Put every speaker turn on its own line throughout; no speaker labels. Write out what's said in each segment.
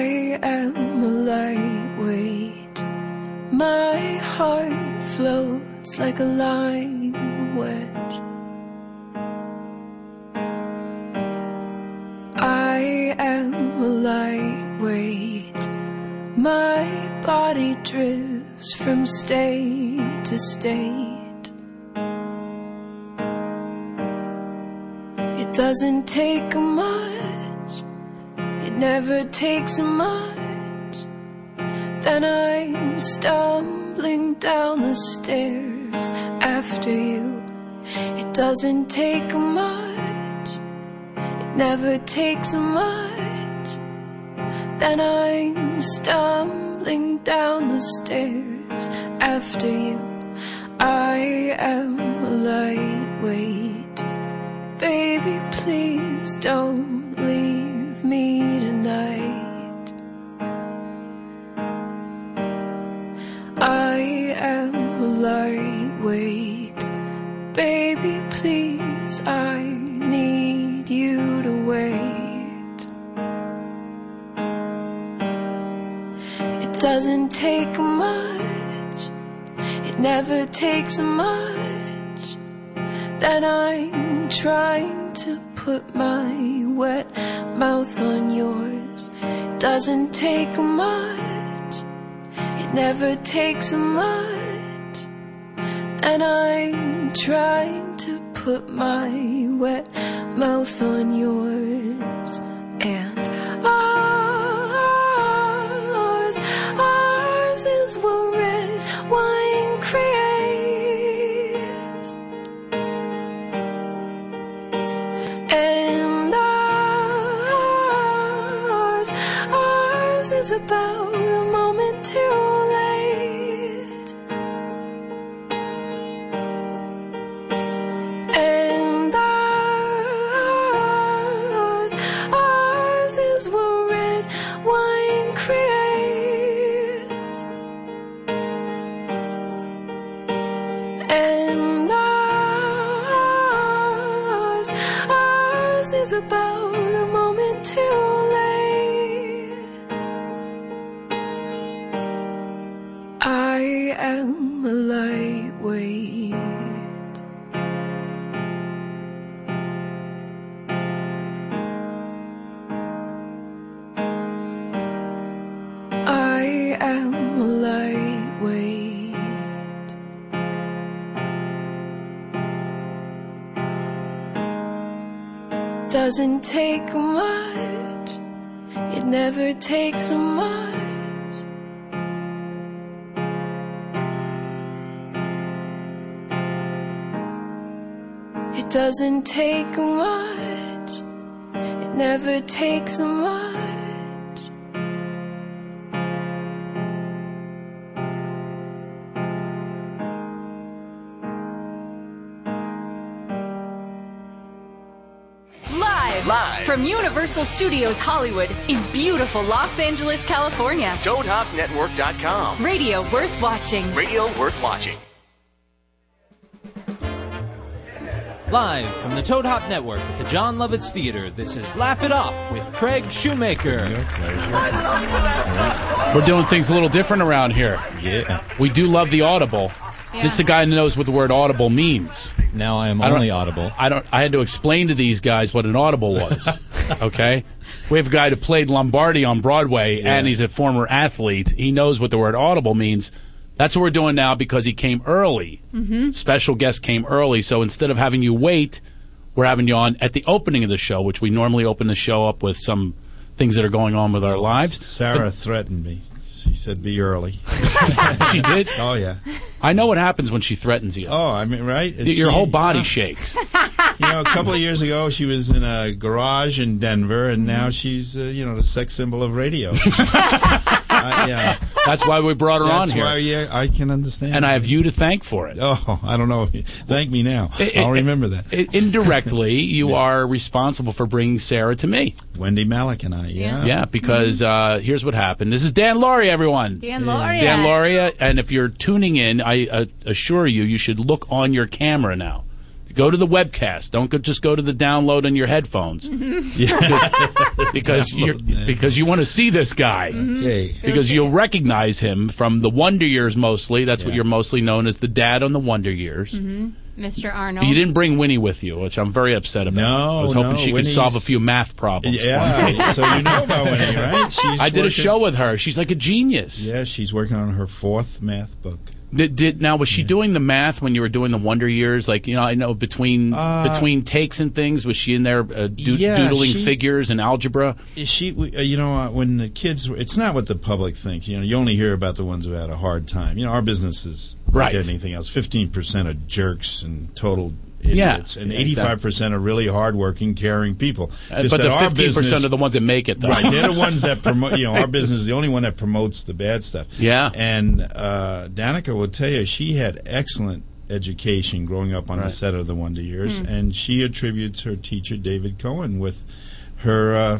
am a lightweight. My heart floats like a line wedge. I am a lightweight. My body drifts from state to state. It doesn't take much, it never takes much. Then I'm stumbling down the stairs after you. It doesn't take much, it never takes much. Then I'm stumbling down the stairs after you. I am a lightweight. Baby, please don't leave me tonight. I am a lightweight. Baby, please, I need you to wait. It doesn't take much, it never takes much. Then I'm trying to put my wet mouth on yours. It doesn't take much, it never takes much. And I'm trying to put my wet mouth on yours. And ours, ours is what red wine creates. And ours, ours is about a moment too late. And ours, ours is what red wine creates. And ours, ours is about a moment too late. I am a lightweight. I am a lightweight. Doesn't take much, it never takes much. It doesn't take much, it never takes much.
Live,
Live.
from Universal Studios Hollywood in beautiful Los Angeles, California.
ToadHopNetwork.com.
Radio worth watching.
Radio worth watching.
Live from the Toad Hop Network at the John Lovitz Theater, this is Laugh It Off with Craig Shoemaker.
We're doing things a little different around here.
Yeah.
We do love the audible. This is a guy who knows what the word audible means.
Now I am
don't-
only audible.
I don't. I had to explain to these guys what an audible was. okay, we have a guy who played Lombardi on Broadway, and he's a former athlete. He knows what the word audible means. That's what we're doing now because he came early. Special guest came early, so instead of having you wait, we're having you on at the opening of the show, which we normally open the show up with some things that are going on with our lives.
Sarah threatened me. She said, "Be early."
She did.
Oh yeah.
I know what happens when she threatens you.
Oh, I mean, right? Is
Your
she-
whole body shakes.
You know, a couple of years ago, she was in a garage in Denver, and
Mm-hmm.
now she's, uh, you know, the sex symbol of radio. I, yeah,
That's why we brought her
that's
on here.
why. Yeah, I can understand.
and I have you to thank for it.
Oh, I don't know. Thank me now. I'll remember that.
I- indirectly, you are responsible for bringing Sarah to me.
Wendy Malik and I. Yeah.
Yeah, because uh, here's what happened. This is Dan Laurie, everyone.
Dan Lauria.
Dan Lauria, and if you're tuning in, I uh, assure you, you should look on your camera now. Go to the webcast. Don't go, just go to the download on your headphones
Mm-hmm.
because you're, because you want to see this guy
Mm-hmm. Okay.
because you'll recognize him from the Wonder Years mostly. That's what you're mostly known as, the dad on the Wonder Years.
Mm-hmm.
Mr. Arnold.
But you didn't bring Winnie with you, which I'm very upset about.
No,
I was hoping
no,
she could
Winnie's-
solve a few math problems. for me.
Yeah. so you know about Winnie, right? She's
I did a
working-
show with her. She's like a genius.
Yeah, she's working on her fourth math book.
Did, did now was she doing the math when you were doing the Wonder Years? Like you know, I know between between takes and things, was she in there uh, doo-
Uh, yeah,
doodling
she-
figures and algebra?
Is she, we- uh, you know, uh, when the kids, were- it's not what the public thinks. You know, you only hear about the ones who had a hard time. You know, our business is
Right.
like anything else. Fifteen percent are jerks and total idiots, and
Yeah,
eighty-five percent are really hardworking, caring people.
Uh,
Just
but
that
the
our
fifteen
business-
percent are the ones that make it, though.
Right, they're the ones that promote. You know, our business is the only one that promotes the bad stuff.
Yeah.
and uh, Danica will tell you she had excellent education growing up on the set of the Wonder Years,
Hmm.
and she attributes her teacher David Cohen with her. Uh,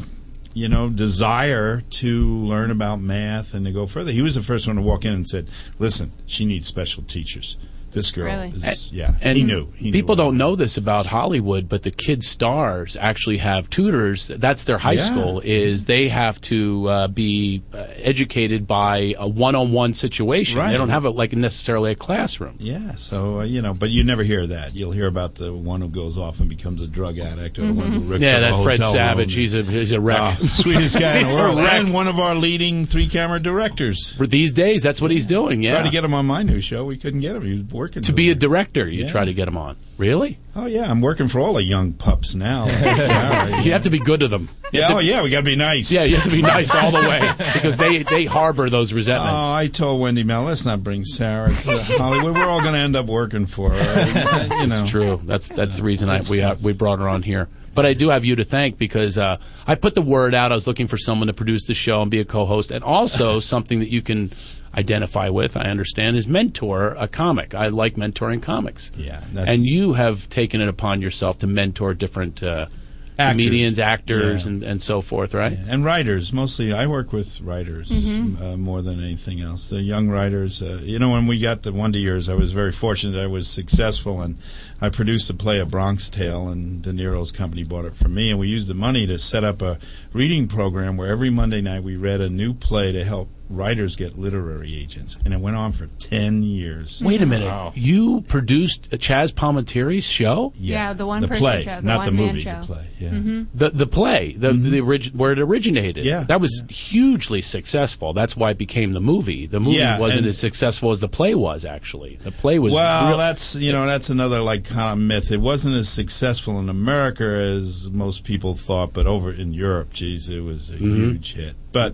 you know, desire to learn about math and to go further. He was the first one to walk in and said, "Listen, she needs special teachers. This girl,
Really?
is, yeah."
And
he knew. He knew
people
what-
don't know this about Hollywood, but the kid stars actually have tutors. That's their high
Yeah.
school. Is they have to uh, be uh, educated by a one-on-one situation.
Right.
They don't have it like necessarily a classroom.
Yeah, so uh, you know, but you never hear that. You'll hear about the one who goes off and becomes a drug addict, or the one who ripped
Mm-hmm. Yeah,
up a
that Fred
hotel
Savage.
room.
He's a he's a wreck.
Uh, sweetest guy in
He's
the
a
world,
wreck.
and one of our leading three-camera directors.
For these days, that's what he's doing. Yeah.
Tried to get him on my new show. We couldn't get him. He was working
To be a
director.
director, you
Yeah.
try to get him on. Really?
oh yeah, I'm working for all the young pups now. Sorry.
You have to be good to them. You
yeah,
have
oh
to-
yeah, we got to be nice.
Yeah, you have to be nice all the way because they, they harbor those resentments.
Oh, I told Wendy Mel, let's not bring Sarah to Hollywood. We're all going to end up working for her. Oh, you know,
It's true. That's that's the reason I,
That's
we uh,
tough.
we brought her on here. But I do have you to thank because uh, I put the word out. I was looking for someone to produce the show and be a co-host, and also something that you can identify with. I understand is mentor a comic. I like mentoring comics.
Yeah, that's-
and you have taken it upon yourself to mentor different uh,
Actors.
comedians, actors,
Yeah.
and, and so forth. Right?
and writers mostly i work with writers uh, more than anything else the young writers uh, you know when we got the wonder years i was very fortunate i was successful and i produced a play a bronx tale and de niro's company bought it for me and we used the money to set up a reading program where every monday night we read a new play to help writers get literary agents and it went on for 10 years
Wait a minute. You produced a Chaz Palminteri's show,
Yeah, the one
the
person
play
show, the
not the
one-man
movie
show. Mm-hmm.
the play yeah Mm-hmm.
the the play, the the orig- where it originated.
Yeah.
that was hugely successful. That's why it became the movie. The movie
Yeah,
wasn't
and-
as successful as the play was. Actually, the play was
Well,
real-
that's you know that's another like kind of myth. It wasn't as successful in America as most people thought, but over in Europe, geez, it was a
Mm-hmm.
huge hit. But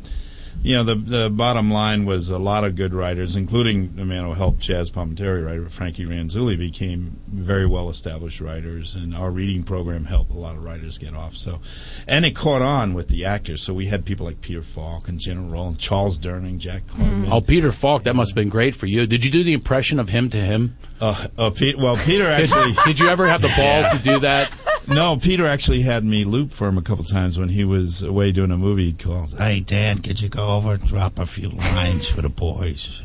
you know the the bottom line was a lot of good writers, including the man who helped Jazz Palminteri writer Frankie Ranzuli became very well established writers, and our reading program helped a lot of writers get off. So, and it caught on with the actors. So we had people like Peter Falk and Jenna Rowland, Charles Durning, Jack Klugman.
oh Peter Falk. That must have been great for you. Did you do the impression of him to him?
Uh, uh, Pete, well, Peter actually.
Did you ever have the balls to do that?
No, Peter actually had me loop for him a couple times when he was away doing a movie. He called, "Hey Dan, could you go over and drop a few lines for the boys?"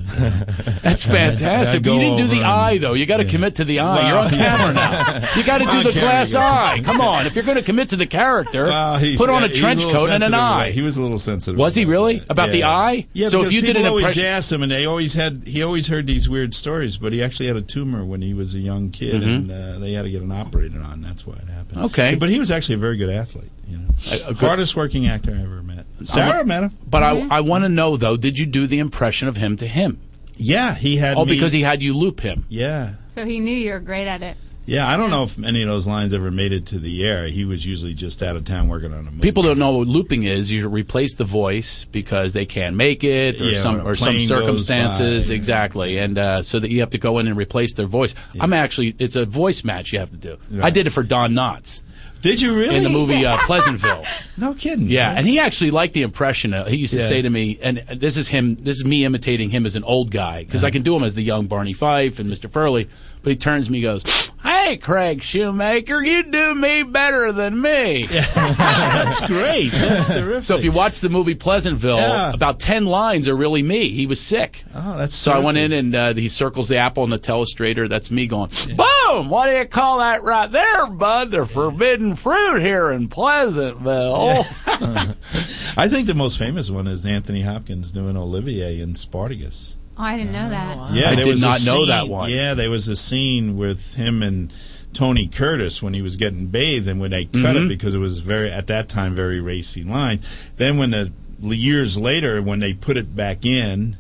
That's fantastic.
go
You didn't do
over
the
and-
eye though. You got to commit to the eye.
Well,
you're on
yeah.
camera now. You got to do
On
the
camera,
glass
yeah.
eye. Come on, if you're going to commit to the character,
Well, he's-
put on a
he's
trench
little
coat and
sensitive
an
about-
eye.
He was a little sensitive.
Was he
about
really?
that.
About the
Yeah.
eye?
Yeah.
So if
because
you did
people
an
always
impression-
asked him, and they always had. He always heard these weird stories, but he actually had a tumor when he was a young kid, and uh, they had to get an operated on. That's why it happened.
Mm-hmm. Okay.
but he was actually a very good athlete. You know,
A- a good-
hardest working actor I ever met. Sarah met him.
But I, I want to know though. Did you do the impression of him to him?
Yeah, he had.
Oh,
me-
because he had you loop him.
Yeah.
So he knew you were great at it.
Yeah, I don't know if any of those lines ever made it to the air. He was usually just out of town working on a movie.
People don't know what looping is. You replace the voice because they can't make it, or
Yeah,
some
when a
or some
plane goes
circumstances,
by.
exactly, and uh, so that you have to go in and replace their voice. I'm actually it's a voice match you have to do. I
Right.
did it for Don Knotts
Did you really?
in the movie uh, Pleasantville.
No kidding.
Yeah, and he actually liked the impression. Uh, he used to
Yeah.
say to me, and this is him. This is me imitating him as an old guy because
Uh-huh.
I can do him as the young Barney Fife and Mr. Furley. But he turns to me, and goes, "Hey, Craig Shoemaker, you do me better than me."
That's great. That's terrific.
So if you watch the movie Pleasantville,
Yeah.
about ten lines are really me. He was sick.
Oh, that's
so I went in
terrific.
and uh, he circles the apple in the telestrator. That's me going, "Boom!"
boom. What do you call that right there, bud? The forbidden fruit here in Pleasantville.
I think the most famous one is Anthony Hopkins doing Olivier in Spartacus.
Oh, I didn't know that.
Yeah,
I
there
did
was a
not know that
scene-
one.
Yeah, there was a scene with him and Tony Curtis when he was getting bathed, and when they cut
Mm-hmm.
it because it was very at that time very racy line. Then when the years later when they put it back in,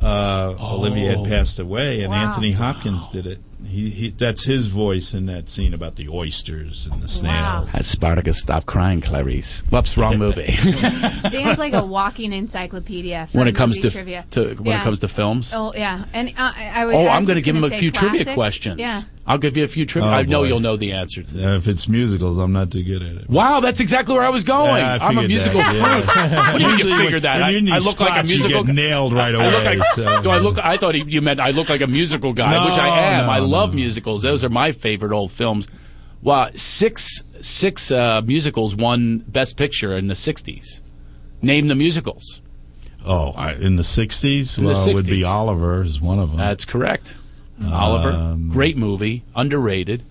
uh, Olivia
Oh.
had passed away, and
Wow.
Anthony Hopkins did it. He, he that's his voice in that scene about the oysters and the snails.
Spartacus, stop crying, Clarice. Whoops, wrong movie.
Dan's like a walking encyclopedia for
when it comes
movie
to,
trivia.
to when
Yeah.
it comes to films.
Oh yeah, and uh, I I would.
Oh,
I
I'm going
was
to
just
give him a
say
few trivia
classics.
questions.
Yeah,
I'll give you a few trivia.
Oh,
I know
boy.
you'll know the answer to that.
Uh, if it's musicals, I'm not too good at it.
Wow, that's exactly where I was going.
Yeah, I
I'm a
figured
musical
that,
fruit.
yeah.
What do you mean you
Usually when-
figured that?
when you're in
I, I
these
look like a
spots, you
musical.
get nailed right away. so-
Do I look? I thought he, you meant I look like a musical guy,
No,
which I am.
no,
I
no,
love
no.
musicals. Those are my favorite old films. Wow, six six uh, musicals won Best Picture in the '60s. Name the musicals.
Oh, I, in the '60s,
In the
well, it would be
60s.
Oliver is one of them.
That's correct. Oliver, great movie, underrated.
you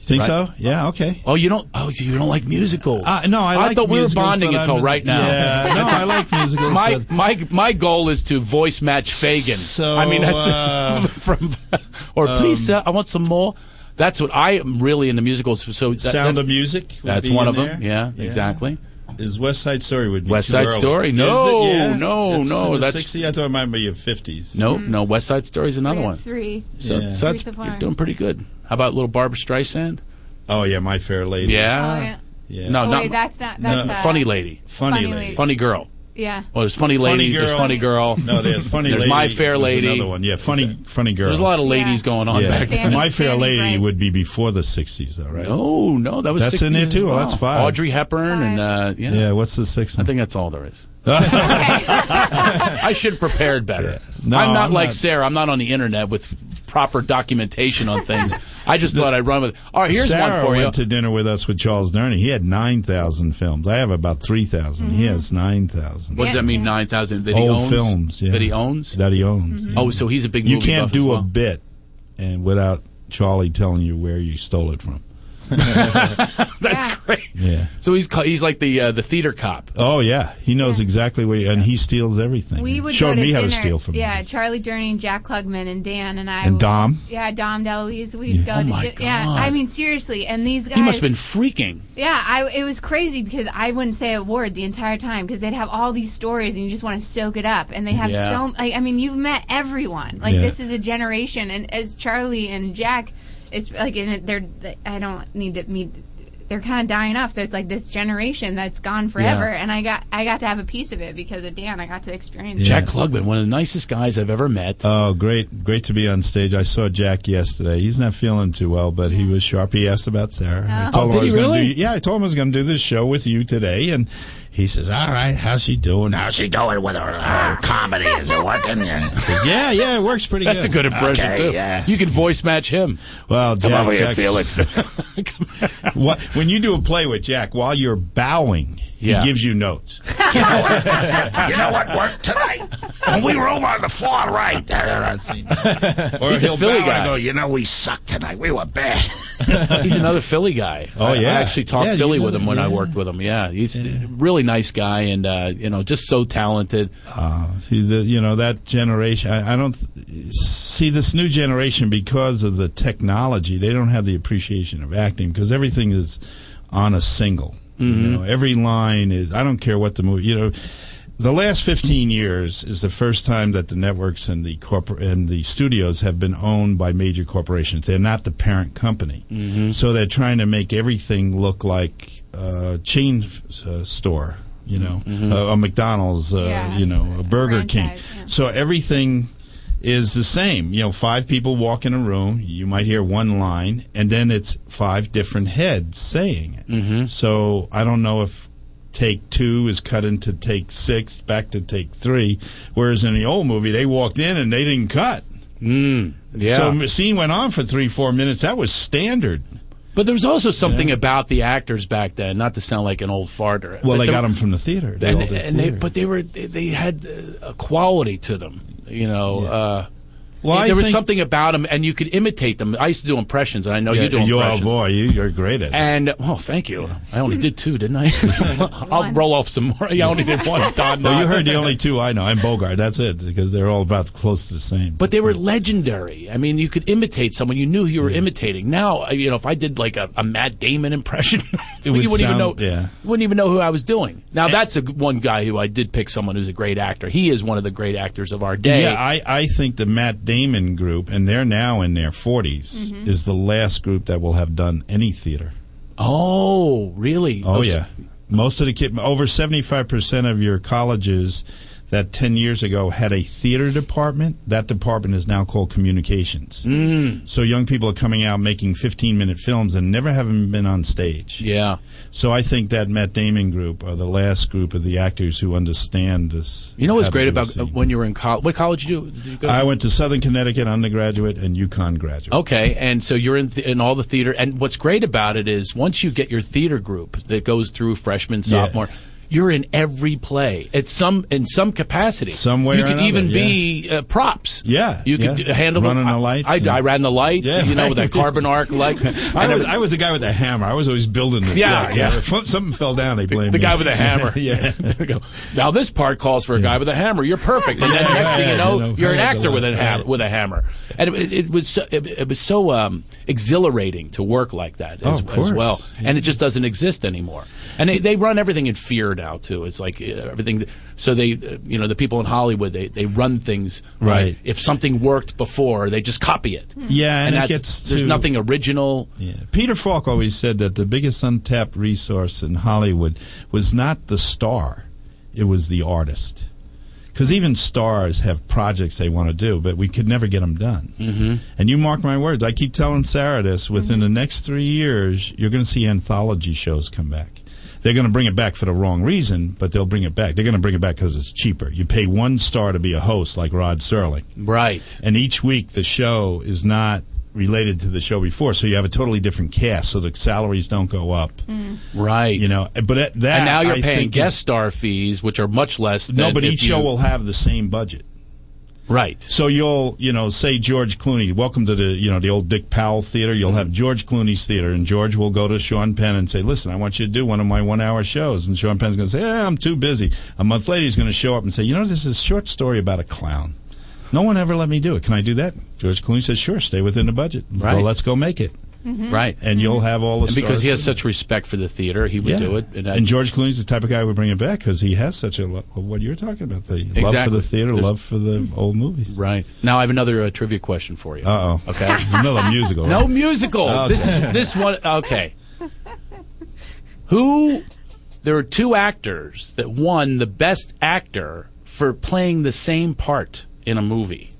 Um, think
right.
so? Yeah. Okay.
Oh, you don't. Oh, so you don't like musicals?
Uh, no, I, like
thought we were
musicals,
bonding
but
until
I'm-
right now.
Yeah, no, I like musicals.
My,
but
my my goal is to voice match Fagan.
So,
I mean, that's
uh, um,
from or please, sir, I want some more. That's what I am really into musicals. So that,
Sound
that's,
of Music. would
That's
be
one
in
of them.
there.
Yeah, exactly.
Is West Side Story would be
West
too
Side
early.
Story?
Is
No,
it? Yeah.
no,
It's
no,
In the
that's-
'60s. I thought it might be your '50s.
No, no. West Side Story is another
Mm-hmm. We
one.
have three.
So,
Yeah.
so that's
Teresa
you're
Farm.
doing pretty good. How about little Barbara Streisand?
Oh yeah, My Fair Lady.
Yeah.
oh yeah.
Yeah.
No,
Oh,
not
wait, that's not. That's
No.
uh,
funny lady,
Funny,
Funny
Lady.
Lady.
funny girl.
Yeah.
Well, there's funny lady. there's funny girl.
No, there's Funny
There's
Lady.
My Fair
there's
Lady.
Another one. Yeah, Funny, Funny Girl.
There's a lot of ladies
Yeah.
going on
yeah.
back then.
Sammy-
My Fair
Sammy
Lady
Price.
would be before the '60s, though, right?
No, no, that was
That's in
60s
there,
as
too. Well, that's five.
Audrey Hepburn and uh, yeah.
Yeah. What's the sixth?
I
one?
think that's all there is. I should have prepared better.
No,
I'm not
I'm
like
not-
Sarah. I'm not on the internet with proper documentation on things. I just thought I'd run with. it. All right, here's
Sarah
one for you.
went to dinner with us with Charles Durney. He had nine thousand films. I have about three He
Mm-hmm.
has nine thousand.
what does that mean? Nine thousand that he
Old
owns.
films yeah.
that he owns.
That he owns.
Mm-hmm.
yeah.
oh, so he's a big.
you
movie
can't
buff
do
as well.
a bit and without Charlie telling you where you stole it from.
That's
Yeah.
great.
Yeah.
So he's ca- he's like the uh, the theater cop.
Oh yeah, he knows exactly where, you, and he steals everything.
We would
showed
go to
me how
dinner.
to steal from.
Yeah,
him.
Charlie Durney and Jack Klugman and Dan and I.
And
would-
Dom?
Yeah, Dom DeLuise. We'd go
Oh,
to
my
di- Yeah,
God.
I mean seriously, and these guys.
He must have been freaking.
Yeah, I, it was crazy because I wouldn't say a word the entire time because they'd have all these stories and you just want to soak it up. And they have
Yeah.
so. Like, I mean, you've met everyone. Like
Yeah.
this is a generation, and as Charlie and Jack, it's like in it, they're. I don't need to meet. They're kind of dying off, so it's like this generation that's gone forever. And I got I got to have a piece of it because of Dan. I got to experience.
Yeah.
Jack Klugman, one of the nicest guys I've ever met.
Oh, great! Great to be on stage. I saw Jack yesterday. He's not feeling too well, but he was sharp. He asked about Sarah. I told
Oh,
him
did
I was
he
gonna
really?
do. Yeah, I told him I was going to do this show with you today, and he says, "All right, how's she doing? How's
How's
she?"
she doing with her uh, comedy? Is it working? Yeah.
I said, Yeah, yeah, it works pretty
That's a good
good.
impression
Okay,
too.
yeah.
You can voice match him.
Well, Jack,
Come over here,
Jack's-
Felix.
What, when you do a play with Jack, while you're bowing,
Yeah.
he gives you notes.
you know what worked tonight? When we were over on the far right,
Or
He's a
he'll
Philly
bow
guy.
and I go,
oh, you know we sucked tonight. We were bad.
He's another Philly guy.
Oh,
I- I,
yeah.
actually talked
Yeah, you
Philly
know
with him
that,
when I
yeah.
worked with him. Yeah, he's a really nice guy, and uh, you know, just so talented.
Uh, see the, you know that generation. I, I don't th- see this new generation because of the technology. They don't have the appreciation of acting because everything is on a single. You know, every line is. I don't care what the movie. You know, the last fifteen years is the first time that the networks and the corpor- and the studios have been owned by major corporations. They're not the parent company, so they're trying to make everything look like a chain uh, store. You know, a, a McDonald's. Uh,
Yeah.
you know, a Burger
franchise,
King.
yeah.
So everything is the same. You know, five people walk in a room, you might hear one line, and then it's five different heads saying it. Mm-hmm. So I don't know if take two is cut into take six, back to take three. Whereas in the old movie, they walked in and they didn't cut.
Mm, Yeah.
So the scene went on for three, four minutes. That was standard.
but there was also something about the actors back then. Not to sound like an old farter.
Well,
but
they
there-
got them from the theater. the
and,
old
and they,
theater.
but they were they, they had uh, a quality to them. You know, uh,
Well, I
there was
think-
something about him, and you could imitate them. I used to do impressions, and I know you do
you
impressions.
oh boy, you, you're great at it.
And oh, thank you. I only did two, didn't I? I'll roll off some more. Yeah, I only did one. Don
Well, you
Knotts.
heard the only two I know, and Bogart. That's it, because they're all about close to the same.
But they were legendary. I mean, you could imitate someone. You knew who you were imitating. Now, I- you know, if I did like a, a Matt Damon impression, so
would
you wouldn't even know.
sound- yeah.
You wouldn't even know who I was doing. Now, that's a, g- one guy who I did pick. Someone who's a great actor. He is one of the great actors of our day.
Yeah, I, I think the Matt Damon group, and they're now in their 40s,
Mm-hmm.
is the last group that will have done any theater.
oh, really?
Oh,
Those-
yeah. Most of the kid, over 75% of your colleges that 10 years ago had a theater department, that department is now called communications. Mm. So young people are coming out making 15 minute films and never having been on stage.
Yeah.
So I think that Matt Damon group are the last group of the actors who understand this.
You know what's
how to
great
do a
about
scene.
uh, when you were in college? What college did you, did you go to?
I went to Southern Connecticut undergraduate and UConn graduate.
Okay, and so you're in th- in all the theater, and what's great about it is once you get your theater group that goes through freshman,
Yeah.
sophomore, you're in every play at some in some capacity.
Some way
you
or
could
another,
even
yeah.
be uh, props.
Yeah,
you could
yeah.
d- handle
Running
them.
the lights
I,
and-
I, I ran the lights.
Yeah,
you know
right.
with that carbon arc light.
I, was I was the guy with the hammer. I was always building this.
Yeah,
set.
yeah.
If something fell down, they blamed
the
me.
guy with the hammer.
yeah.
We go, now this part calls for a guy with a hammer. You're perfect, and then
Yeah,
next thing you
right,
know,
you know,
you're an
right,
actor with a
right.
ham- with a hammer. And it, it was so, it, it was so um, exhilarating to work like that
Oh,
as,
of
as well.
course.
And it just doesn't exist anymore. And they, they run everything in fear now too. It's like uh, everything. So they, uh, you know, the people in Hollywood they, they run things by-
Right.
If something worked before, they just copy it.
Yeah, and,
and
it
that's,
gets
there's
to-
nothing original.
Yeah. Peter Falk always said that the biggest untapped resource in Hollywood was not the star, it was the artist. Because even stars have projects they want to do, but we could never get them done. Mm-hmm. And you mark my words, I keep telling Sarah this within
Mm-hmm.
the next three years, you're going to see anthology shows come back. They're going to bring it back for the wrong reason, but they'll bring it back. They're going to bring it back because it's cheaper. You pay one star to be a host like Rod Serling
Right.
and each week the show is not related to the show before so you have a totally different cast so the salaries don't go up
Mm-hmm. Right.
you know but at that
And now you're
I
paying
think
guest
is-
star fees, which are much less. Than
no but
if
each show
you-
will have the same budget
Right.
so you'll you know say george clooney welcome to the you know the old dick powell theater you'll have george clooney's theater and george will go to sean penn and say listen i want you to do one of my one hour shows and sean penn's going to say eh, i'm too busy a month later he's going to show up and say you know this is a short story about a clown no one ever let me do it can i do that george clooney says sure stay within the budget
Right.
well let's go make it
Right. And,
and you'll have all the stars
because he has
there.
such respect for the theater, he would
Yeah.
do it.
And,
I-
George Clooney's the type of guy who would bring it back because he has such a love. What you're talking about, the love for
Exactly.
the theater,
There's-
love for the old movies.
right. Now I have another uh, trivia question for you.
Uh oh.
Okay.
Another musical.
no
right?
musical.
Okay.
This is this one. Okay. Who? There are two actors that won the best actor for playing the same part in a movie.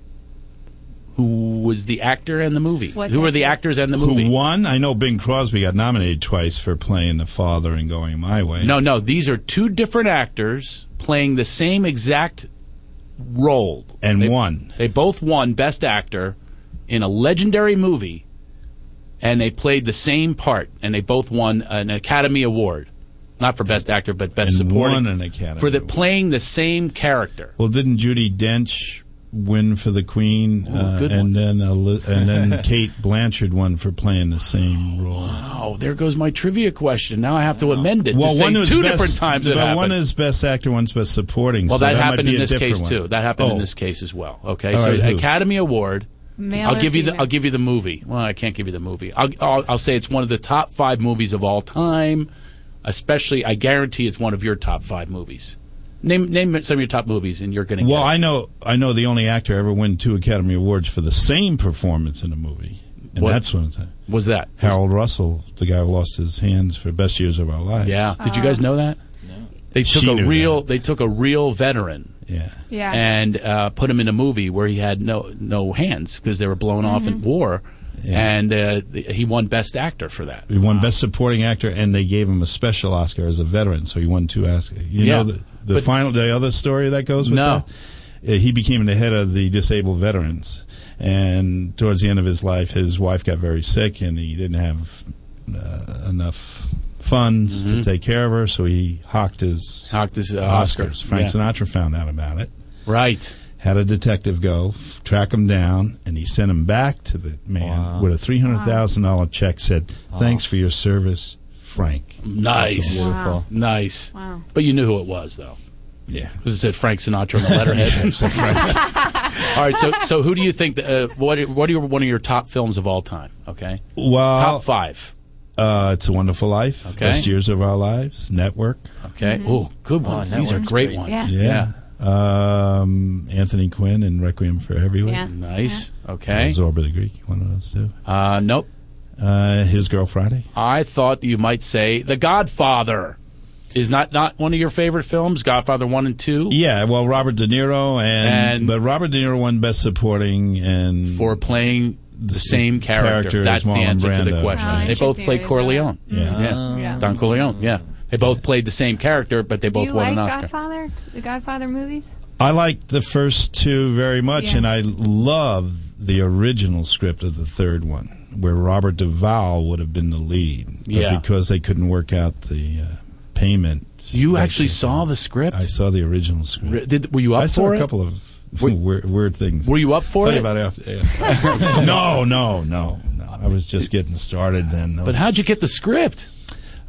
Who was the actor and the movie?
What
Who were the
actor?
actors and the movie?
Who won? I know Bing Crosby got nominated twice for playing the father and going my way.
No, no. These are two different actors playing the same exact role.
And
They-
won.
They both won Best Actor in a legendary movie, and they played the same part, and they both won an Academy Award, not for Best Actor, but Best
And
Supporting
won an Academy
for the
Award.
playing the same character.
Well, didn't Judy Dench win for the Queen, uh,
good one.
and then Ali- and then Kate Blanchard won for playing the same role.
Oh, there goes my trivia question. Now I have to amend it.
Well,
to
one
say
is
two
best,
different times it
but
happened.
one is best actor, one's best supporting.
well,
so
that,
that might
happened
be
in
a
this
different
case
one.
too. That happened in
Oh.
this case as well. Okay,
All
so
right, who?
Academy Award.
Male
I'll
or
give you the
female?
I'll give you the movie. Well, I can't give you the movie. I'll, I'll I'll say it's one of the top five movies of all time. Especially, I guarantee it's one of your top five movies. Name name some of your top movies, and you're going to.
Well,
get
I know, I know the only actor ever win two Academy Awards for the same performance in a movie, and
What?
that's one time.
it. was that
Harold Russell, the guy who lost his hands for best years of our lives.
Yeah. Did you guys know that? No. They took
She
a
knew
real they took a real veteran
yeah.
Yeah.
and uh, put him in a movie where he had no no hands because they were blown off in
Mm-hmm.
war,
Yeah.
and uh, th- he won Best Actor for that. Uh,
He won best supporting actor, and they gave him a special Oscar as a veteran, so he won two Oscars. You
Yeah.
know the, the
But-
final, the other story that goes with
No.
that. Uh, He became the head of the disabled veterans, and towards the end of his life, his wife got very sick, and he didn't have uh, enough funds to take care of her, so he hocked his
Mm-hmm. Hocked his, uh, Oscar.
Oscars. Frank
Yeah.
Sinatra found out about it.
Right.
had a detective go f- track him down, and he sent him back to the man with a three hundred thousand dollar check. Said, "Thanks for your service, Frank."
Nice.
Beautiful.
Nice.
Wow.
But you knew who it was, though,
Yeah.
because it said Frank Sinatra on the letterhead.
So Frank-
all right, so so who do you think? The, uh, what what are your, one of your top films of all time? Okay,
well,
top five.
Uh, it's a Wonderful Life.
Okay.
Best Years of Our Lives. Network.
Okay,
Mm-hmm.
oh, good ones. These are
Network's
great,
great.
ones.
Yeah.
Yeah. Um, Anthony Quinn and Requiem for Everyone.
Yeah.
Nice. Okay.
Zorba the Greek. One of those two.
Uh, nope.
Uh, His Girl Friday.
I thought that you might say The Godfather is not not one of your favorite films. Godfather one and two
Yeah. Well, Robert De Niro and,
And-
but Robert De Niro won Best Supporting and
for playing the same character.
character
That's
is
the
Marlon
answer to the
Brando.
question.
Oh,
they both
interesting.
played
I
Corleone.
Yeah.
Yeah.
Don Corleone. Yeah, they both played the same character, but they
Do
both
you
won
like
an Oscar.
Godfather? The Godfather movies?
I like the first two very much,
Yeah.
and I love the original script of the third one, where Robert Duvall would have been the lead, but
Yeah.
because they couldn't work out the uh, payment.
You
they
actually
can't-
saw the script?
I saw the original script.
Re- Did, were you up
I saw
for
a
it?
couple of
Were-
weird, weird things.
Were you up for
Tell
it?
you about it after. yeah. no, no, no, no. I was just getting started then.
But how'd you get the script?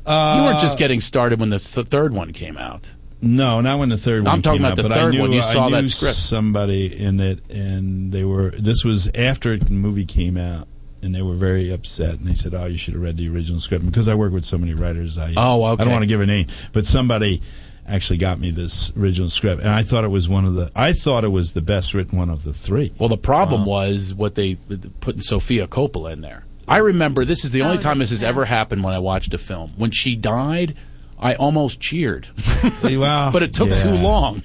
Uh,
You weren't just getting started when the th- third one came out.
No, not when the third one.
talking
came
about
out,
the
but
third
I knew,
one. You
I
saw
knew
that script.
Somebody in it, and they were. This was after the movie came out, and they were very upset. And they said, "Oh, you should have read the original script." And because I work with so many writers, I
Oh,
I
okay.
don't want to give a name, but somebody actually got me this original script, and I thought it was one of the. I thought it was the best written one of the three.
Well, the problem was what they putting Sophia Coppola in there. I remember this is the only
Oh,
time this has
yeah.
ever happened when I watched a film. When she died, I almost cheered,
Wow.
but it took
Yeah.
too long.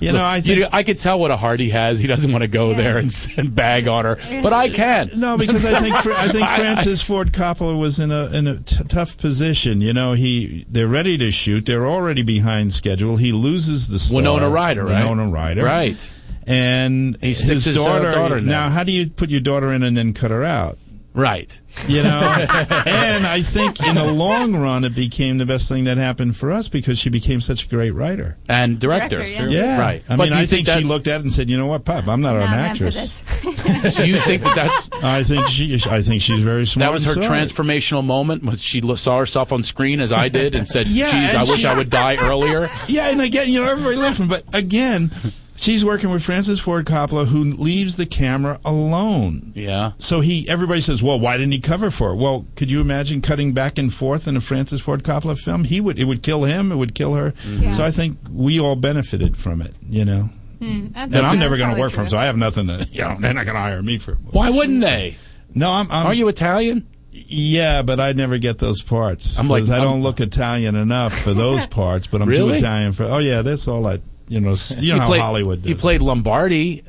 You know, I think
You know, I could tell what a heart he has. He doesn't want to go there and, s- and bag on her, but I can.
No, because I think Fra- I think Francis Ford Coppola was in a in a t- tough position. You know, he they're ready to shoot. They're already behind schedule. He loses the star,
Winona Ryder, right?
Winona Ryder,
Right.
And
He
his
sticks his, uh,
daughter.
daughter in
now,
there.
how do you put your daughter in and then cut her out?
Right.
You know, and I think in the long run, it became the best thing that happened for us because she became such a great writer.
And director.
Director,
Yeah,
Right.
I
But
mean,
do you
I think,
think
she
that's-
looked at it and said, "You know what, Pop? I'm not an
Not meant for
actress.
this.
Do you think that that's
I think she. I think she's very smart.
That was her
and smart.
transformational moment when she lo- saw herself on screen as I did and said,
Yeah,
"Geez, I
and
wish
she-
I would die earlier."
Yeah, and again, you know, everybody laughing, but again, she's working with Francis Ford Coppola, who leaves the camera alone.
Yeah.
So he, everybody says, "Well, why didn't he cover for it?" Well, could you imagine cutting back and forth in a Francis Ford Coppola film? He would, it would kill him, it would kill her.
Yeah.
So I think we all benefited from it, you know. and I'm never going to work for him, so I have nothing to. You know, they're not going to hire me for. a movie.
Why wouldn't they?
No, I'm. I'm
Are you Italian?
Yeah, but I never get those parts
I'm like-
because I
I'm-
don't look Italian enough for those parts. But I'm too
Really?
Italian for. Oh yeah, that's all I. You know, s- you know how
played,
Hollywood does.
You E? played Lombardi.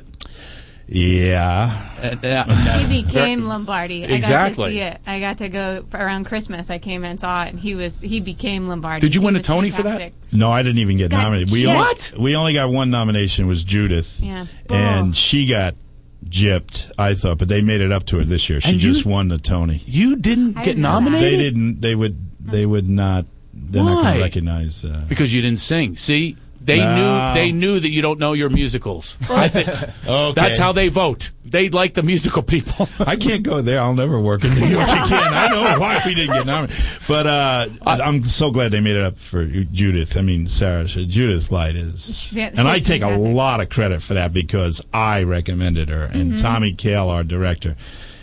yeah,
And, uh, no.
He became Lombardi.
Exactly.
I got to see it. I got to go for around Christmas. I came and saw it, and he was he became Lombardi.
Did you
He
win a
was
Tony for that?
fantastic.
no, I didn't even get
God,
nominated. We
shit.
only-
What?
we only got one nomination was Judith,
Yeah.
and
Oh.
she got gypped. I thought, but they made it up to her this year. She
And you-
just won the Tony.
you didn't
I
get
didn't know that.
nominated
They didn't. They would. They would not. They're not going
Why?
to recognize. Uh,
because you didn't sing. See, they
No.
knew they knew that you don't know your musicals. I think
okay,
that's how they vote. They like the musical people.
I can't go there. I'll never work in New York again. I don't know why we didn't get nominated. But uh, I'm so glad they made it up for Judith. I mean, Sarah. so Judith Light is.
Yeah,
and I
she's
take a
fantastic.
lot of credit for that because I recommended her. And
Mm-hmm.
Tommy Kail, our director,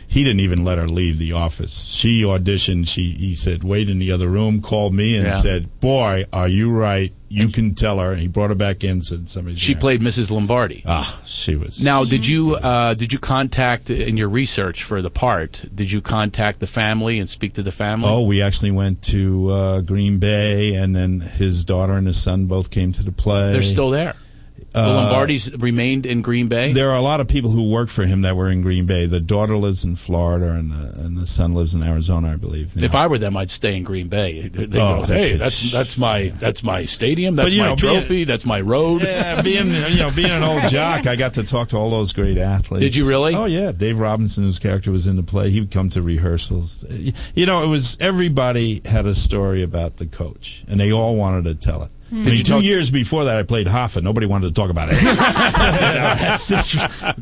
he didn't even let her leave the office. She auditioned. She He said, wait in the other room, called me and
Yeah.
said, boy, are you right? You can tell her. He brought her back in, said somebody.
she played Mrs. Lombardi.
Ah, she was.
Now, did you uh, did you contact in your research for the part? Did you contact the family and speak to the family?
Oh, we actually went to uh, Green Bay, and then his daughter and his son both came to the play. Uh,
They're still there. The Lombardi's remained in Green Bay.
There are a lot of people who work for him that were in Green Bay. The daughter lives in Florida, and the, and the son lives in Arizona, I believe. now.
If I were them, I'd stay in Green Bay. They go,
Oh, that's
hey,
it.
that's that's my that's my stadium. That's
you
my
know, being-
trophy. that's my road.
yeah, being you know being an old jock, I got to talk to all those great athletes.
Did you really?
Oh yeah, Dave Robinson, whose character was in the play, he would come to rehearsals. You know, it was everybody had a story about the coach, and they all wanted to tell it.
Hmm.
I mean, two years before that, I played Hoffa. Nobody wanted to talk about it. You know, that's just-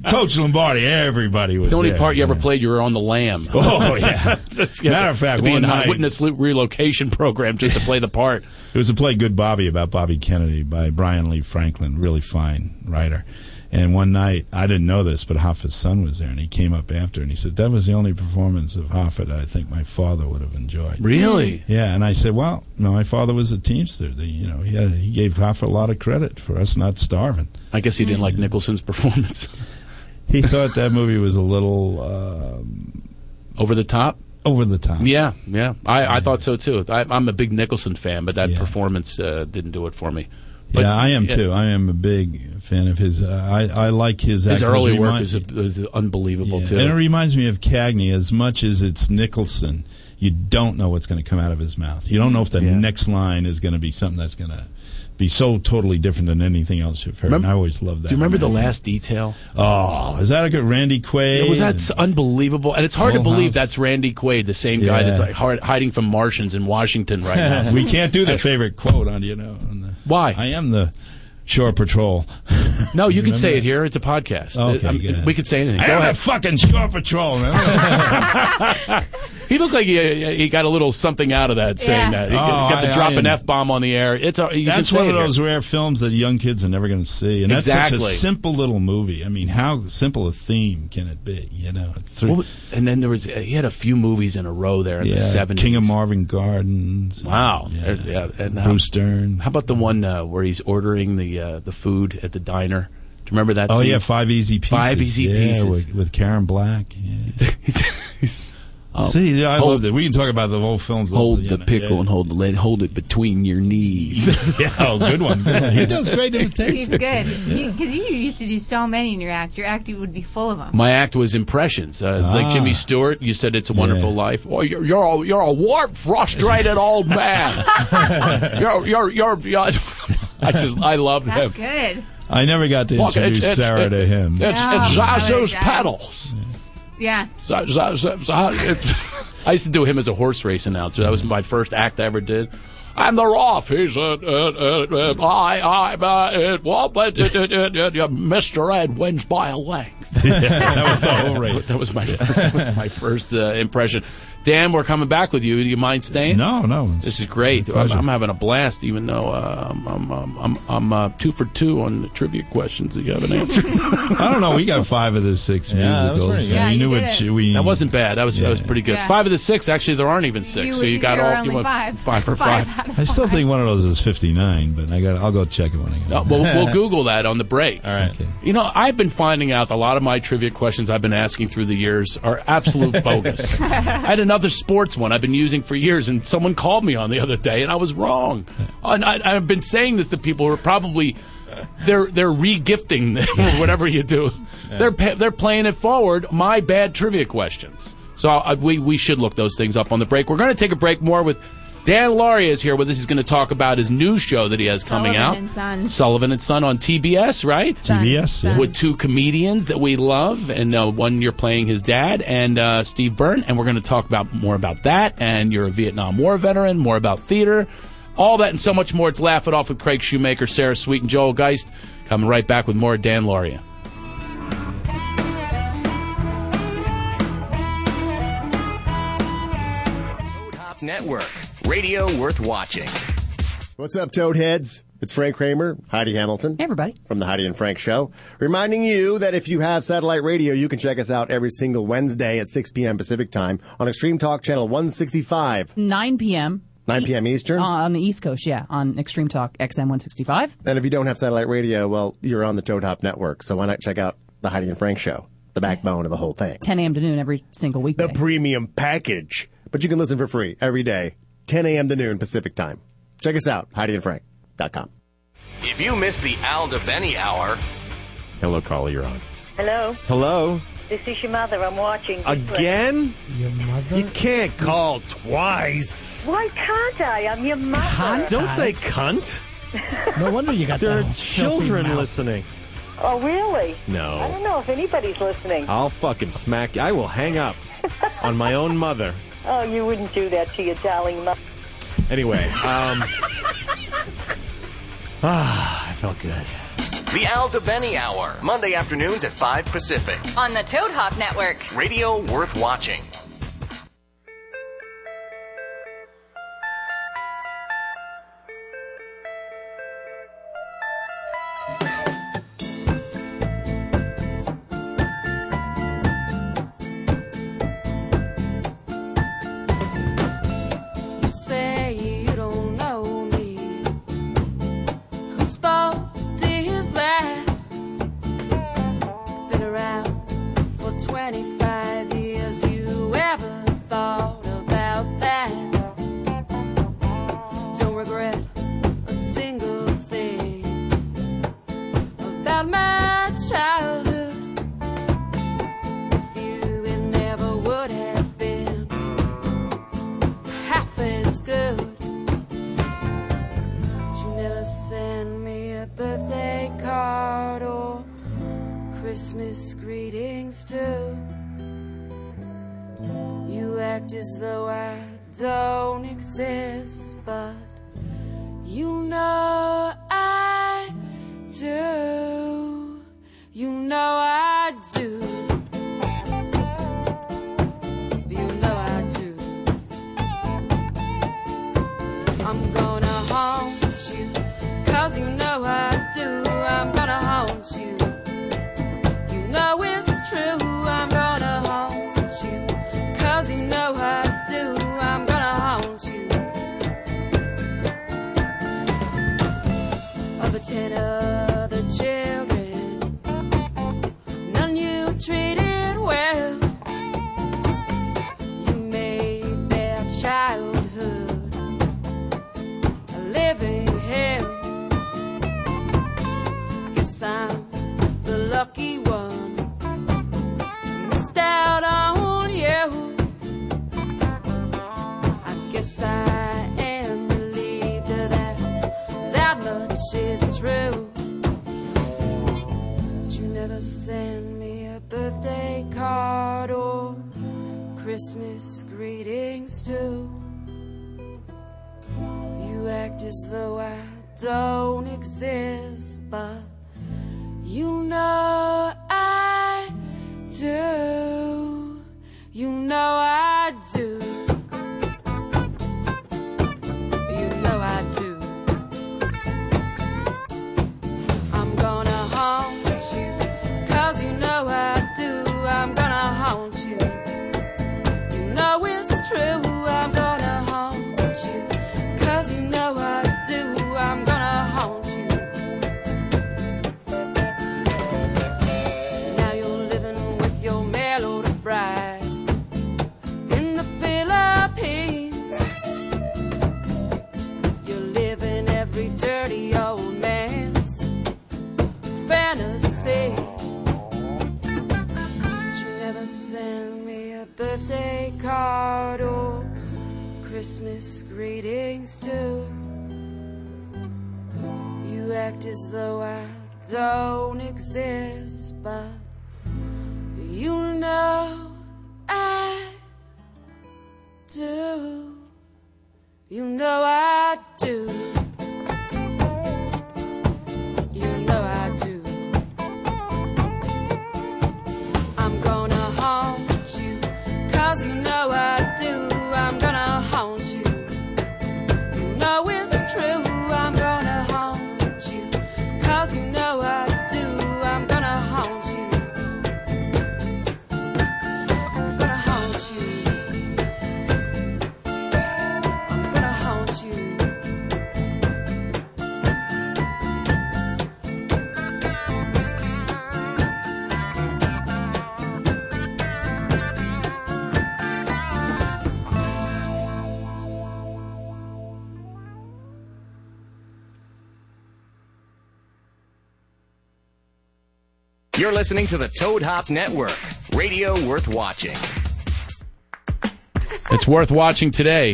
Coach Lombardi, everybody was
the only
there,
part you ever
yeah.
played, you were on the lamb.
Oh yeah. Matter of fact,
to be
one
in a
night
witness lo- relocation program just to play the part.
It was a play, Good Bobby, about Bobby Kennedy by Brian Lee Franklin, really fine writer. And one night, I didn't know this, but Hoffa's son was there, and he came up after, and he said, That was the only performance of Hoffa that I think my father would have enjoyed.
Really?
Yeah, and I said, Well, no, my father was a teamster. The, you know, he, had, he gave Hoffa a lot of credit for us not starving.
I guess he didn't like Nicholson's performance.
He thought that movie was a little uh,
Over the top?
over the top.
Yeah, yeah. I, I thought so too. I, I'm a big Nicholson fan, but that
Yeah.
performance uh, didn't do it for me. But
yeah, I am
yeah.
too. I am a big fan of his. Uh, I, I like his act-
His early
remind-
work is, is unbelievable
Yeah,
too.
And it reminds me of Cagney as much as it's Nicholson. You don't know what's going to come out of his mouth. You don't know if the
Yeah.
next line is going to be something that's going to be so totally different than anything else you've heard.
Remem-
and I always love that.
do you remember the
line.
last detail?
Oh, is that a good Randy Quaid?
It was that's unbelievable, and it's hard to
Full
believe
House.
that's Randy Quaid, the same guy that's
Yeah.
like hard, hiding from Martians in Washington right now.
we can't do the favorite quote on you know. On the,
Why?
I am the Shore Patrol.
No, you can
Remember
say
that?
it here. It's a podcast.
Okay,
I'm-
good.
we could say anything.
I
Go
am the
ahead.
fucking Shore Patrol. Remember?
He looked like he, he got a little something out of that saying
Yeah.
that. He
Oh,
got to
I-
drop
I
an
am-
f bomb on the air. It's a, you
that's
can say
one
it
of
here.
those rare films that young kids are never going to see, and that's such
Exactly.
a simple little movie. I mean, how simple a theme can it be? You know, It's through,
What was- and then there was he had a few movies in a row there in the
yeah,
seventies.
King of Marvin Gardens.
Wow.
yeah,
Yeah, and how-
Bruce Dern.
How about the one uh, where he's ordering the uh, the food at the diner? Do you remember that?
oh
scene?
yeah, Five Easy Pieces.
Five Easy
yeah,
Pieces.
with, with Karen Black. Yeah.
He's- he's- oh.
See, yeah, I
Hold-
love that. We can talk about the whole films.
Hold
you
the
know,
pickle
yeah.
and hold the lid. Hold it between your knees.
Yeah, oh, good one. Good one. He does great
He's
imitations.
good because you used to do so many in your act. Your act would be full of them.
my act was impressions, uh, like
Ah.
Jimmy Stewart. You said it's a Wonderful
Yeah.
Life.
Well, you're you're a, you're a warped, frustrated old man. you're, you're you're you're.
I just I loved
That's
him.
good.
I never got to
Look,
introduce
it's- it's-
Sarah to him.
It's, it's
Yeah.
Zazu's
Yeah.
pedals.
Yeah.
So- so- so- so- it's- I used to do him as a horse race announcer. That was my first act I ever did.
And they're off. He's uh, uh, uh, uh, I I uh, it, well, but, uh, uh, uh, uh, Mr. Ed wins by a length.
that was the whole race.
That was my first, that was my first uh, impression. Dan, we're coming back with you. Do you mind staying?
No, no. it's-
This is great.
My
I'm,
pleasure.
I'm having a blast, even though uh, I'm I'm, I'm, I'm, I'm uh, two for two on the trivia questions that you haven't answered.
I don't know. We got five of the six
Yeah, that was
musicals.
pretty
and
good.
we
Yeah, you
knew
did
what
it.
you- we.
That wasn't bad. That was that was pretty good.
Yeah.
Five of the six. Actually, there aren't even six, so you got
there
all.
are
you
only
went
five.
Five for
five.
five.
out of
I still
five.
think one of those is fifty nine, but I got. I'll go check it when I get.
Uh,
home.
we'll, we'll Google that on the break. All
Okay.
You know, I've been finding out a lot of my trivia questions I've been asking through the years are absolute bogus. I had another sports one I've been using for years, and someone called me on the other day, and I was wrong. And I, I've been saying this to people who are probably they're they're regifting or whatever you do. They're pa- they're playing it forward. My bad trivia questions. So uh, we we should look those things up on the break. We're going to take a break more with. Dan Lauria is here with us. He's going to talk about his new show that he has coming
Sullivan
out.
and Son.
Sullivan and Son on TBS, right?
TBS. yeah.
with two comedians that we love, and uh, one you're playing his dad and uh, Steve Byrne, and we're going to talk about more about that. And you're a Vietnam War veteran, more about theater, all that, and so much more. It's Laugh It Off with Craig Shoemaker, Sarah Sweet, and Joel Geist. Coming right back with more Dan Lauria.
Top Network. Radio worth watching.
What's up, Toadheads? It's Frank Kramer, Heidi Hamilton. Hey, everybody. From the Heidi and Frank Show. Reminding you that if you have satellite radio, you can check us out every single Wednesday at 6 p.m. Pacific Time on Extreme Talk Channel 165,
9 p.m.
9 p.m. Eastern.
E- on the East Coast, yeah, on Extreme Talk XM 165.
and if you don't have satellite radio, well, you're on the Toad Hop Network, so why not check out the Heidi and Frank Show, the backbone of the whole thing?
10 a.m. to noon every single weekday.
The premium package. But you can listen for free every day, 10 a.m. to noon Pacific Time. Check us out, HeidiandFrank.com.
If you miss the Al DeBenny Hour,
Hello, caller, you're on.
Hello,
Hello?
this is your mother. I'm watching. this
Again?
Way.
You can't
call twice.
Why can't I? I'm your mother.
Don't say cunt.
No wonder you got
There
that
are children listening.
Oh, really?
No.
I don't know if anybody's listening.
I'll fucking smack you. I will hang up on my own mother.
Oh, you wouldn't do that to your darling mother.
Anyway, um, Ah, I felt good.
The Al DeBenny Hour, Monday afternoons at 5 Pacific.
On the Toad Hop Network.
Radio worth watching.
You say you don't know me. Whose fault is that? Been around for 25 years. You ever thought about that? Don't regret a single thing about my childhood. With you, it never would have been half as good. But you never send me a birthday card or Christmas greetings too. You act as though I don't exist, but you know I do. You know I do. You know I do. I'm gonna haunt you, cause you know I do. I'm gonna haunt you. You know it's true. I'm gonna haunt you, cause you know I do. I'm gonna haunt you. Of the ten other children, none you treated well. You made their childhood a living hell. Guess I'm the lucky one. Missed out on you. I guess I am relieved of that. That much is true. But you never send me a birthday card or Christmas greetings too. You act as though I don't exist, but you know I do. You know I do. You know I do. I'm gonna haunt you, cause you know I do. I'm gonna haunt you. You know it's true. I'm gonna haunt you. Cause you know I do, I'm gonna haunt you. Now you're living with your mellow bride in the Philippines. You're living every dirty old man's fantasy. But you never send me a birthday card or Christmas greetings too. You act as though I don't exist, but you know I do. You know I do. You know I do. I'm gonna haunt you. Cause you know I do, I'm gonna haunt you. You know it's true, I'm gonna haunt you. Cause you know I do, I'm gonna haunt you. I'm gonna haunt you. I'm gonna haunt you.
You're listening to the Toad Hop Network. Radio worth watching.
It's worth watching today.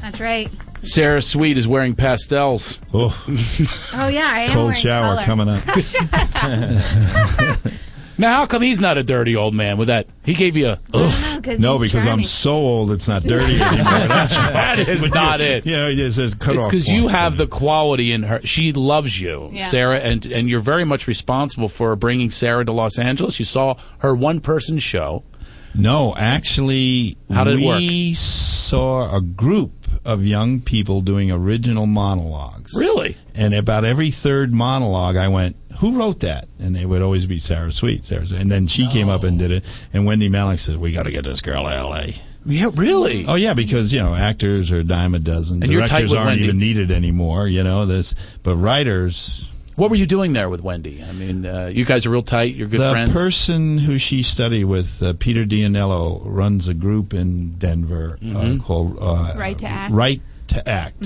That's right.
Sarah Sweet is wearing pastels.
Oh yeah, I am
Cold
wearing
shower
color.
coming up.
Shut up.
Now, how come he's not a dirty old man with that? He gave you a. Ugh.
No, because I'm so old, it's not dirty anymore. That's
that is not it.
Yeah, it is a cutoff.
It's because
point.
you have the quality in her. She loves you,
Yeah.
Sarah, and, and you're very much responsible for bringing Sarah to Los Angeles. You saw her one person show.
No, actually,
How did it work?
we saw a group of young people doing original monologues.
Really?
And about every third monologue, I went, "Who wrote that?" And it would always be Sarah Sweet. Sarah, Sweet. and then she came up and did it. And Wendy Malick said, "We got to get this girl to L.A."
Yeah, really?
Oh yeah, because you know actors are a dime a dozen.
And you're tight
Directors
with
aren't
Wendy.
even needed anymore. You know this, but writers.
What were you doing there with Wendy? I mean, uh, you guys are real tight. You're good
the
friends.
person who she studied with, uh, Peter Dianello, runs a group in Denver
Mm-hmm.
uh, called uh,
Right to Act. Mm-hmm.
Right to Act,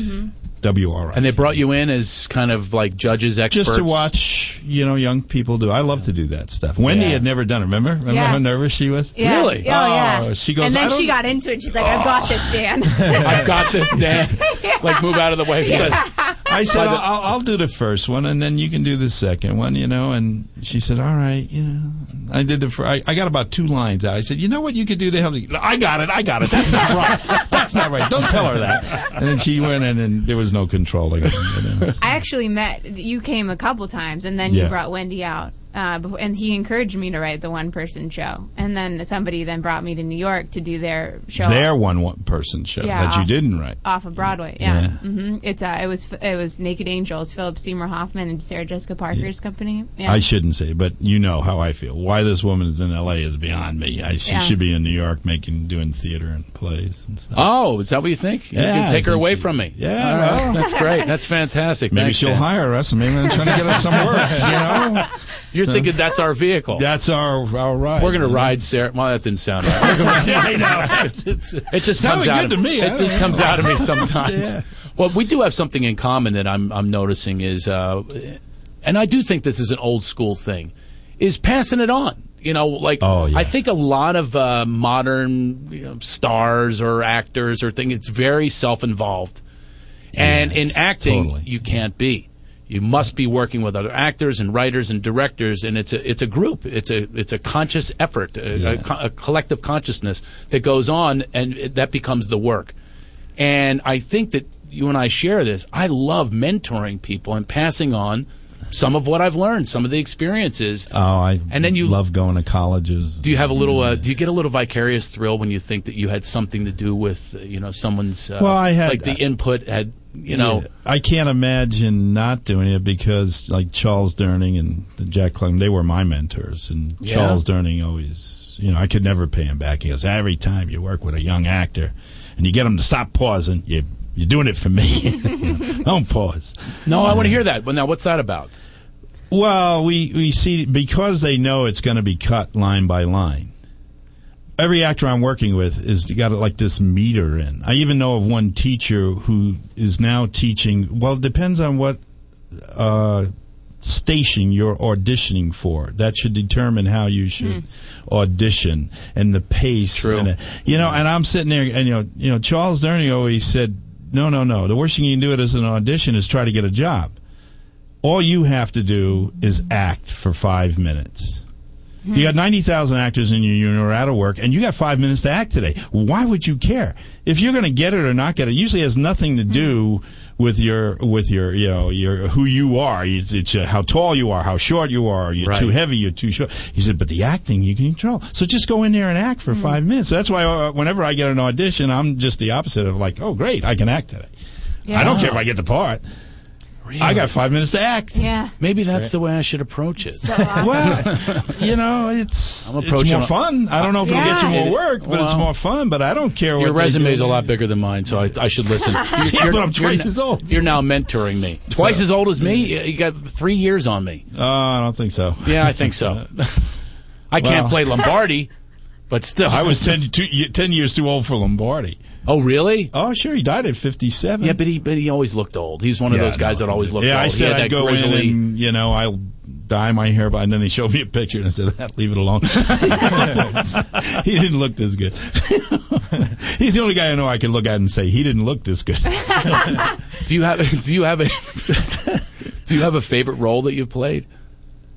WRI.
and they brought you in as kind of like judges, experts.
Just to watch, you know, young people do. I love to do that stuff. Wendy had never done it. Remember? Remember
Yeah.
how nervous she was?
Yeah. Oh, yeah.
Oh, she goes.
and
I
then
don't
she got into it. She's like, "I got this, Dan."
I've got this, Dan. Like, move out of the way. She said-
I said,
By the-
I'll, I'll do the first one, and then you can do the second one, you know. And she said, all right, you know. I did the. Fir- I, I got about two lines out. I said, you know what you could do to help me? I got it. I got it. That's not right. That's not right. Don't tell her that. And then she went in, and there was no controlling. it, you know.
I actually met you came a couple times, and then you
Yeah.
brought Wendy out, uh, before, and he encouraged me to write the one person show, and then somebody then brought me to New York to do their show.
Their one, one person show
Yeah, Oh,
that you
off-
didn't write.
off of Broadway. Yeah, hmm it's uh, it was it was Naked Angels, Philip Seymour Hoffman and Sarah Jessica Parker's company. Yeah.
I shouldn't say, but you know how I feel. Why this woman is in L.A. is beyond me. I, she
Yeah.
should be in New York making, doing theater and plays and stuff.
Oh, is that what you think?
Yeah,
you can
I
take her
think
away
she-
from me.
Yeah,
All right.
well.
that's great. That's fantastic.
Maybe
Thanks,
she'll
Dan.
hire us. Maybe they're trying to get us some work. You know,
You're
So-
thinking that's our vehicle.
that's our our ride.
We're gonna ride Sarah. Well, that didn't sound right. We're gonna-
I know. It's, it's,
It just
sounded
comes out
good to
of,
me. I
It
don't
just
know.
comes out of me sometimes.
Yeah.
Well, we do have something in common that I'm I'm noticing is, uh, and I do think this is an old school thing, is passing it on. You know, like
Oh,
I think a lot of uh, modern you know, stars or actors or thing, it's very self involved, and in acting you can't be. You must be working with other actors and writers and directors, and it's a it's a group. It's a it's a conscious effort, a, a co- a collective consciousness that goes on, and it- that becomes the work. And I think that you and I share this. I love mentoring people and passing on some of what I've learned, some of the experiences.
Oh, I
And then you
love going to colleges.
Do you have a little? Uh, do you get a little vicarious thrill when you think that you had something to do with, uh, you know, someone's? Uh,
Well, I had-
like the input had, you know.
Yeah. I can't imagine not doing it because, like Charles Durning and the Jack Klugman, they were my mentors, and
Yeah.
Charles Durning always, you know, I could never pay him back. He goes, every time you work with a young actor, and you get him to stop pausing, you you're doing it for me. Don't pause.
No, I want to hear that. Well, now what's that about?
Well, we, we see because they know it's going to be cut line by line. Every actor I'm working with is got like this meter in. I even know of one teacher who is now teaching. Well, it depends on what uh, station you're auditioning for. That should determine how you should audition and the pace. And the- you know, and I'm sitting there, and you know, you know, Charles Durning always said, "No, no, no. The worst thing you can do as an audition is try to get a job." all you have to do is act for five minutes. You got 90,000 actors in your union who are out of work, and you got five minutes to act today. Why would you care? If you're going to get it or not get it, it usually has nothing to do with your, with your, you know, your, who you are. It's, it's uh, how tall you are, how short you are. You're
Right.
too heavy, you're too short. He said, but the acting you can control. So just go in there and act for five minutes. So that's why uh, whenever I get an audition, I'm just the opposite of like, oh, great, I can act today. I don't care if I get the part. I got five minutes to act.
Yeah.
Maybe that's the way I should approach it.
uh, well, you know, it's
I'm
it's
approaching
more
a-
fun. I don't know if it'll get you
Yeah.
more work, but it's
Well,
more fun. But I don't care.
Your
what they
resume
do.
is a lot bigger than mine, so I, I should listen. You're,
Yeah, but I'm twice
you're,
as old.
You're now mentoring me. Twice
So-
as old as me. You got three years on me.
Oh, I don't think so.
Yeah, I
Uh,
think so. I can't
Well-
play Lombardi, but still,
I was 10, two, ye- 10 years too old for Lombardi.
Oh, really?
Oh, sure. He died at fifty-seven.
Yeah, but he but he always looked old. He's one of
Yeah,
those guys
no,
that always looked
Yeah,
old.
I
He
said
had that
I'd go in
grizzly-
and you know I'll dye my hair, but and then he showed me a picture and I said, "Ah, "Leave it alone." he didn't look this good. He's the only guy I know I can look at and say he didn't look this good.
do you have do you have a do you have a favorite role that you've played?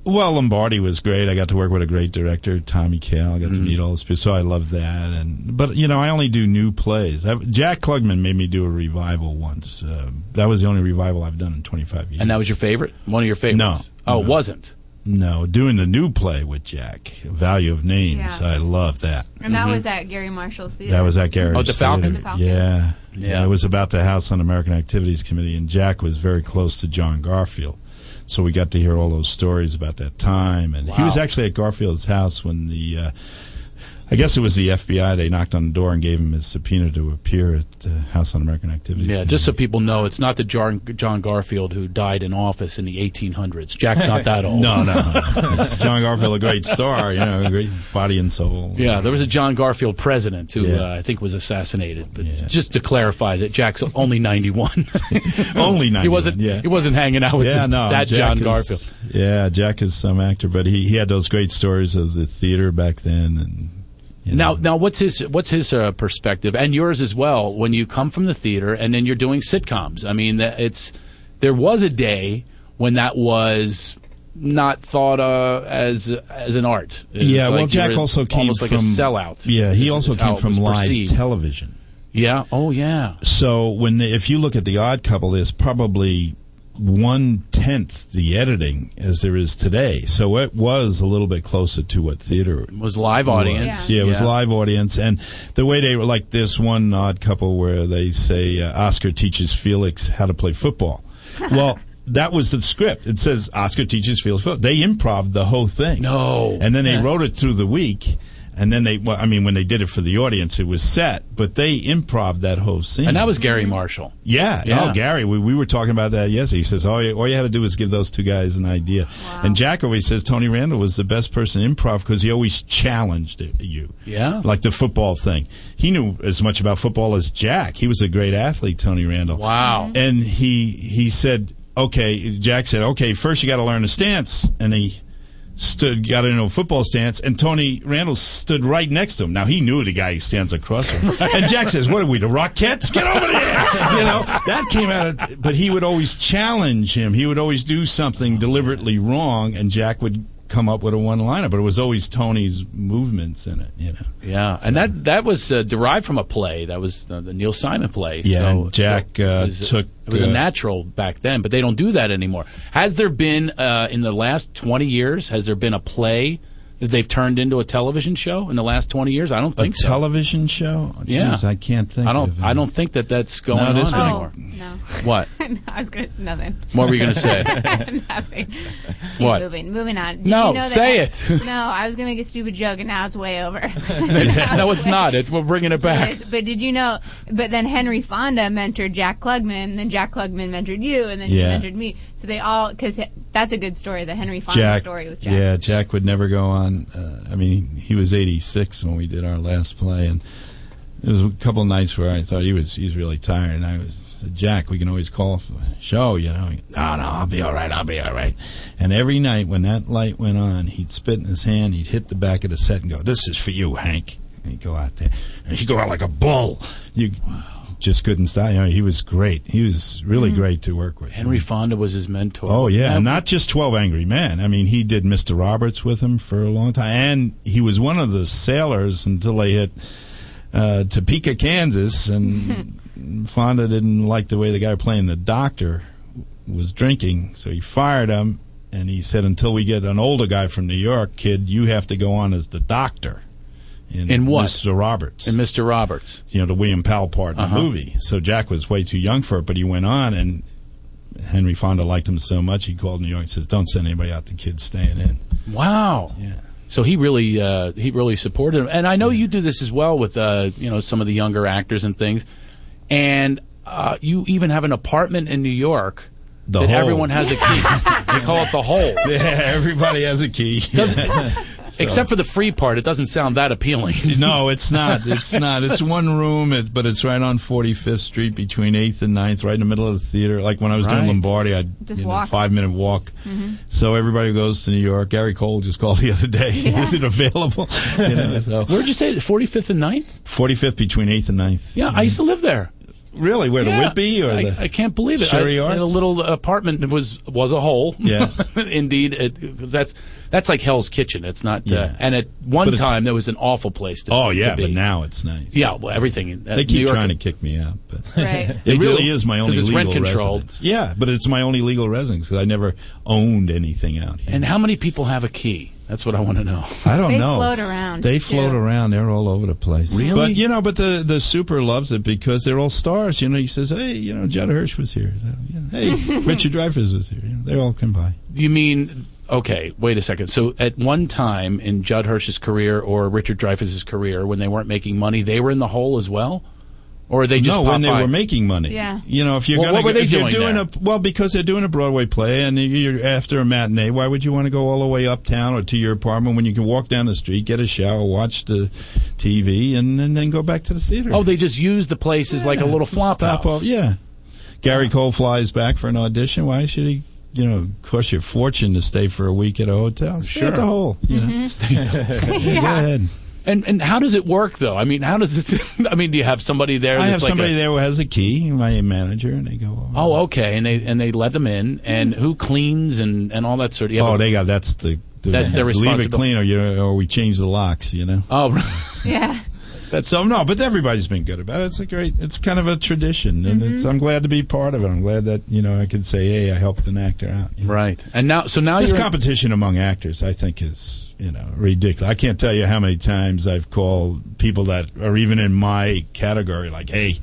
Well, Lombardi was great. I got to work with a great director, Tommy Kail. I got
Mm.
to meet all those people, so I love that. And but you know, I only do new plays. I, Jack Klugman made me do a revival once. Uh, that was the only revival I've done in 25 years.
And that was your favorite? One of your favorites?
No.
Oh, it
No.
wasn't.
No, doing the new play with Jack, Value of Names.
Yeah.
I love that.
Mm-hmm.
And that was at Gary Marshall's theater.
Mm-hmm. That was at Gary's.
Oh, the Falcon? The Falcon.
Yeah.
Yeah.
It was about the House on American Activities Committee, and Jack was very close to John Garfield. So we got to hear all those stories about that time. And he
Wow.
was actually at Garfield's house when the, uh, I guess it was the FBI, they knocked on the door and gave him his subpoena to appear at the House on American Activities
Yeah, just so people know, it's not the John, John Garfield who died in office in the 1800s. Jack's not that old.
No, no, no. It's John Garfield, a great star, you know, a great body and soul.
Yeah, there was a John Garfield president who
Yeah.
uh, I think was assassinated. But just to clarify that Jack's only 91.
Only
He
91,
wasn't
yeah.
he wasn't hanging out with
yeah,
the-
no,
that
Jack
John
is-
Garfield.
Yeah, Jack is some actor, but he, he had those great stories of the theater back then. And
Now, now, what's his what's his uh, perspective and yours as well? When you come from the theater and then you're doing sitcoms, I mean, that- it's there was a day when that was not thought of as as an art. It's
yeah,
like
well,
you
Jack
were
also came
almost
from
like a sellout.
Yeah, he
is-
also
is how
came
it
from
was
live
perceived.
television.
Yeah. Oh, yeah.
So when if you look at the Odd Couple, there's probably one tenth the editing as there is today. So it was a little bit closer to what theater
was live audience.
Yeah, it was
Yeah.
live audience, and the way they were like this one Odd Couple where they say uh, Oscar teaches Felix how to play football. Well. That was the script. It says Oscar teaches Felix football. They improv the whole thing. No, and then they wrote it through the week, and then they. Well, I mean, when they did it for the audience, it was set, but they improv that whole scene.
And that was Gary Marshall.
Yeah.
Yeah.
Oh, Gary, we, we were talking about that yesterday. He says, all you, all you had to do was give those two guys an idea. And Jack always says Tony Randall was the best person in improv because he always challenged it- you.
Yeah.
Like the football thing. He knew as much about football as Jack. He was a great athlete, Tony Randall.
Wow.
And he, he said, okay, Jack said, okay, first you got to learn a stance. And he stood, got into a football stance, and Tony Randall stood right next to him. Now, he knew the guy stands across from him. And Jack says, what are we, the Rockettes? Get over there! you know that came out of but he would always challenge him he would always do something deliberately wrong and jack would come up with a one liner but it was always tony's movements in it you know
Yeah, and that that was uh, derived from a play that was uh, the Neil Simon play.
Yeah,
so,
and Jack,
so
uh,
it was,
took,
It was a
uh,
natural back then, but they don't do that anymore. Has there been uh, in the last twenty years? Has there been a play that they've turned into a television show in the last twenty years? I don't
a
think so.
television show Jeez,
Yeah.
i can't think
I don't.
of it.
I don't think that that's going
No,
on
there's been-
anymore.
No.
What?
no, I was going to. Nothing.
What were you gonna say?
nothing. Keep
What?
Moving, moving on. Did
No,
you know that
say
I-
it.
no, I was going to make a stupid joke, and now it's way over.
no, it's not. It, we're bringing it back.
Yes, but did you know? But then Henry Fonda mentored Jack Klugman, and then Jack Klugman mentored you, and then
Yeah.
you mentored me. So they all, because that's a good story, the Henry Fonda
jack
story with Jack.
yeah jack would never go on uh, i mean he was 86 when we did our last play and there was a couple of nights where i thought he was he's really tired and i was said jack we can always call for a show you know no no i'll be all right i'll be all right And every night when that light went on, he'd spit in his hand, he'd hit the back of the set and go, This is for you, Hank. And he'd go out there. And he'd go out like a bull. You just couldn't stop. You know, he was great. He was really
Mm-hmm.
great to work with.
Henry Fonda was his mentor.
Oh, yeah. And not just 12 Angry Men. I mean, he did Mr. Roberts with him for a long time. And he was one of the sailors until they hit uh, Topeka, Kansas. And Fonda didn't like the way the guy playing the doctor was drinking, so he fired him. And he said, "Until we get an older guy from New York, kid, you have to go on as the doctor."
In what?
Mr. Roberts.
And Mr. Roberts.
You know the William Powell part in
Uh-huh.
the movie. So Jack was way too young for it, but he went on, and Henry Fonda liked him so much he called New York and says, "Don't send anybody out. The kid's staying in."
Wow. Yeah. So he really uh, he really supported him, and I know you do this as well with uh, you know some of the younger actors and things, and uh, you even have an apartment in New York
The
that
Hole.
everyone has a key. they call it the hole.
Yeah, everybody has a key.
Except for the free part, it doesn't sound that appealing.
no, it's not. It's not. It's one room, it, but it's right on 45th Street between 8th and 9th, right in the middle of the theater. Like when I was
Right.
doing Lombardi, I'd
Just
you know,
walk. Hmm.
five minute walk. So everybody goes to New York. Gary Cole just called the other day. Is it available? You know, so.
Where'd you say it? 45th and 9th?
45th between 8th and 9th.
Yeah, I used to live there.
Really? Where,
Yeah.
to Whitby? Or
I,
the
I can't believe it.
Surrey
I, in a
Arts?
little apartment that was was a hole.
Yeah.
indeed, because that's that's like Hell's Kitchen. It's not. Uh,
Yeah.
and at one
But it's-
time, that was an awful place. to
Oh, yeah,
to be.
but now it's nice.
Yeah, well, everything. uh,
They
New
keep
York
trying to
and-
kick me out, but
Right. They
it really
do,
is my
'cause
only
it's
legal
rent controlled.
residence. Yeah, but it's my only legal residence because I never owned anything out here.
And how many people have a key? That's what I want to know.
I don't
They
know.
float around,
They float
too.
around. They're all over the place.
Really?
But you know, but the the super loves it because they're all stars. You know, he says, "Hey, you know, Judd Hirsch was here. So, you know, hey, Richard Dreyfuss was here. You know, they all come by."
You mean okay? Wait a second. So at one time in Judd Hirsch's career or Richard Dreyfuss's career, when they weren't making money, they were in the hole as well, or they just
no
popped
when they
by?
were making money.
Yeah.
You know, if you're
Well,
gonna
what were
go-
they
if
doing
you're doing
there?
a well because they're doing a Broadway play and you're after a matinee, why would you want to go all the way uptown or to your apartment when you can walk down the street, get a shower, watch the TV, and, and then go back to the theater?
Oh, they just used the places like a little flop
Stop
house.
off- Yeah. Gary Cole flies back for an audition. Why should he? You know, cost you a fortune to stay for a week at a hotel. Stay at
Sure. Mm-hmm.
the hole. you know.
Mm-hmm.
Stay at the hole.
Yeah, Go ahead.
And and how does it work though? I mean, how does this? I mean, do you have somebody there?
I
that's
have
like
somebody
a-
there who has a key, my manager, and they go
Oh, okay. And they and they let them in. And who cleans and and all that sort of. you have
oh,
a-
they got that's the, the-
That's their
Leave it
responsibility.
clean, or, you, or we change the locks. You know.
Oh, right.
Yeah.
That's so no, but everybody's been good about it. It's a great. It's kind of a tradition, and it's,
Mm-hmm.
I'm glad to be part of it. I'm glad that you know I could say, hey, I helped an actor out.
Right. And now, so now
this
you're
competition among actors, I think, is you know ridiculous. I can't tell you how many times I've called people that are even in my category, like, hey,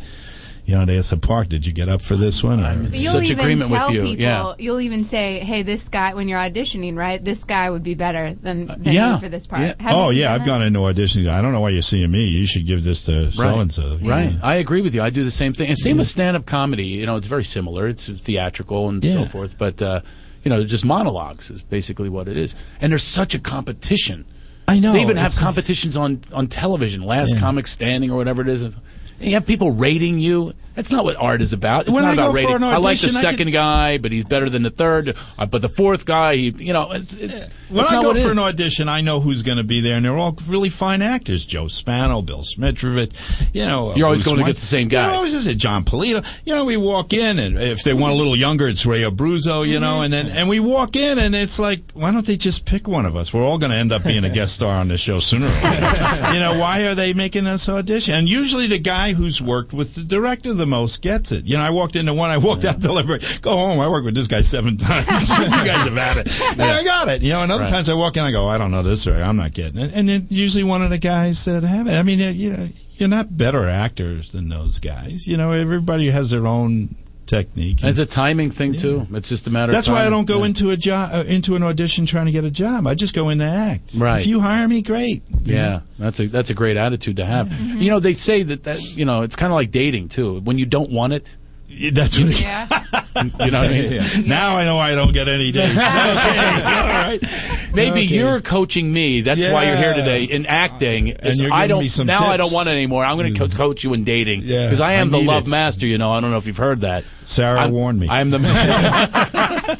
you know, they asked the park, did you get up for this one? Or,
But You'll even tell people, You'll even say, "Hey, this guy." When you're auditioning, right? This guy would be better than, than you for this part. Haven't
Oh
you
yeah,
done
I've
that?
gone into auditions. I don't know why you're seeing me. You should give this to so and so.
Right. I agree with you. I do the same thing. And same with stand up comedy. You know, it's very similar. It's theatrical and so
Yeah.
forth. But, uh, you know, just monologues is basically what it is. And there's such a competition.
I know.
They even have
It's-
competitions on, on television, Last Comic Standing or whatever it is. And you have people rating you. That's not what art is about. It's
When
not
I
about
go for
rating.
an
I like the
audition, I
second guy, but he's better than the third. Uh, but the fourth guy, he, you know, it's, it's,
When
that's
I
not
go
what it
for
is.
an audition, I know who's going to be there, and they're all really fine actors: Joe Spano, Bill Smitrovich. You know, uh,
You're always
Bruce
going
Wayne.
against the same
Yeah,
guys.
always is it John Polito? You know, we walk in, and if they want a little younger, it's Ray Abruzzo. You
Mm-hmm.
know, and then and we walk in, and it's like, why don't they just pick one of us? We're all going to end up being a guest star on this show sooner or later. you know, why are they making us audition? And usually, the guy who's worked with the director the most gets it. You know, I walked into one, I walked out deliberately. Go home. I worked with this guy seven times. you guys have had it. And I got it. You know, and other
Right.
times I walk in, I go, I don't know this, or I'm not getting it. And then usually one of the guys that have it. I mean, you know, you're not better actors than those guys. You know, everybody has their own technique.
It's a timing thing, too. It's just a matter
That's
of
why I
time.
don't go
Yeah.
into a job, uh, into an audition trying to get a job. I just go in to act.
Right.
If you hire me, great. You
Yeah, that's a that's a great attitude to have. You know, they say that that you know it's kind of like dating too. When you don't want it,
know, That's what. It,
you know what I mean.
Now I know I don't get any dates. okay. All right.
Maybe
Okay.
you're coaching me. That's why you're here
Yeah.
today in acting. is
you're
I
giving
don't
me some
now. I don't
tips. Mm-hmm.
want it anymore. I'm going to co- coach you in dating
Yeah,
because I am
I
the
need
love
it.
master. You know, I don't know if you've heard that.
Sarah
I'm-
warned me.
I am the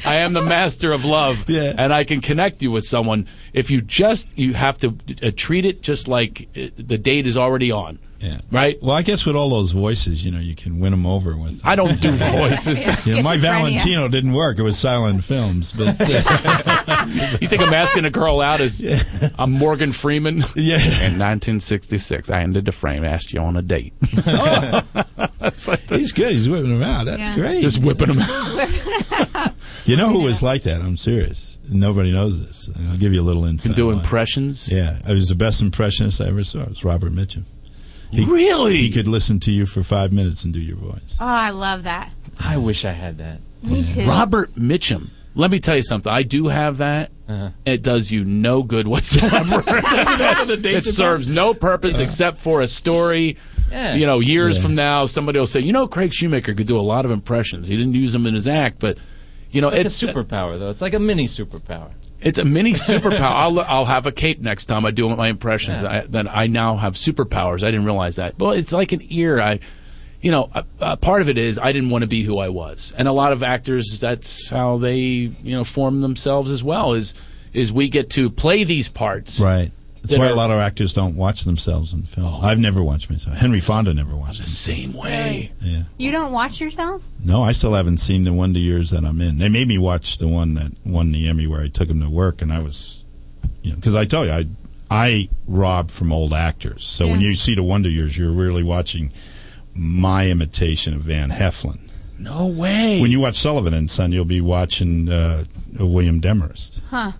I am the master of love,
Yeah.
and I can connect you with someone if you just you have to uh, treat it just like uh, the date is already on.
Yeah.
Right?
Well, I guess with all those voices, you know, you can win them over with.
I don't do voices.
You know, my
Schizophrenia.
Valentino didn't work. It was silent films, but
You think I'm asking a girl out as I'm Morgan Freeman?
Yeah.
In 1966, I ended the frame, asked you on a date. It's like the-
uh, he's good. He's whipping them out. That's
Yeah.
great.
just whipping him out.
You know who was like that? I'm serious. Nobody knows this. I'll give you a little insight.
Do
on it.
impressions.
Yeah, it was the best impressionist I ever saw. It was Robert Mitchum. He-
Really?
He could listen to you for five minutes and do your voice.
Oh, I love that.
I wish I had that.
Me too.
Robert Mitchum. Let me tell you something. I do have that. It does you no good whatsoever. it serves no purpose except for a story.
Yeah.
You know, years
Yeah.
from now, somebody will say, "You know, Craig Shoemaker could do a lot of impressions. He didn't use them in his act, but you know,
It's like
it's
a superpower, though. It's like a mini superpower.
It's a mini superpower. I'll, I'll have a cape next time I do my impressions.
Yeah.
I, then I now have superpowers. I didn't realize that. Well, it's like an ear. I, you know, a, a part of it is I didn't want to be who I was, and a lot of actors that's how they you know form themselves as well. Is is we get to play these parts,
Right. That's why a lot of actors don't watch themselves in
Oh.
film. I've never watched myself. Henry Fonda never watched. The
same way.
Yeah.
You don't watch yourself?
No, I still haven't seen the Wonder Years that I'm in. They made me watch the one that won the Emmy, where I took him to work, and I was, you know, because I tell you, I I rob from old actors. So when
Yeah.
you see the Wonder Years, you're really watching my imitation of Van Heflin.
No way.
When you watch Sullivan and Son, you'll be watching uh, William Demarest.
Huh.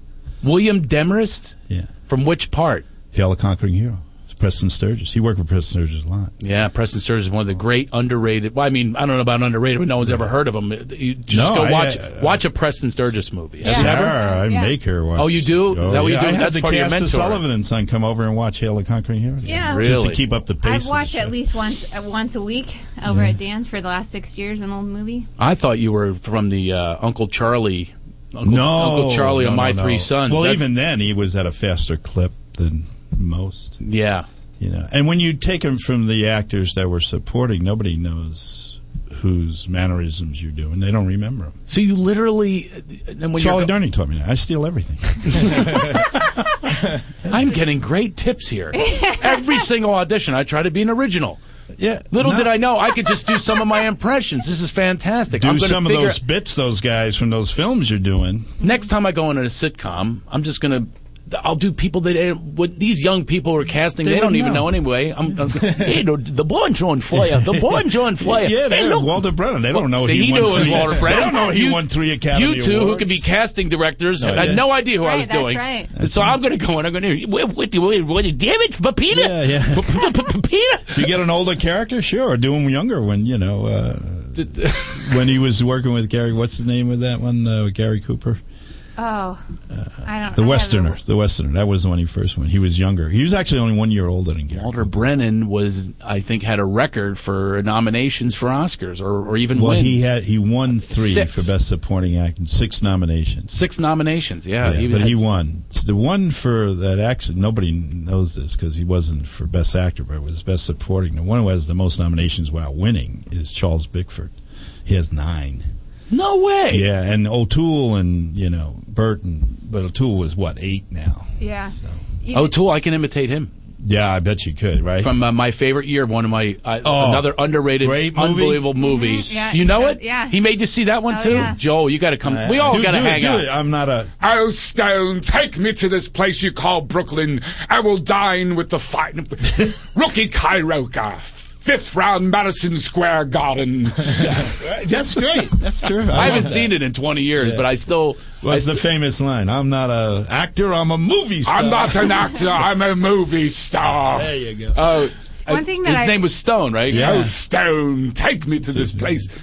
William Demarest?
Yeah.
From which part?
Hail a Conquering Hero. It's Preston Sturges. He worked with Preston Sturges a lot.
Yeah, Preston Sturges is one of the great underrated. Well, I mean, I don't know about underrated, but no one's ever heard of him. You just
No,
go
I-
watch
I-
watch a Preston Sturges movie. Have you
Sarah,
ever?
I make her watch.
Oh, you do? Is
Oh,
that what you
yeah.
do?
I had
That's
the
part of your
cast
mentor.
Sullivan and Son come over and watch Hail a Conquering Hero.
Yeah.
Just to
Really?
keep up the pace.
I've watched at least once uh, once a week over at Dan's for the last six years an old movie.
I thought you were from the uh, Uncle Charlie. Uncle,
no,
Uncle Charlie
no,
and My
no, no.
Three Sons.
Well,
That's-
even then, he was at a faster clip than most.
Yeah.
You know, and when you take him from the actors that were supporting, nobody knows whose mannerisms you do, and they don't remember them.
So you literally, and when
Charlie
you're go-
Darney taught me that. I steal everything.
I'm getting great tips here. Every single audition, I try to be an original.
Yeah.
Little
no.
did I know, I could just do some of my impressions. This is fantastic. I'm
Do
gonna
some of
figure-
those bits those guys from those films you're doing.
Next time I go into a sitcom, I'm just gonna. I'll do people that eh, what these young people are casting. They,
They
don't
wouldn't
even know,
know.
anyway. I'm, I'm hey, the, the born John Flyer, the born John Flyer.
Yeah, they
Hey,
had
look.
Walter Brennan. They don't know
See,
he,
he
won
knew it
three.
was Walter Brennan.
They don't know he
You-
won three Academy
you two who
Awards.
could be casting directors
Oh,
I had
yeah.
no idea who I
Right,
was
that's
doing.
right.
so I'm going to go in. I'm going to what, what, what, what, damn it, Pepita,
Yeah, yeah.
Pepita.
If you get an older character, sure, or do him younger when you know uh, when he was working with Gary. What's the name of that one? Uh, with Gary Cooper,
Oh, I don't.
the
I
Westerner. The Westerner. That was the one he first won. He was younger. He was actually only one year older than Gary.
Walter Brennan was, I think, had a record for nominations for Oscars or, or even
Well,
wins.
he had he won three
Six.
for best supporting actor, six nominations.
six nominations. Yeah,
Yeah, but
had
he
s-
won. The one for that actually nobody knows this because he wasn't for best actor, but it was best supporting. The one who has the most nominations without winning is Charles Bickford. He has nine.
No way.
Yeah, and O'Toole and you know Burton, but O'Toole was what eight now.
Yeah. You-
O'Toole, I can imitate him
Yeah, I bet you could, right?
from uh, my favorite year, one of my uh,
Oh,
another underrated,
great movie.
unbelievable movie.
Mhm, yeah,
you know
sure,
it?
yeah.
He made you see that one
Oh,
too,
yeah.
Joel. You got to come. We all
Uh, do,
got to
do
hang
it, do
out.
it. I'm not a.
Oh, Stone, take me to this place you call Brooklyn. I will dine with the fine. Rookie Kairoka, fifth round Madison Square Garden.
That's great. That's terrific.
I, haven't
love that.
seen it in 20 years, but I still. I
What's the famous line? I'm not a actor. I'm a movie star.
I'm not an actor, I'm a movie star.
There you go.
Oh,
One
I-
thing that
his
I-
name was Stone, right?
Yeah.
I
Oh,
was-
Stone, take me to this place.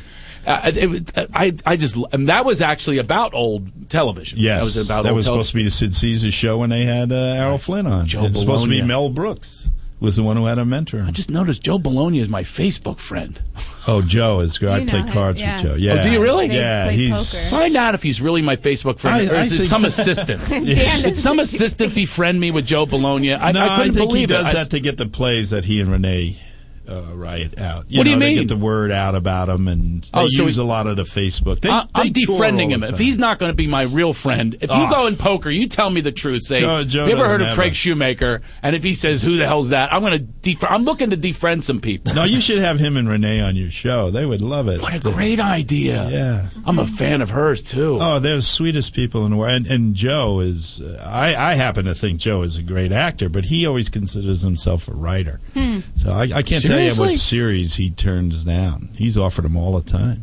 Uh, it, was- I, I just and that was actually about old television.
Yes,
that was about old television.
supposed to be the Sid Caesar show when they had uh, Errol Flynn on.
Joe
it was supposed to be
Bologna.
Mel Brooks was the one who had a mentor.
I just noticed Joe Bologna is my Facebook friend.
Oh, Joe is great. I
You
play
know him,
cards
yeah.
with Joe. Yeah.
Oh, do you really? They
Yeah,
play
he's
Find out if he's really my Facebook friend,
I-
or
I
is it
think-
some assistant?
Dan
Did
does-
some assistant befriend me with Joe Bologna? I,
no,
I
I,
couldn't
think
believe
he does
it. I-
that to get the plays that he and Renee uh, write out.
What do you
know, They
mean?
get the word out about him, and they
Oh, so
use
he-
a lot of the Facebook. They,
I- I'm
they tour
defriending
all
him.
the
If
time.
he's not going to be my real friend, if you
Ah.
go in poker, you tell me the truth. Say,
Joe- Joe
have you ever
doesn't
heard of
have
Craig
a-
Shoemaker? And if he says, who the hell's that? I'm going to defriend. I'm looking to defriend some people.
no, you should have him and Renee on your show. They would love it.
What a great idea.
Yeah.
I'm a fan of hers, too.
Oh, they're the sweetest people in the world. And, and Joe is, uh, I, I happen to think Joe is a great actor, but he always considers himself a writer. So I, I can't tell you
Seriously?
what series he turns down. He's offered them all the time.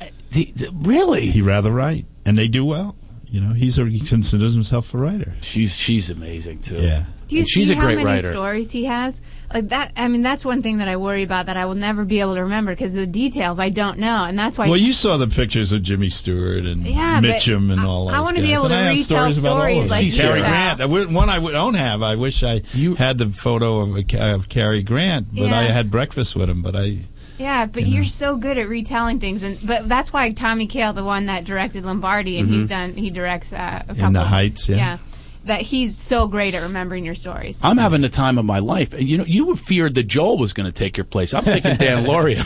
Uh, The- the- really?
He rather write, and they do well. You know, he's a, he considers himself a writer.
She's she's amazing, too.
Yeah.
Do you
And she's
see
a great
how many
writer.
stories he has? Like that. I mean, that's one thing that I worry about that I will never be able to remember because the details I don't know, and that's why.
Well, you saw the pictures of Jimmy Stewart and
Yeah, but
Mitchum and all
I- I
those
wanna
guys.
be able
and
to
I have
retell
stories about all
stories
of them.
like
Carrie
you.
Grant. I would- One I would- don't have. I wish I had the photo of a, of Cary Grant, but I
Yeah.
had breakfast with him. But I
yeah, but you're so good at retelling things, and but that's why Tommy Kail, the one that directed Lombardi, and
Mm-hmm.
he's
Mhm.
done. He directs uh, a couple.
in the heights. Yeah.
that he's so great at remembering your stories.
I'm having the time of my life. And you know, you feared that Joel was going to take your place. I'm thinking Dan Loria.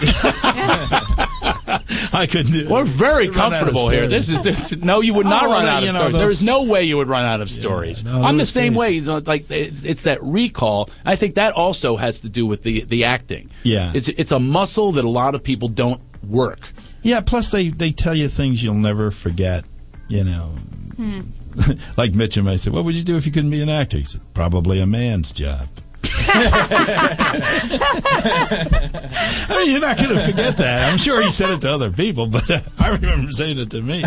I couldn't do
We're very
We'd run out of
comfortable here. This is
stories.
this, no, you would not
Oh,
run
no,
out
you
of
know,
stories.
those-
There is no way you would run out of stories.
no,
I'm the
those
same
things-
way. It's like it's, it's that recall. I think that also has to do with the the acting.
Yeah.
it's it's a muscle that a lot of people don't work.
Yeah, plus they, they tell you things you'll never forget, you know.
Hmm.
like Mitchum, I said, What would you do if you couldn't be an actor? He said, Probably a man's job. I mean, you're not going to forget that. I'm sure he said it to other people, but I remember saying it to me.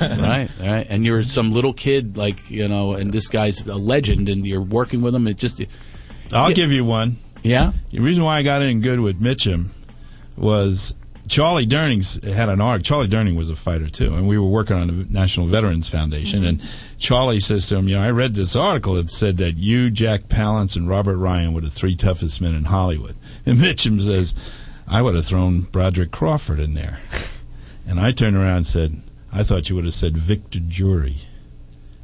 right, right. And you're some little kid, like you know, and this guy's a legend, and you're working with him. It just
I'll give you one.
Yeah.
The reason why I got in good with Mitchum was Charlie Durning's had an arc. Charlie Durning was a fighter too, and we were working on the National Veterans Foundation. And Charlie says to him, "You know, I read this article that said that you, Jack Palance, and Robert Ryan were the three toughest men in Hollywood." And Mitchum says, "I would have thrown Broderick Crawford in there." And I turned around and said, "I thought you would have said Victor Jury."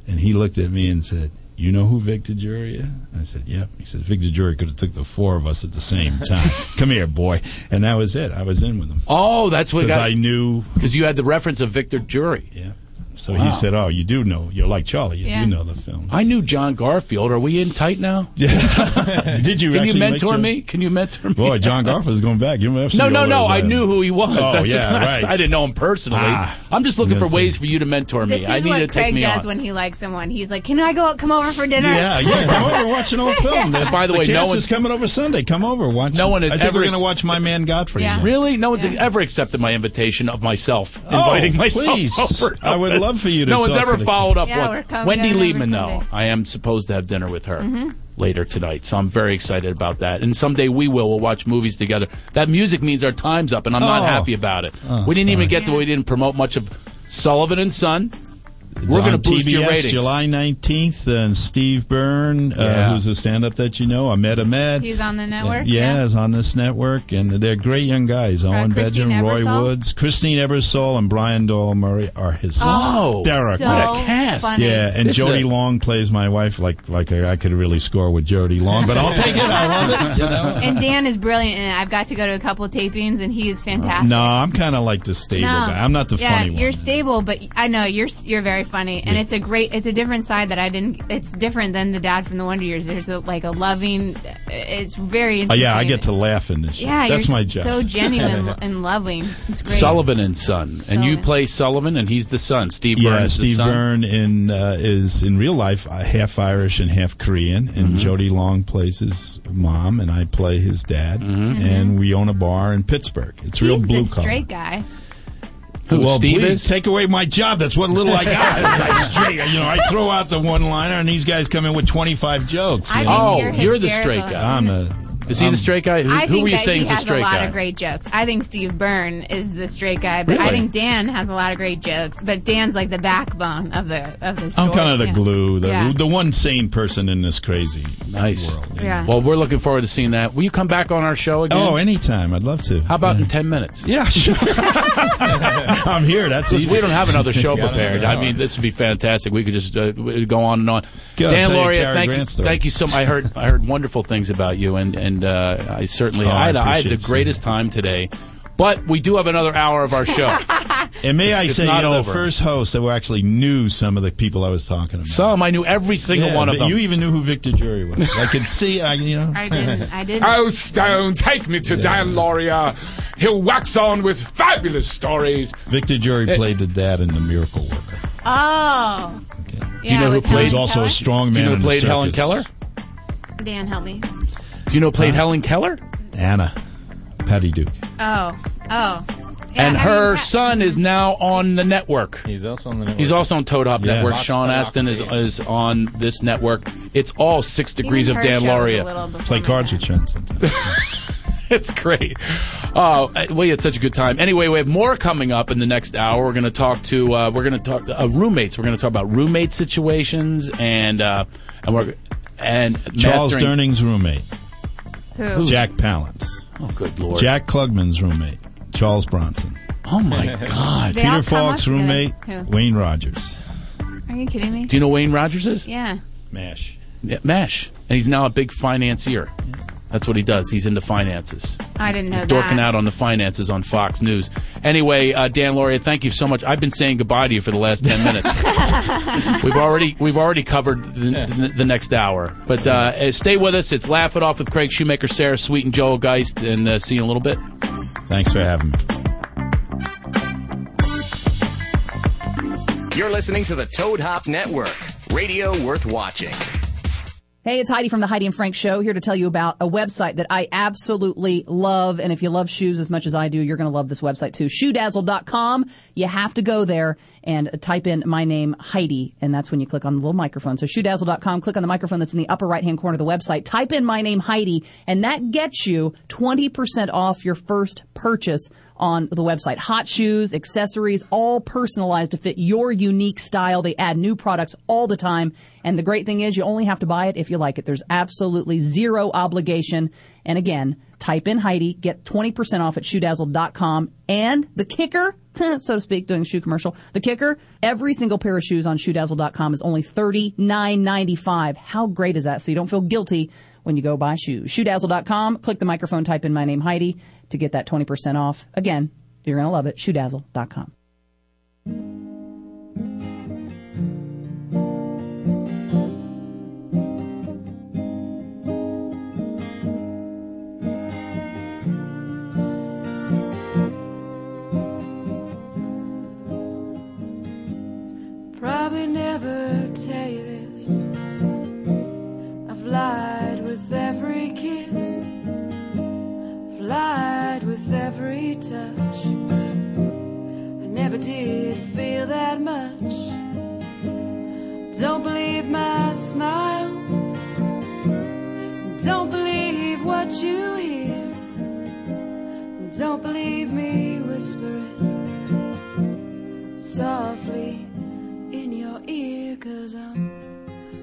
And he looked at me and said, "You know who Victor Jury is?" I said, "Yep." He said, "Victor Jury could have took the four of us at the same time. Come here, boy." And that was it. I was in with him.
Oh, that's what
'Cause
got-
I knew.
Because you had the reference of Victor Jury.
Yeah. So
Wow.
he said, "Oh, you do know. You're like Charlie. You
Yeah.
do know the film."
I knew John Garfield. Are we in tight now?
Did you?
Can you
actually make
mentor
John-
me? Can you mentor me?
Boy, John Garfield's going back. You must
No,
see
no,
all
no.
those,
I
uh,
knew who he was.
Oh,
That's
yeah,
just-
right.
I didn't know him personally.
Ah.
I'm just looking for
Yes,
ways for you to mentor me.
This
I
is
need you to
what
take
Craig
me
does
on.
when he likes someone. He's like, "Can I go? Come over for dinner?"
Yeah, yeah. Come over and watch an old film. The,
By the way, no
cast
one's-
is coming over Sunday. Come over, watch.
No one has
I think
ever
we're going to
ex-
watch My Man Godfrey.
Yeah.
Really? No one's ever accepted my invitation of myself
Oh,
inviting myself
please.
over.
I would love for you to
No one's
talk to
ever
the-
followed up
Yeah,
with
we're coming
Wendy
down over
Liebman. Though
Sunday.
I am supposed to have dinner with her
Mhm.
later tonight, so I'm very excited about that. And someday we will. We'll watch movies together. That music means our time's up, and I'm not
Oh.
happy about it.
Oh,
we didn't even
sorry.
get to. We didn't promote much of Sullivan and Son. We're
going to
boost
TBS,
your ratings.
July 19th, and Steve Byrne,
Yeah.
uh, who's a stand-up that you know, Ahmed Ahmed.
He's on the network. Uh,
yeah, is on this network, and they're great young guys. Owen
Christine
Bedgen, Roy
Ebersole?
Woods, Christine Ebersole, and Brian Doyle Murray are
Oh,
hysterical.
what a cast. funny.
Yeah, and
This is
Jody
a-
Long plays my wife like like I I could really score with Jody Long, but I'll take it. I love it. You know.
And Dan is brilliant in it. I've got to go to a couple tapings, and he is fantastic.
No, I'm kind of like the stable
No.
guy. I'm not the
yeah,
funny one.
You're stable, but I know you're s- you're very funny, and it's a great, it's a different side that I didn't. It's different than the dad from the Wonder Years. There's a, like a loving. It's very.
Oh, yeah, I
entertaining.
get to laugh in this.
Yeah,
show. that's
you're
my
s-
job.
So genuine and loving. It's great.
Sullivan and Son, and you
Sullivan.
play Sullivan, and he's the son. Steve Byrne
yeah,
is the
Steve
son.
Byrne in uh, is in real life uh, half Irish and half Korean, and
Mm-hmm.
Jody Long plays his mom, and I play his dad,
Mm-hmm.
and we own a bar in Pittsburgh. It's real
Mm-hmm. He's
blue
the
collar.
straight guy.
Who,
well,
Steve
please
is?
take away my job. That's what little I got. I straight, you know, I throw out the one liner, and these guys come in with twenty five jokes.
I
you
think
know?
Oh, you're you're the hysterical. straight guy.
I'm a.
Is he the straight guy? Who,
I
who
think
were you
that
saying
he
is the
has
straight
a lot
guy?
of great jokes. I think Steve Byrne is the straight guy, but I
Really?
think Dan has a lot of great jokes. But Dan's like the backbone of the of the story.
I'm kind of the
Yeah.
glue, the,
Yeah.
the one sane person in this crazy
Nice.
world.
Yeah.
Well, we're looking forward to seeing that. Will you come back on our show again?
Oh, anytime. I'd love to.
How about in 10 minutes?
Yeah, sure. I'm here. That's
Because
easy.
we don't have another show
Got another
prepared. I
hour.
mean, this would be fantastic. We could just uh, w- go on and on.
Go,
Dan
tell your
Lauria,
Cary
thank you,
Grant story.
thank you so much. I heard I heard wonderful things about you, and and uh, I certainly
Oh, I
I, had, I had the
appreciate seeing
greatest time today. But we do have another hour of our show.
And may
It's-
I
it's
say,
not
you're
over.
the first host that actually knew some of the people I was talking about.
Some I knew every single
Yeah,
one of
but
them.
You even knew who Victor Jury was. I could see, I, you know.
I didn't. I didn't.
Oh, Stone, take me to Dan Lauria. He'll wax on with fabulous stories.
Victor Jury played the dad in The Miracle Worker.
Oh.
Do you know who
with
played-
He was
Helen
also a strong man
Do you know
in
who
the
played Helen
circus.
Keller?
Keller? Dan, help me.
Do you know who played Helen Keller?
Uh, Anna. Patty Duke.
Oh. Oh. Yeah,
and
I
her
mean, that-
son is now on the network. He's also on the network. He's also on Toad Hop
Yeah.
Network.
Fox
Sean
Fox,
Aston is, is on this network. It's all six degrees of
her
Dan
show was a
Lauria.
little before
Play
my
cards with Sean sometimes.
it's great. Oh, uh, we had such a good time. Anyway, we have more coming up in the next hour. We're going to talk to uh, we're going to talk uh, roommates. We're going to talk about roommate situations and uh, and we're and
Charles
mastering-
Durning's roommate,
Who?
Jack Palance.
Oh, good lord!
Jack Klugman's roommate, Charles Bronson.
Oh my God!
They
Peter
all come up
Falk's
together.
roommate,
Who?
Wayne Rogers.
Are you kidding me?
Do you know Wayne Rogers is?
Yeah.
MASH.
Yeah, Mash, and he's now a big financier. That's what he does. He's into finances.
I didn't know
He's
that.
dorking out on the finances on Fox News. Anyway, uh, Dan Lauria, thank you so much. I've been saying goodbye to you for the last ten minutes. we've already we've already covered the, the, the next hour, but uh, uh, stay with us. It's Laugh It Off with Craig Shoemaker, Sarah Sweet, and Joel Geist, and uh, see you in a little bit.
Thanks for having me.
You're listening to the Toad Hop Network, radio worth watching.
Hey, it's Heidi from the Heidi and Frank Show here to tell you about a website that I absolutely love. And if you love shoes as much as I do, you're going to love this website too. Shoedazzle.com. You have to go there and type in my name, Heidi. And that's when you click on the little microphone. So shoedazzle.com, click on the microphone that's in the upper right hand corner of the website. Type in my name, Heidi, and that gets you 20% off your first purchase on the website. Hot shoes, accessories, all personalized to fit your unique style. They add new products all the time. And the great thing is you only have to buy it if you like it. There's absolutely zero obligation. And again, type in Heidi, get 20% off at shoedazzle.com. And the kicker, so to speak, doing a shoe commercial, the kicker, every single pair of shoes on shoedazzle.com is only $39.95. How great is that? So you don't feel guilty when you go buy shoes. Shoedazzle.com, click the microphone, type in my name, Heidi, to get that 20% off. Again, you're going to love it. Shoedazzle.com.
Probably never tell you this. I've lied with every kiss, I've lied with every touch. I never did feel that much. Don't believe my smile, don't believe what you hear, don't believe me whispering softly in your ear cause I'm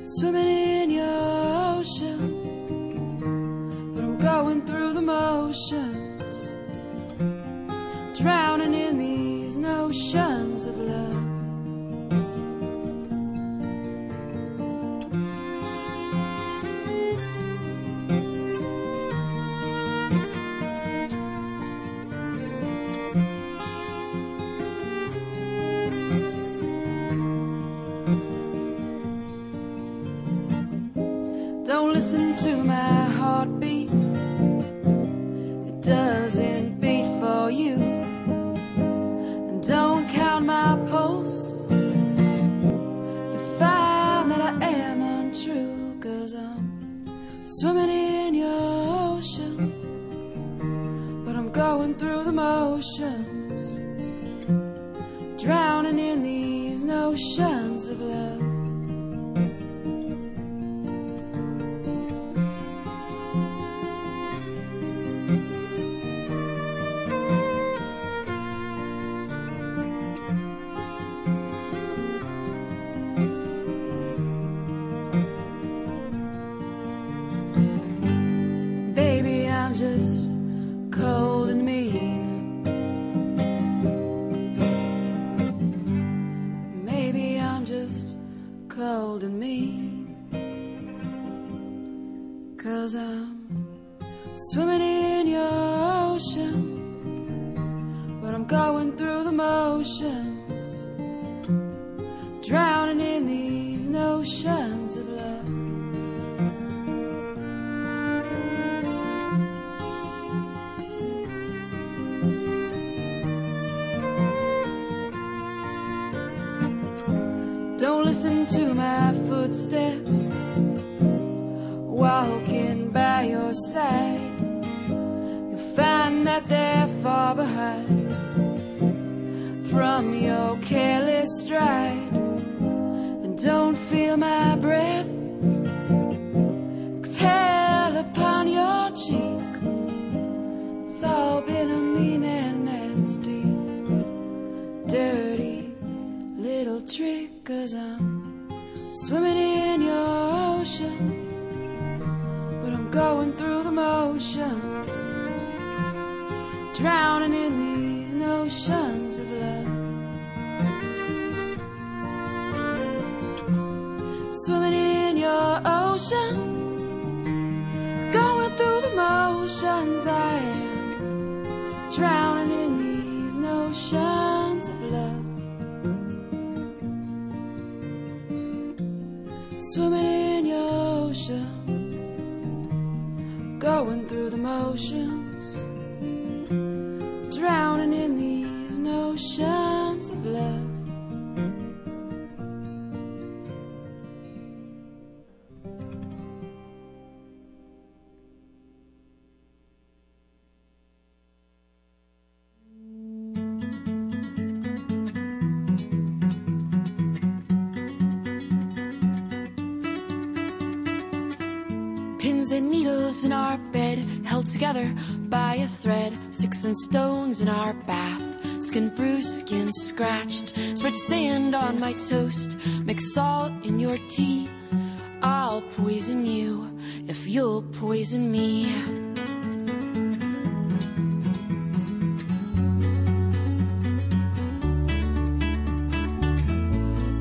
swimming in your ocean but I'm going through the motions drowning in these notions of love don't listen to my heartbeat it doesn't beat for you and don't count my pulse you find that I am untrue cause I'm swimming in your ocean but I'm going through the motions drowning in these notions of love Baby, I'm just cold and mean. Maybe I'm just cold and mean. Cause I'm swimming in your ocean. But I'm going through the motions. Drowning in these notions of love. Don't listen to my footsteps walking by your side. You'll find that they're far behind from your careless stride. And don't feel my breath exhale upon your cheek. It's all been a mean and nasty, dirty little trick cause I'm swimming in your ocean but I'm going through the motions drowning in these notions of love swimming in your ocean going through the
Swimming in your ocean, going through the motions, drowning in these notions of love.
Pins and needles in our bed, held together by a thread. Sticks and stones in our bath. Skin bruised, skin scratched. Spread sand on my toast. Mix salt in your tea. I'll poison you if you'll poison me.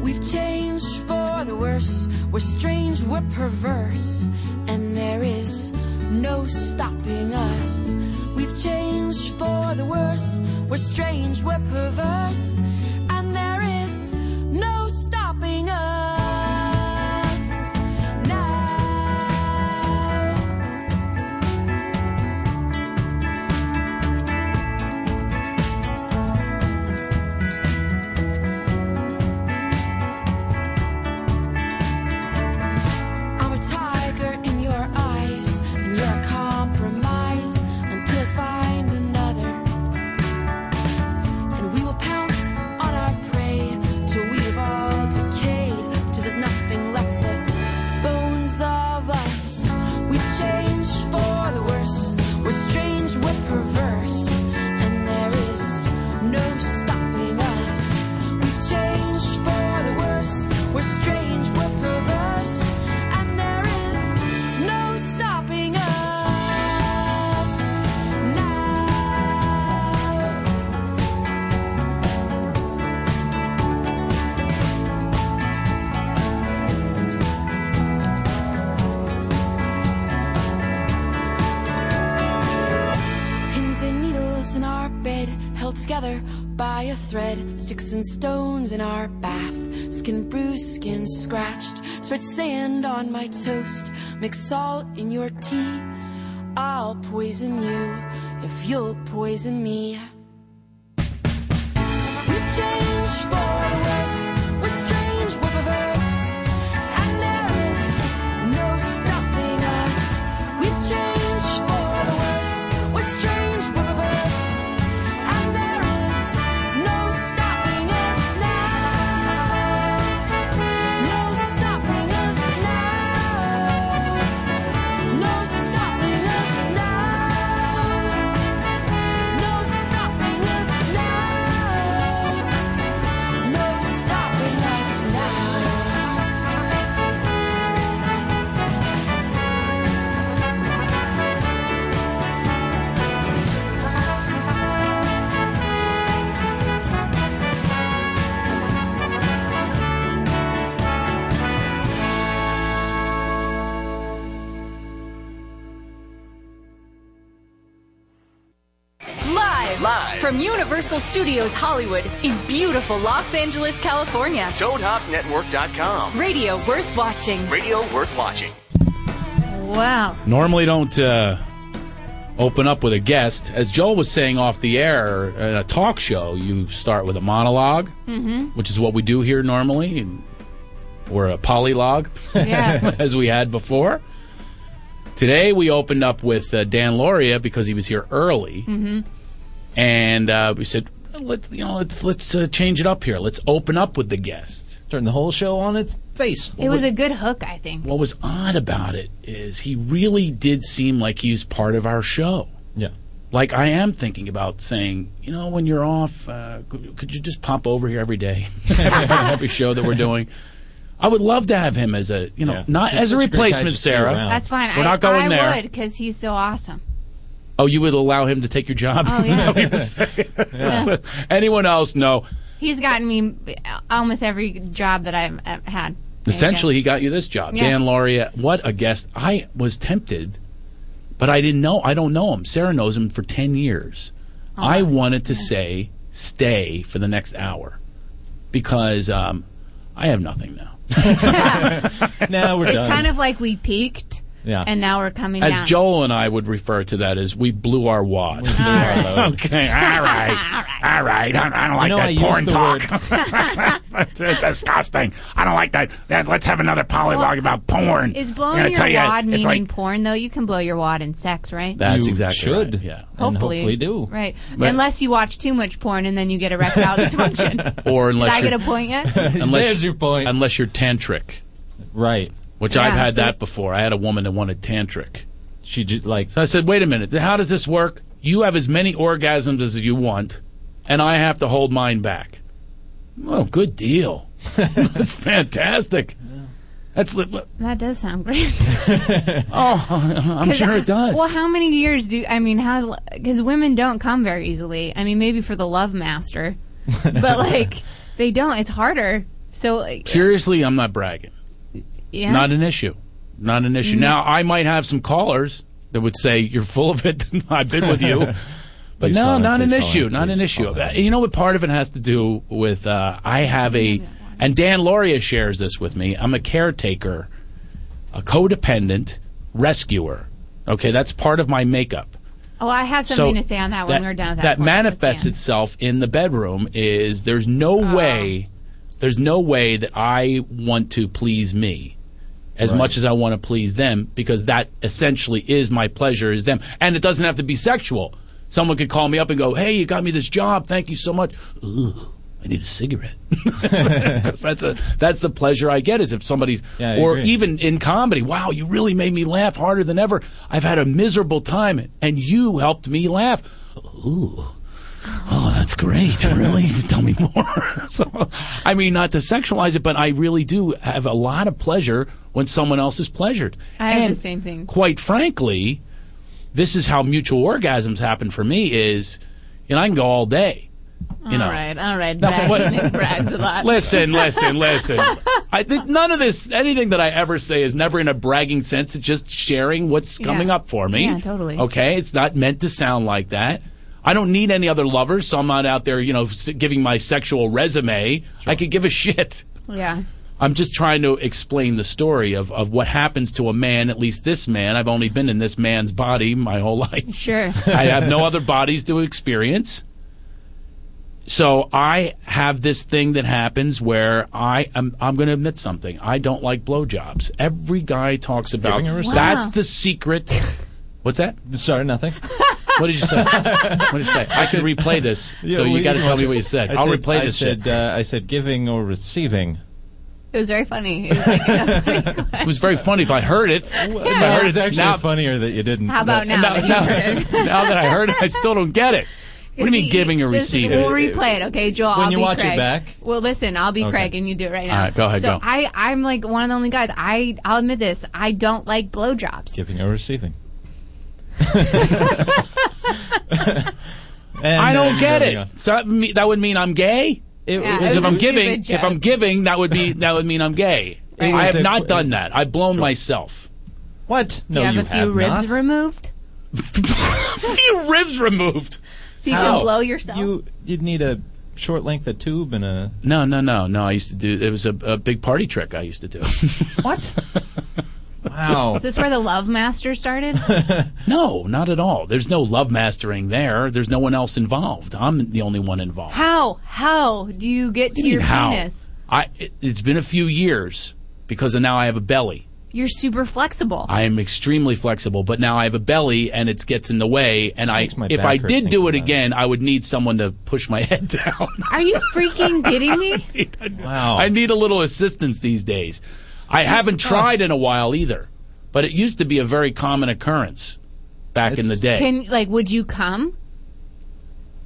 We've changed for the worse. We're strange, we're perverse, and there is no stopping us. We've changed for the worse. We're strange, we're perverse, and there is no stopping us. Now. I'm a tiger in your eyes, and you're a compromise until I find another. And we will pounce on our prey till we've all decayed, till there's nothing left but bones of us. We change for the worse, we're strange, we're perverse, and there is no stopping us. We change for the worse, we're strange, we're perverse. And there is no stopping us now. Pins and needles in our bed, held together by a thread. Sticks and stones in our bath. Skin bruised, skin scratched. Spread sand on my toast. Mix salt in your tea. I'll poison you if you'll poison me. We've changed for the worse. We're strange, we're perverse. And there is no stopping us. We've changed for the worse. We're strange, we're perverse. And there is no stopping us now. No stopping us now. No stopping us now. No stopping us now. No stopping us now.
Live,
Live.
from Universal Studios Hollywood in beautiful Los Angeles, California.
ToadHopNetwork.com.
Radio worth watching.
Radio worth watching.
Wow.
Normally, don't uh, open up with a guest. As Joel was saying off the air at a talk show, you start with a monologue,
Mm-hmm.
which is what we do here normally, and, or a polylogue,
Yeah.
as we had before. Today, we opened up with uh, Dan Loria because he was here early,
Mm-hmm.
and uh, we said, Let, you know, let's let's uh, change it up here. Let's open up with the guest.
Turn the whole show on its face.
It was a good hook, I think.
What was odd about it is he really did seem like he was part of our show.
Yeah.
Like I am thinking about saying, you know, when you're off, uh, could, could you just pop over here every day, every, every show that we're doing? I would love to have him as a, you know, not
He's
as a
such a great guy,
replacement,
just be
Sarah.
around.
That's fine.
We're
I,
not going
I
there.
would because he's so awesome.
Oh, you would allow him to take your job?
Oh, yeah.
Is that what you're saying? So, anyone else? No.
He's gotten me almost every job that I've uh, had.
Essentially, he got you this job,
Yeah.
Dan Lauria. What a guest! I was tempted, but I didn't know. I don't know him. Sarah knows him for ten years.
Oh,
I wanted to say stay for the next hour because um, I have nothing now.
now
it's kind of like we peaked,
Yeah.
and now we're coming
as
down.
Joel and I would refer to that as we blew our wad. okay, all right, all right. I, I don't
You
like
know,
that
I used
porn
the
talk. it's disgusting. I don't like that. That- let's have another polylog
Well,
about porn.
Is
I'm
blowing
gonna
your
tell you,
wad
it's
meaning
like-
porn though? You can blow your wad in sex, right?
That's
You
exactly
should.
right, Yeah.
hopefully, right?
But-
unless you watch too much porn and then you get erectile dysfunction.
or
Did
unless
I get
you're-
a point yet?
unless your point. Unless you're tantric, right? Which I've
Yeah,
had
so-
that before. I had a woman that wanted tantric. She just like. So I said, wait a minute. th- How does this work? You have as many orgasms as you want, and I have to hold mine back. Oh, good deal. Fantastic. That's li-
That does sound great.
oh, I'm
'Cause-
sure it does.
Well, how many years do I mean? How because women don't come very easily. I mean, maybe for the love master, but like they don't. It's harder. So like,
Seriously, I'm not bragging.
yeah,
Not an issue. Not an issue.
Mhm.
Now, I might have some callers that would say, you're full of it. I've been with you. But
Please
no,
call in,
not an
please call
issue.
in,
Not an
please
issue. Uh, You know what? Part of it has to do with uh, I have a, and Dan Loria shares this with me. I'm a caretaker, a codependent rescuer. Okay, that's part of my makeup
oh, I have something to say on that, when we're done with that. point.
manifests itself in the bedroom is there's no
Ah.
way there's no way that I want to please me as
Right.
much as I want to please them because that essentially is my pleasure is them and it doesn't have to be sexual. Someone could call me up and go, "Hey, you got me this job. Thank you so much." Ooh, I need a cigarette. 'Cause that's a that's the pleasure I get is if somebody's
I
or
agree.
even in comedy. Wow, you really made me laugh harder than ever. I've had a miserable time, and you helped me laugh. Ooh. Oh, that's great. Really? Tell me more. so, I mean, not to sexualize it, but I really do have a lot of pleasure when someone else is pleasured.
I have the
And
same thing.
Quite frankly, this is how mutual orgasms happen for me is, you know, I can go all day. You know,
all right, all right.
No,
Brad,
what-
Nick brags a lot.
Listen, listen, listen. I think none of this, anything that I ever say is never in a bragging sense. It's just sharing what's
Yeah.
coming up for me.
Yeah, totally.
Okay, it's not meant to sound like that. I don't need any other lovers, so I'm not out there, you know, s- giving my sexual resume. I could give a shit.
Yeah.
I'm just trying to explain the story of, of what happens to a man, at least this man. I've only been in this man's body my whole life.
Sure.
I have no other bodies to experience. So I have this thing that happens where I am I'm going to admit something. I don't like blowjobs. Every guy talks about
Giving or receiving.
that's
Wow.
the secret. What's that? Sorry, nothing. What did you say? what did you say? I should replay this.
Yeah,
so
well,
you got to
can
tell me
watch
what
it.
you said.
I
I'll
said-
replay
I
this shit.
said, uh, I said giving or receiving.
It was very funny. It was like, you know,
It was very funny if I heard it. If I heard
it's
it
actually
now,
funnier that you didn't.
How about now? that you heard it?
now that I heard it, I still don't get it. What do you mean giving or
e- This-
receiving?
We'll replay it, okay, Joel?
When
I'll
you
be
watch it
Craig.
back.
Well, listen, I'll be
Okay.
Craig, and you do it right now.
All right, go ahead,
So
go.
I, I'm like one of the only guys. I, I'll admit this. I don't like blowjobs.
Giving or receiving.
I
then
don't get
uh, there we go.
it. So that, me- that would mean I'm gay.
Yeah,
Because
it was
if
a
I'm
stupid
giving,
joke.
if I'm giving, that would be that would mean I'm gay.
It was
I have
a
not
qu-
done that. I've blown myself.
What? No,
you have
you
a few
have not.
ribs removed,
few ribs removed.
so you
How?
can blow yourself.
You you'd need a short length of tube and a.
No, no, no, no. I used to do. It was a, a big party trick I used to do.
what? Wow.
Is this where the Love Master started?
No, not at all. There's no love mastering there. There's no one else involved. I'm the only one involved.
How? How do you get to
What do you
your
mean, how?
penis?
I. It, it's been a few years because now I have a belly.
You're super flexible.
I am extremely flexible, but now I have a belly and it gets in the way. And I,
my
if
back
I
hurt
did do
thinking
it
about
again, I would need someone to push my head down.
Are you freaking kidding me?
Wow. I need a little assistance these days. I haven't tried in a while either, but it used to be a very common occurrence back in the day.
Can like, would you come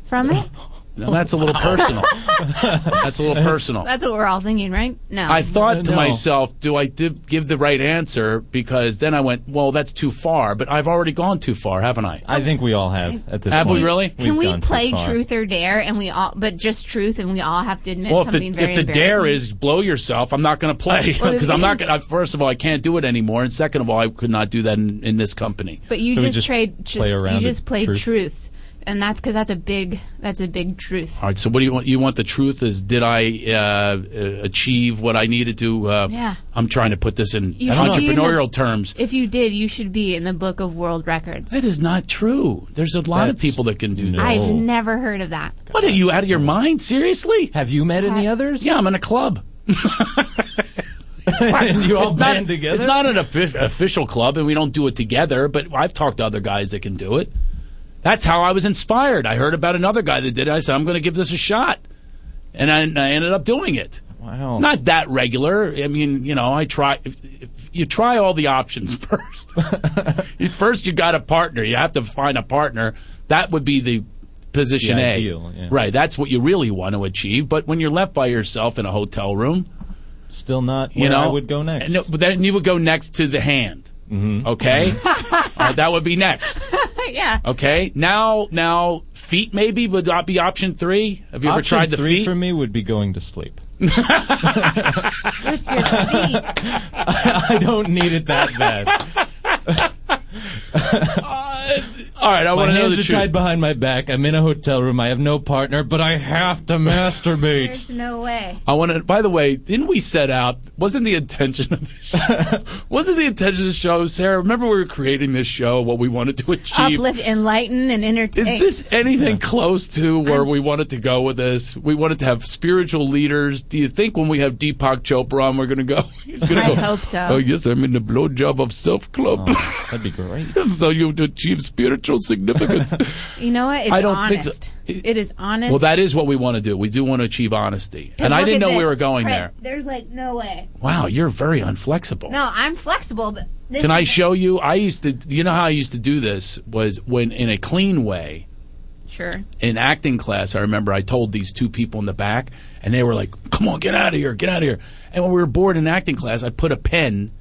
from it?
now that's a little personal. that's a little personal.
That's what we're all thinking, right? No.
Oh. I thought to
No.
myself, do I div- give the right answer? Because then I went, well, that's too far. But I've already gone too far, haven't I?
I think we all have at this
Have we
point.
really?
Can
We've
we
gone too
play
far.
truth or dare and we all but just truth and we all have to admit
Well, if the,
something very
if the dare
embarrassing?
is blow yourself, I'm not going to play
Well, if-
because I'm not going. to First of all, I can't do it anymore, and second of all, I could not do that in, in this company.
But you just, trade just, you just played truth. and that's because that's a big that's a big truth.
All right. So what do you want? You want the truth is did I uh, uh, achieve what I needed to? Uh,
Yeah.
I'm trying to put this in
You should be in the-
entrepreneurial terms.
If you did, you should be in the book of world records.
That is not true. There's a lot of people that can do that.
I've never heard of that.
What are you out of your mind? Seriously? Have you met any others? Yeah, I'm in a club.
And you all
it's not,
band together?
It's not an offi- official club, and we don't do it together. But I've talked to other guys that can do it. That's how I was inspired. I heard about another guy that did it. I said, "I'm going to give this a shot," and I, and I ended up doing it.
Oh.
Wow! Not that regular. I mean, you know, I try. If, if you try all the options first. You- first, you got a partner. You have to find a partner. That would be the position
The
A.
ideal, yeah.
Right. That's what you really want to achieve. But when you're left by yourself in a hotel room,
Still not where
you know,
I would go next. Mm-hmm.
No, but then you would go next to the hand. Okay, Uh, that would be next.
yeah.
Okay, now now feet maybe would not be option three. Have you ever
Option
tried the
three
feet?
for me would be going to sleep. I don't need it that bad.
all right, I
my
wanna know
hands
the
are
truth.
tied behind my back. I'm in a hotel room. I have no partner, but I have to masturbate.
There's no way.
I want to. By the way, didn't we set out? Wasn't the intention of the show? wasn't the intention of the show, Sarah? Remember we were creating this show, what we wanted to achieve.
Uplift, enlighten, and entertain.
Is this anything close to where we wanted to go with this? We wanted to have spiritual leaders. Do you think when we have Deepak Chopra on, we're going to go? He's going
I
to go.
hope so.
Oh yes, I'm in the blowjob of self club.
Oh,
that'd be great.
so you achieve spiritual significance.
You know what? It's
I don't think so.
honest. It is honest.
well, that is what we want to do. We do want to achieve honesty,
'Cause
and I
look
didn't
at
know we
this.
were going
Right.
there.
There's like no way.
Wow, you're very unflexible.
No, I'm flexible, but this
Can I
is-
show you? I used to. You know how I used to do this was when in a clean way.
sure.
in acting class, I remember I told these two people in the back, and they were like, "Come on, get out of here, get out of here." And when we were bored in acting class, I put a pen,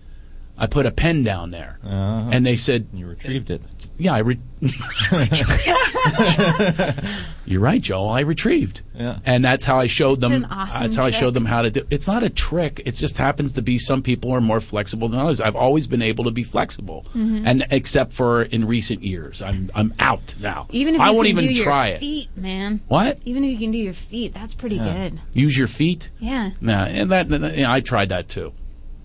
I put a pen down there, and they said, Uh-huh. "You retrieved it." Yeah, I. Re- You're right, Joel. I retrieved, yeah. and that's how I showed
Such
them.
an awesome
that's how I
trick.
showed them how to do. It's not a trick. It just happens to be some people are more flexible than others. I've always been able to be flexible,
Mhm.
Mm-hmm.
and except for in recent years, I'm I'm out now.
Even if
I
you
won't
can
even
do
try
your
it.
feet, man.
What?
Even if you can do your feet, that's pretty
Yeah.
good.
Use your feet.
Yeah.
No, and that, that- you know, I tried that too.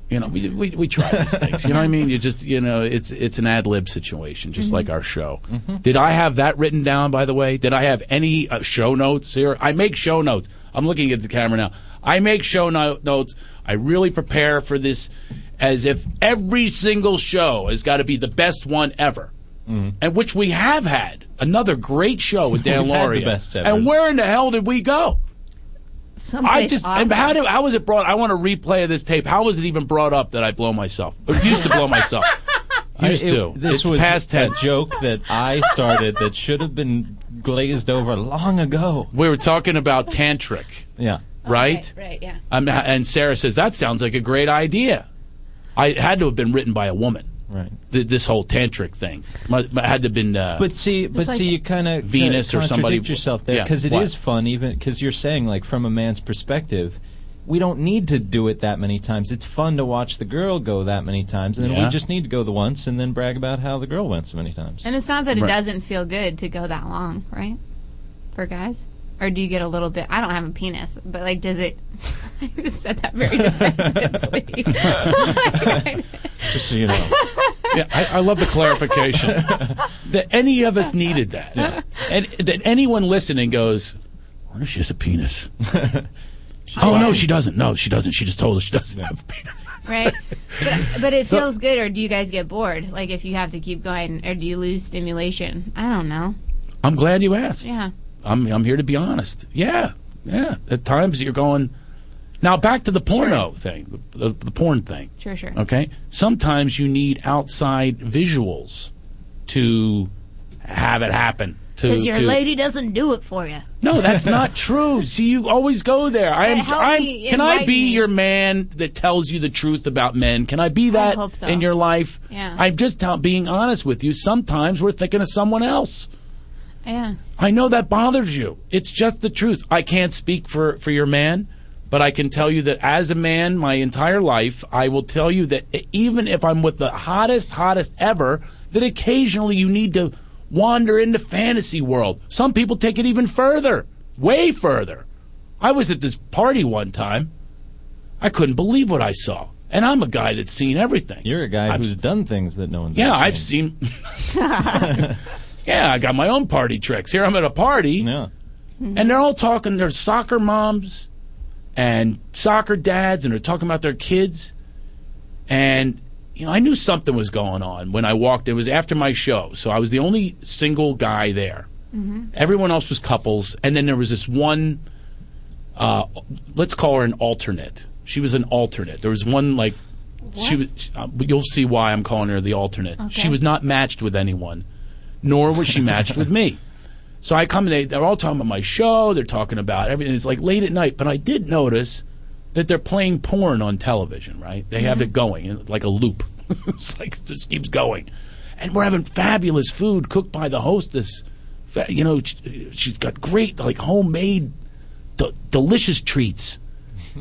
You know, we we, we try these things. You know what I mean? You just you know, it's it's an ad lib situation, just
Mm-hmm.
Mhm.
like our show. Did I have that written down? By the way, did I have any uh, show notes here? I make show notes. I'm looking at the camera now. I make show no- notes. I really prepare for this, as if every single show has got to be the best one ever, and which we have had another great show with Dan
Mm-hmm. We've had the
Lauria.
best ever.
And where in the hell did we go?
Someplace
I just
awesome.
and how do how was it brought? I want a replay of this tape. How was it even brought up that I blow myself? Or used to blow myself. Used
I- it-
to.
This
it's
was
past
a
tense.
joke that I started that should have been glazed over long ago.
We were talking about tantric,
Yeah.
right?
Oh, Right, yeah.
I'm, and Sarah says that sounds like a great idea. I it had to have been written by a woman.
Right.
Th- this whole tantric thing Mu- mu- had to have been. Uh,
But see, but see, you kind of
Venus or somebody
yourself there
Yeah,
because it
what?
is fun, even because you're saying like from a man's perspective, we don't need to do it that many times. It's fun to watch the girl go that many times, and then
Yeah.
we just need to go the once and then brag about how the girl went so many times.
And it's not that it
Right.
doesn't feel good to go that long, right? For guys? Or do you get a little bit? I don't have a penis, but like, does it? I just said that very defensively.
Just so you know.
yeah, I, I love the clarification that any of us needed that, and that anyone listening goes, "I wonder if she has a penis." oh no, she doesn't. No, she doesn't. She just told us she doesn't have a penis.
right? But, but it
So-
feels good, or do you guys get bored? Like, if you have to keep going, or do you lose stimulation? I don't know.
I'm glad you asked.
Yeah.
I'm I'm here to be honest. Yeah, yeah. At times you're going. Now back to the porno thing, the, the, the porn thing.
Sure, sure.
Okay. Sometimes you need outside visuals to have it happen. To-
Because your
to-
lady doesn't do it for you.
No, that's not true. See, you always go there. I am.
Help me,
I'm, can I
enlighten
be
me.
your man that tells you the truth about men? Can I be that
hope so.
in your life?
Yeah.
I'm just tell, being honest with you. Sometimes we're thinking of someone else.
Yeah.
I know that bothers you. It's just the truth. I can't speak for, for your man, but I can tell you that as a man, my entire life, I will tell e, you that even if I'm with the hottest, hottest ever, that occasionally you need to wander into fantasy world. Some people take it even further, way further. I was at this party one time. I couldn't believe what I saw. And I'm a guy that's seen everything. You're a guy
who's done things that no one's
Yeah,
ever
I've seen. yeah, I got my own party tricks. Here I'm at a party. And they're all talking, they're soccer moms and soccer dads, and they're talking about their kids. And, you know, I knew something was going on when I walked. It was after my show. So I was the only single guy there.
Mm-hmm.
Everyone else was couples, and then there was this one. Uh, let's call her an alternate. She was an alternate. There was one like she was. Uh, you'll see why I'm calling her the alternate. She
Okay.
was not matched with anyone, nor was she matched with me. So I come. and They, they're all talking about my show. They're talking about everything. It's like late at night, but I did notice that they're playing porn on television. Right? They have it going uh, like a loop. it's like it just keeps going and we're having fabulous food cooked by the hostess. Fa- You know, she, she's got great, like, homemade, d- delicious treats.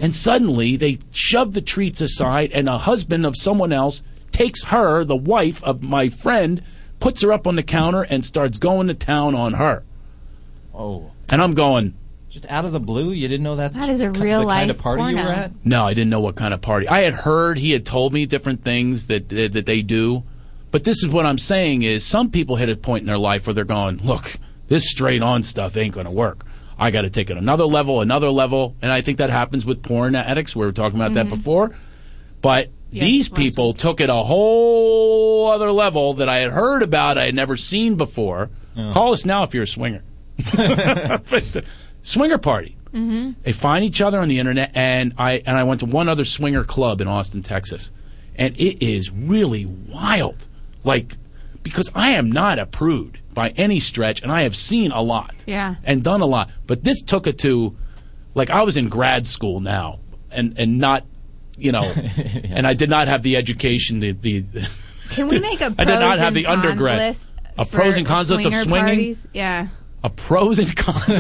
And suddenly they shove the treats aside, and a husband of someone else takes her, the wife of my friend, puts her up on the counter and starts going to town on her.
Oh.
And I'm going,
Just out of the blue, you didn't know that.
That is a
ki-
real
the kind
life
of party you were
porno.
at.
No, I didn't know what kind of party. I had heard he had told me different things that that, that they do, but this is what I'm saying is some people hit a point in their life where they're going, look, this straight on stuff ain't going to work. I got to take it another level, another level, and I think that happens with porn addicts. We were talking about that
Mhm.
before, but these people took it a whole other level that I had heard about, I had never seen before. Call us now if you're a swinger. uh, swinger party.
Mm-hmm.
They find each other on the internet, and I and I went to one other swinger club in Austin, Texas, and it is really wild. Like, because I am not a prude by any stretch, and I have seen a lot
Yeah.
and done a lot, but this took it to, like, I was in grad school now, and and not, you know, and I did not have the education, the the
Can we make a pros
I did not have
and
the
cons
undergrad.
list?
A
for
pros and cons list of
swinger
swinging?
parties? Yeah.
a pros and cons.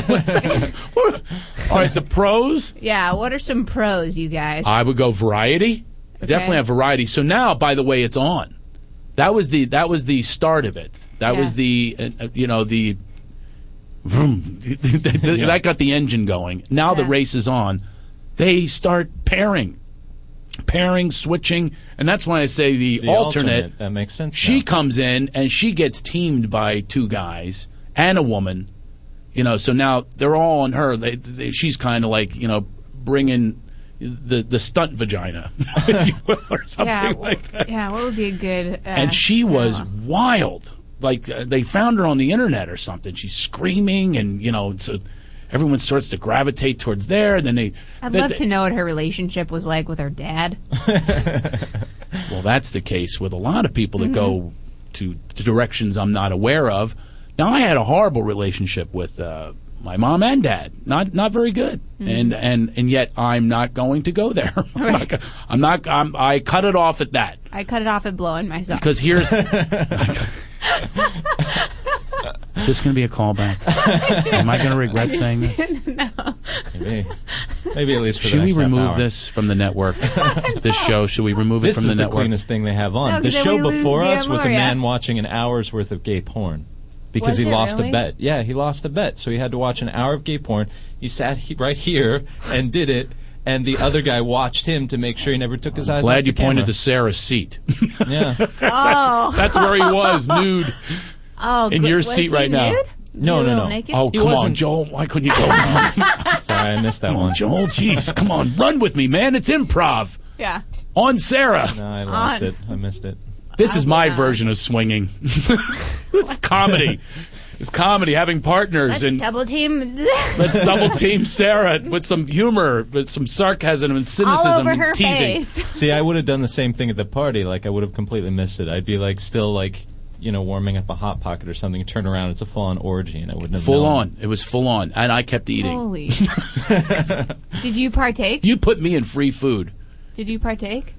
All right, the pros.
Yeah. What are some pros, you guys?
I would go variety. I Definitely
Okay.
have variety. So now, by the way, it's on. That was the that was the start of it. That was the uh, uh, you know the, vroom, that got the engine going. Now the race is on. They start pairing, pairing, switching, and that's why I say the,
The alternate. That makes sense.
she comes in and she gets teamed by two guys and a woman. You know, so now they're all on her. They, they, she's kind of like you know bringing the the stunt vagina, if you will, or something
yeah.
like.
Yeah. What would be a good? Uh,
and she was wild. Like uh, they found her on the internet or something. She's screaming, and you know, so everyone starts to gravitate towards there. And then they,
I'd
they-
love
they-
to know what her relationship was like with her dad.
Well, that's the case with a lot of people that go to, to directions I'm not aware of. Now, I had a horrible relationship with uh, my mom and dad. Not not very good,
Mhm.
and and and yet I'm not going to go there. I'm not. go- I'm not I'm, I cut it off at that
I cut it off at blowing myself.
because here's. Is this going to be a callback? Am I going to regret saying this?
no.
Maybe. Maybe at least for the
Should we
next half
remove
hour.
this from the network? this show, should we remove it
This
from
is
the
the
network?
cleanest thing they have on.
No, 'cause
the
then
show
we lose
before
the
us was a
Amoria.
man watching an hour's worth of gay porn because
Was
he
it
lost
really?
a bet. Yeah, he lost a bet, so he had to watch an hour of gay porn. He sat he, right here and did it, and the other guy watched him to make sure he never took his eyes. off
Glad you
the camera.
pointed to Sarah's seat.
Yeah.
Oh.
That's where he was, nude.
Oh,
in
gr-
your
was
seat
he
right now.
nude?
No, no,
Little
no.
naked?
Oh,
He
come on,
wasn't-
Joel. Why couldn't you go? Sorry,
I missed that one.
Joel, jeez. Come on, run with me, man. It's improv.
Yeah.
On Sarah.
No, I lost
On.
it. I missed it.
This is my version of swinging. it's comedy. It's comedy, having partners
Let's
and
double team.
let's double team Sarah with some humor, with some sarcasm and cynicism
All over
and
her
teasing.
face.
See, I would have done the same thing at the party. Like, I would have completely missed it. I'd be like, still like, you know, warming up a hot pocket or something. Turn around, it's a full on orgy, and I wouldn't have
Full
known.
on. It was full on. And I kept eating.
Holy. Did you partake?
You put me in free food.
Did you partake?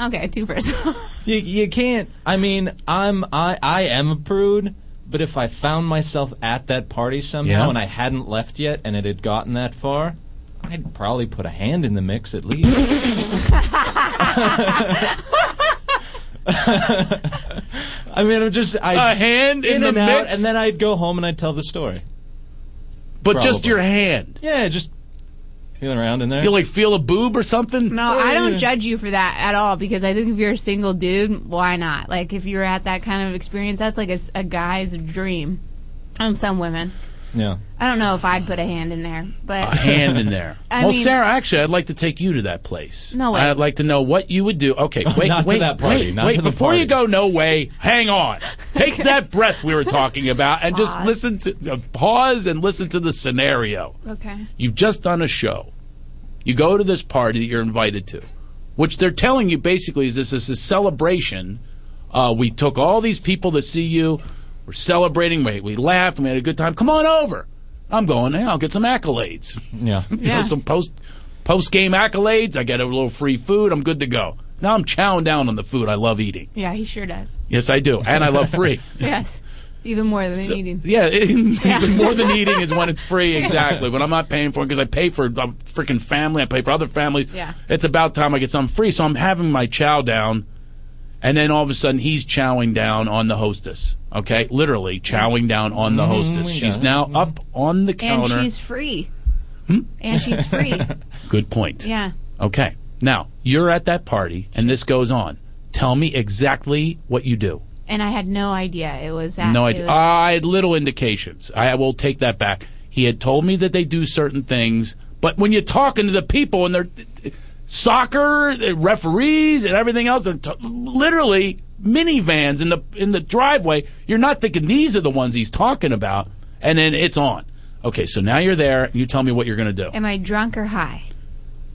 Okay, two personal.
You, you can't. I mean, I'm I I am a prude, but if I found myself at that party somehow
Yeah.
and I hadn't left yet and it had gotten that far, I'd probably put a hand in the mix at least. I mean, I'm just I
A hand in
in,
the
and out,
mix?
and then I'd go home and I'd tell the story.
But just your hand.
Yeah, just feeling around in there.
You like feel a boob or something?
No, Uh, I
Mm.
don't judge you for that at all because I think if you're a single dude, why not? Like if you're at that kind of experience, that's like a, s- a guy's dream. And some women,
Yeah.
I don't know if I'd put a hand in there, but
A hand in there.
I
well,
mean-
Sarah, actually, I'd like to take you to that place.
No way.
I'd like to know what you would do. Okay, wait,
Not to
wait,
that party,
wait,
not
wait.
to the
Before
party.
you go, no way. Hang on. Take that breath we were talking about, and just
Pause.
listen to uh, pause and listen to the scenario.
Okay.
You've just done a show. You go to this party that you're invited to, which they're telling you basically is this is a celebration. Uh, we took all these people to see you. We're celebrating. We, we laughed. We had a good time. Come on over. I'm going. Hey, I'll get some accolades.
Yeah.
You know,
Yeah.
some post post game accolades. I get a little free food. I'm good to go. Now I'm chowing down on the food. I love eating.
yeah, he sure does.
Yes, I do, and I love free.
Yes, even more than
So-
eating.
Yeah, even more than eating is when it's free. Exactly. When I'm not paying for it because I pay for a freaking family, I pay for other families.
Yeah.
It's about time I get something free. So I'm having my chow down, and then all of a sudden he's chowing down on the hostess. Okay, literally chowing down on the
Mhm,
hostess.
we
She's
got it.
now up on the
And
counter. Hmm?
she's free. And she's free.
Good point.
Yeah.
Okay. Now you're at that party, and this goes on. Tell me exactly what you do.
And I had no idea it was that.
No
it
idea. Ah,
was-
I had little indications. I will take that back. He had told me that they do certain things, but when you're talking to the people and they're soccer the referees and everything else, they're t- literally minivans in the in the driveway. You're not thinking these are the ones he's talking about, and then it's on. Okay, so now you're there. You tell me what you're going to do.
Am I drunk or high?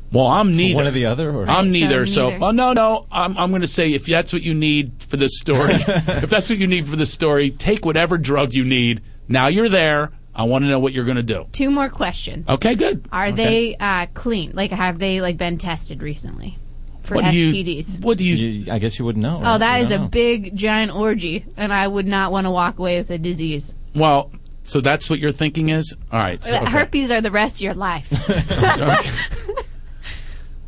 Well, I'm neither.
One or the other, or-
I'm
Right, so
neither. So,
neither.
oh no, no. I'm I'm going to say if that's what you need for this story, if that's what you need for this story, take whatever drug you need. Now you're there. I want to know what you're going to do.
Two more questions.
Okay, good.
Are
Okay.
they uh, clean? Like, have they like been tested recently for
What do you-
STDs?
what do you,
I guess you wouldn't know.
oh, that is a
big.
big giant orgy, and I would not want to walk away with a disease.
Well, so that's what you're thinking is. All right.
Uh,
so- okay.
Herpes are the rest of your life.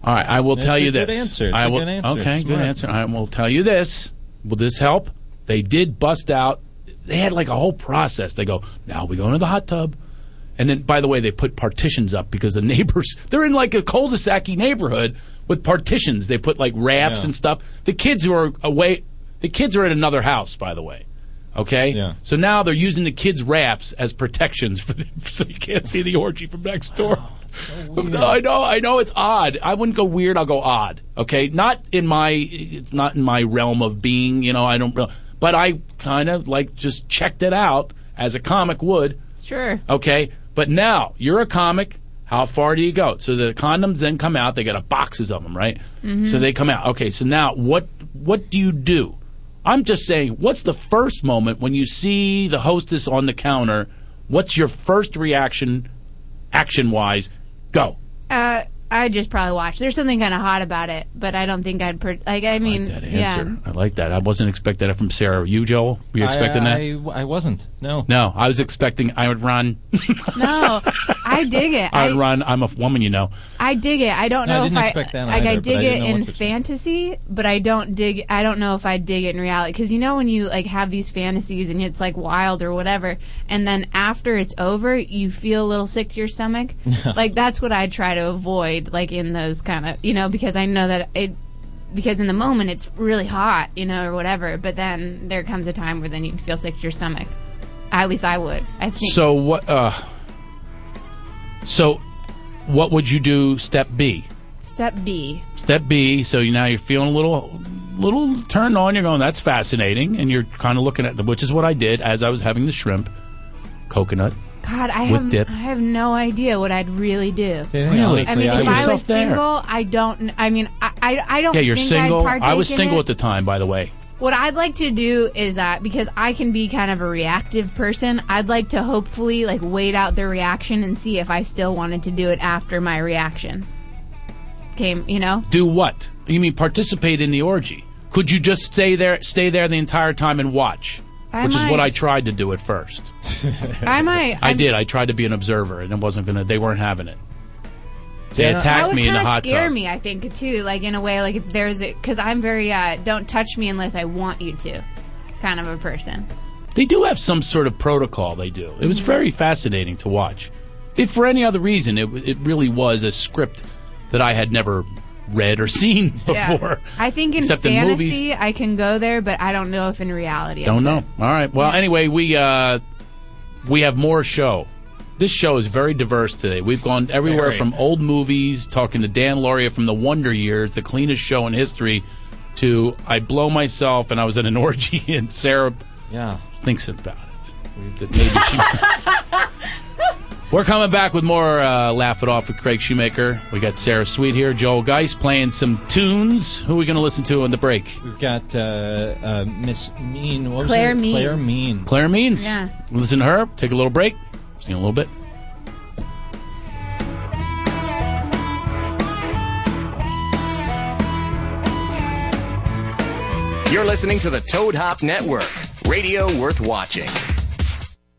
All right. I will
That's
tell
a
you
good
this.
answer. It's
I
a
will,
good answer.
Okay,
It's
good
smart.
answer. I will tell you this. Will this help? They did bust out. They had like a whole process. They go now we go into the hot tub, and then by the way they put partitions up because the neighbors they're in like a cul-de-sac neighborhood with partitions. They put like rafts
Yeah.
and stuff. The kids who are away, the kids are at another house by the way. Okay, yeah. so now they're using the kids' rafts as protections for the, so you can't see the orgy from next door. I know, I know, it's odd. I wouldn't go weird. I'll go odd. Okay, not in my, it's not in my realm of being. You know, I don't. real- But I kind of like just checked it out as a comic would.
sure.
Okay, but now you're a comic. How far do you go? So the condoms then come out. They got a boxes of them, right?
Mm-hmm.
Mhm.
So they come out. Okay, so now what? What do you do? I'm just saying, what's the first moment when you see the hostess on the counter? What's your first reaction, action wise? Go.
Uh, I just probably watch. There's something kind of hot about it, but I don't think I'd per- like. I mean, yeah.
Answer. I like that. I wasn't expecting that from Sarah. You, Joel, were you expecting that?
I, I wasn't. No.
no, I was expecting I would run.
No, I dig it.
I
I,
would run. I'm a f- woman, you know.
I dig it. I don't
No, I
know
didn't
if I
expect that
like. I
either, but
dig
I didn't
it
know
in
what to expect.
fantasy, but I don't dig. I don't know if I dig it in reality because you know when you like have these fantasies and it's like wild or whatever, and then after it's over, you feel a little sick to your stomach. like that's what I try to avoid, like in those kind of you know because I know that it because in the moment it's really hot, you know, or whatever. But then there comes a time where then you feel sick to your stomach. At least I would. I think.
So what? Uh, so what would you do? Step B.
Step B.
Step B. So you now you're feeling a little, little turned on. You're going, that's fascinating, and you're kind of looking at them, which is what I did as I was having the shrimp, coconut.
God, I
With
have
dip.
I have no idea what I'd really do.
Really?
I
Honestly,
mean,
I
if
was-
I was
Yourself there.
single, I don't. kn- I mean, I I, I don't.
Yeah, you're
think
single.
I'd
I was
partake in
single
it.
at the time, by the way.
What I'd like to do is that because I can be kind of a reactive person, I'd like to hopefully like wait out the reaction and see if I still wanted to do it after my reaction came. You know,
Do what? You mean participate in the orgy? Could you just stay there, stay there the entire time and watch?
I
which is what
might.
I tried to do at first.
I might.
I
I'm-
did. I tried to be an observer, and it wasn't gonna. They weren't having it. They
Yeah.
That
attacked
would
me in
kinda
the hot
scare
tub.
me, I think, too. Like in a way, like if there's a because I'm very uh, don't touch me unless I want you to. kind of a person.
They do have some sort of protocol. They do. It was very fascinating to watch. If for any other reason, it it really was a script that I had never read or seen
Yeah.
before.
I think in
Except in
fantasy
movies.
I can go there, but I don't know if in reality. I
Don't know. All right. Well, anyway, we uh, we have more show. This show is very diverse today. We've gone everywhere
Very.
from old movies, talking to Dan Lauria from the Wonder Years, the cleanest show in history, to I blow myself and I was in an orgy and Sarah
yeah.
thinks about it. That maybe she- We're coming back with more uh, Laugh It Off with Craig Shoemaker. We got Sarah Sweet here, Joel Geist playing some tunes. Who are we going to listen to on the break?
We've got uh, uh, Miss Mean. What was
Claire
her-
Means.
Claire Mean.
Claire Means.
Yeah.
Listen to her. Take a little break. See you in a little bit.
You're listening to the Toad Hop Network, radio worth watching.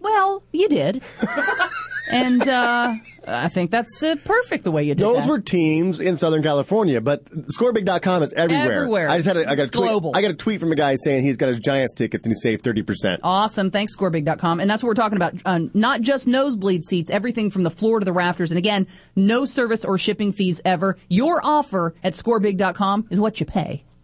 Well, you did. and uh, I think that's uh, perfect the way you did
Those
that.
were teams in Southern California, but scorebig.com is everywhere.
Everywhere.
I just had a, I got
It's
a tweet,
global.
I got a tweet from a guy saying he's got his Giants tickets and he saved 30%.
Awesome. Thanks, scorebig.com. And that's what we're talking about. Um, not just nosebleed seats, everything from the floor to the rafters. And again, no service or shipping fees ever. Your offer at scorebig.com is what you pay.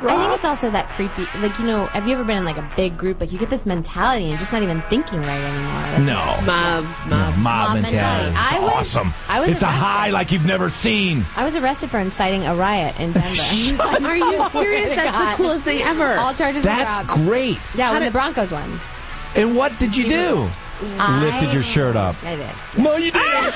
I think it's also that creepy. Like, you know, have you ever been in like a big group? Like, you get this mentality and you're just not even thinking right anymore.
No.
Mob,
Mob,
Mob
mentality.
mentality. I
It's
was-
awesome.
I was
it's a
arrested.
high like you've never seen.
I was arrested for inciting a riot in Denver.
Are you serious? That's the coolest thing ever.
All charges
That's
were dropped.
great.
Yeah,
How
when
did-
the Broncos won.
And what did you do?
I-
Lifted your shirt up.
I did.
No, you didn't.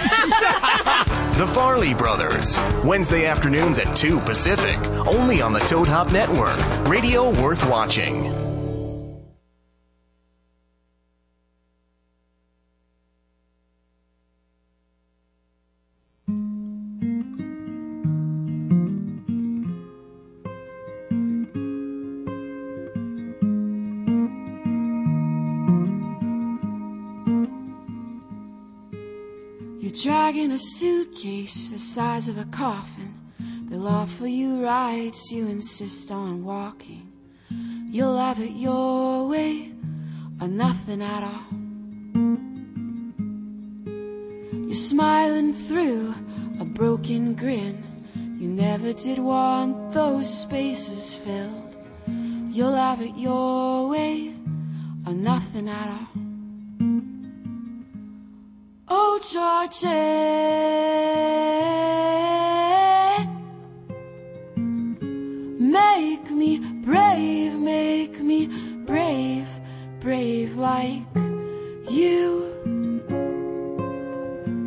the Farley Brothers, Wednesday afternoons at 2 Pacific, only on the Toad Hop Network, radio worth watching.
You're dragging a suitcase the size of a coffin. They'll offer you rights you insist on walking. You'll have it your way or nothing at all. You're smiling through a broken grin. You never did want those spaces filled. You'll have it your way or nothing at all. Oh, Georgia, make me brave, make me brave, brave like you.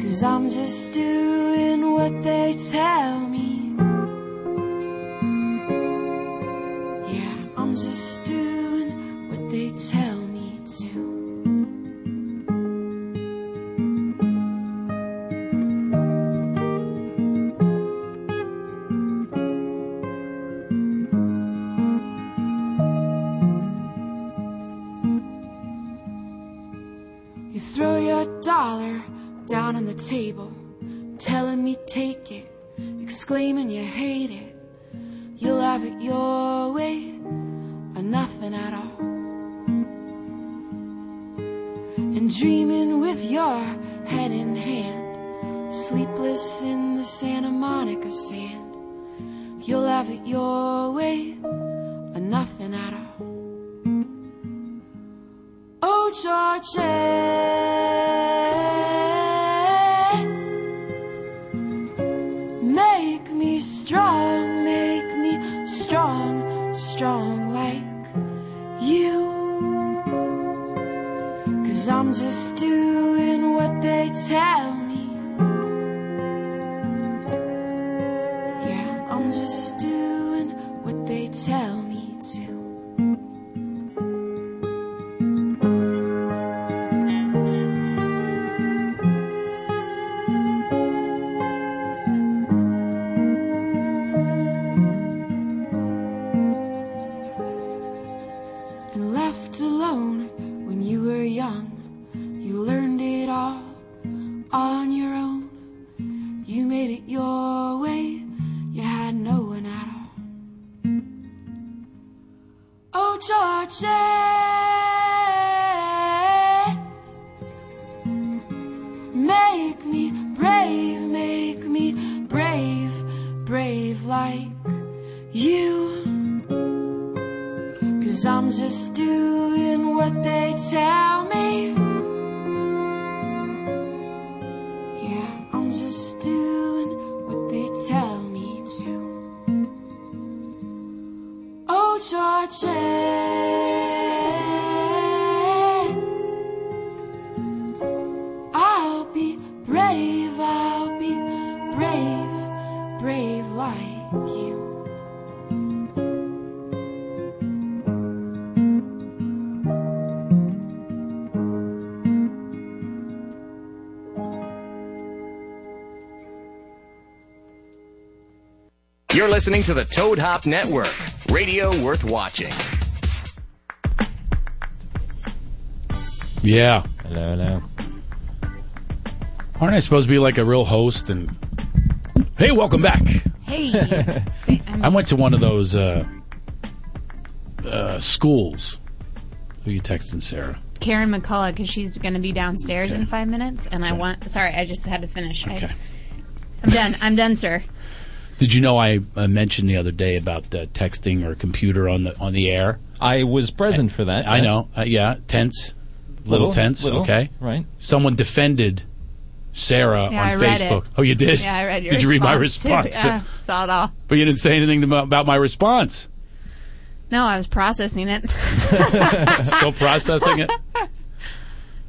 Cause I'm just doing what they tell me. Yeah, I'm just doing what they tell me to. You throw your dollar down on the table, telling me take it, exclaiming you hate it. You'll have it your way or nothing at all. And dreaming with your head in hand, sleepless in the Santa Monica sand. You'll have it your way or nothing at all. Oh, Georgia, make me strong, make me strong, strong like you. Cause I'm just doing what they tell me. Yeah, I'm just doing what they tell me to. And left alone when you were young, you learned it all on your own. You made it your way, you had no one at all. Oh, Georgia, make me brave, make me brave, brave like you. Cause I'm just doing what they tell me. Yeah, I'm just doing what they tell me to. Oh, Georgia, I'll be brave, I'll be brave, brave like you.
You're listening to the Toad Hop Network, radio worth watching.
Yeah.
Hello, hello.
Aren't I supposed to be like a real host and Hey, welcome back.
Hey.
I went to one of those uh, uh, schools. Who you texting, Sarah?
Karen McCullough because she's going to be downstairs
Okay.
in five minutes, and I
Okay.
want. Sorry, I just had to finish. I-
Okay.
I'm done. I'm done, sir.
Did you know I uh, mentioned the other day about uh, texting or computer on the on the air?
I was present for that.
I
yes.
know. Uh, yeah, tense, little,
Little,
tense.
little,
okay,
right.
Someone defended Sarah
Yeah,
on
I read
Facebook. Oh, you did?
Yeah, I read your
Did you read my
too.
response? to-
Yeah, saw it all.
But you didn't say anything about- about my response.
No, I was processing it.
Still processing it.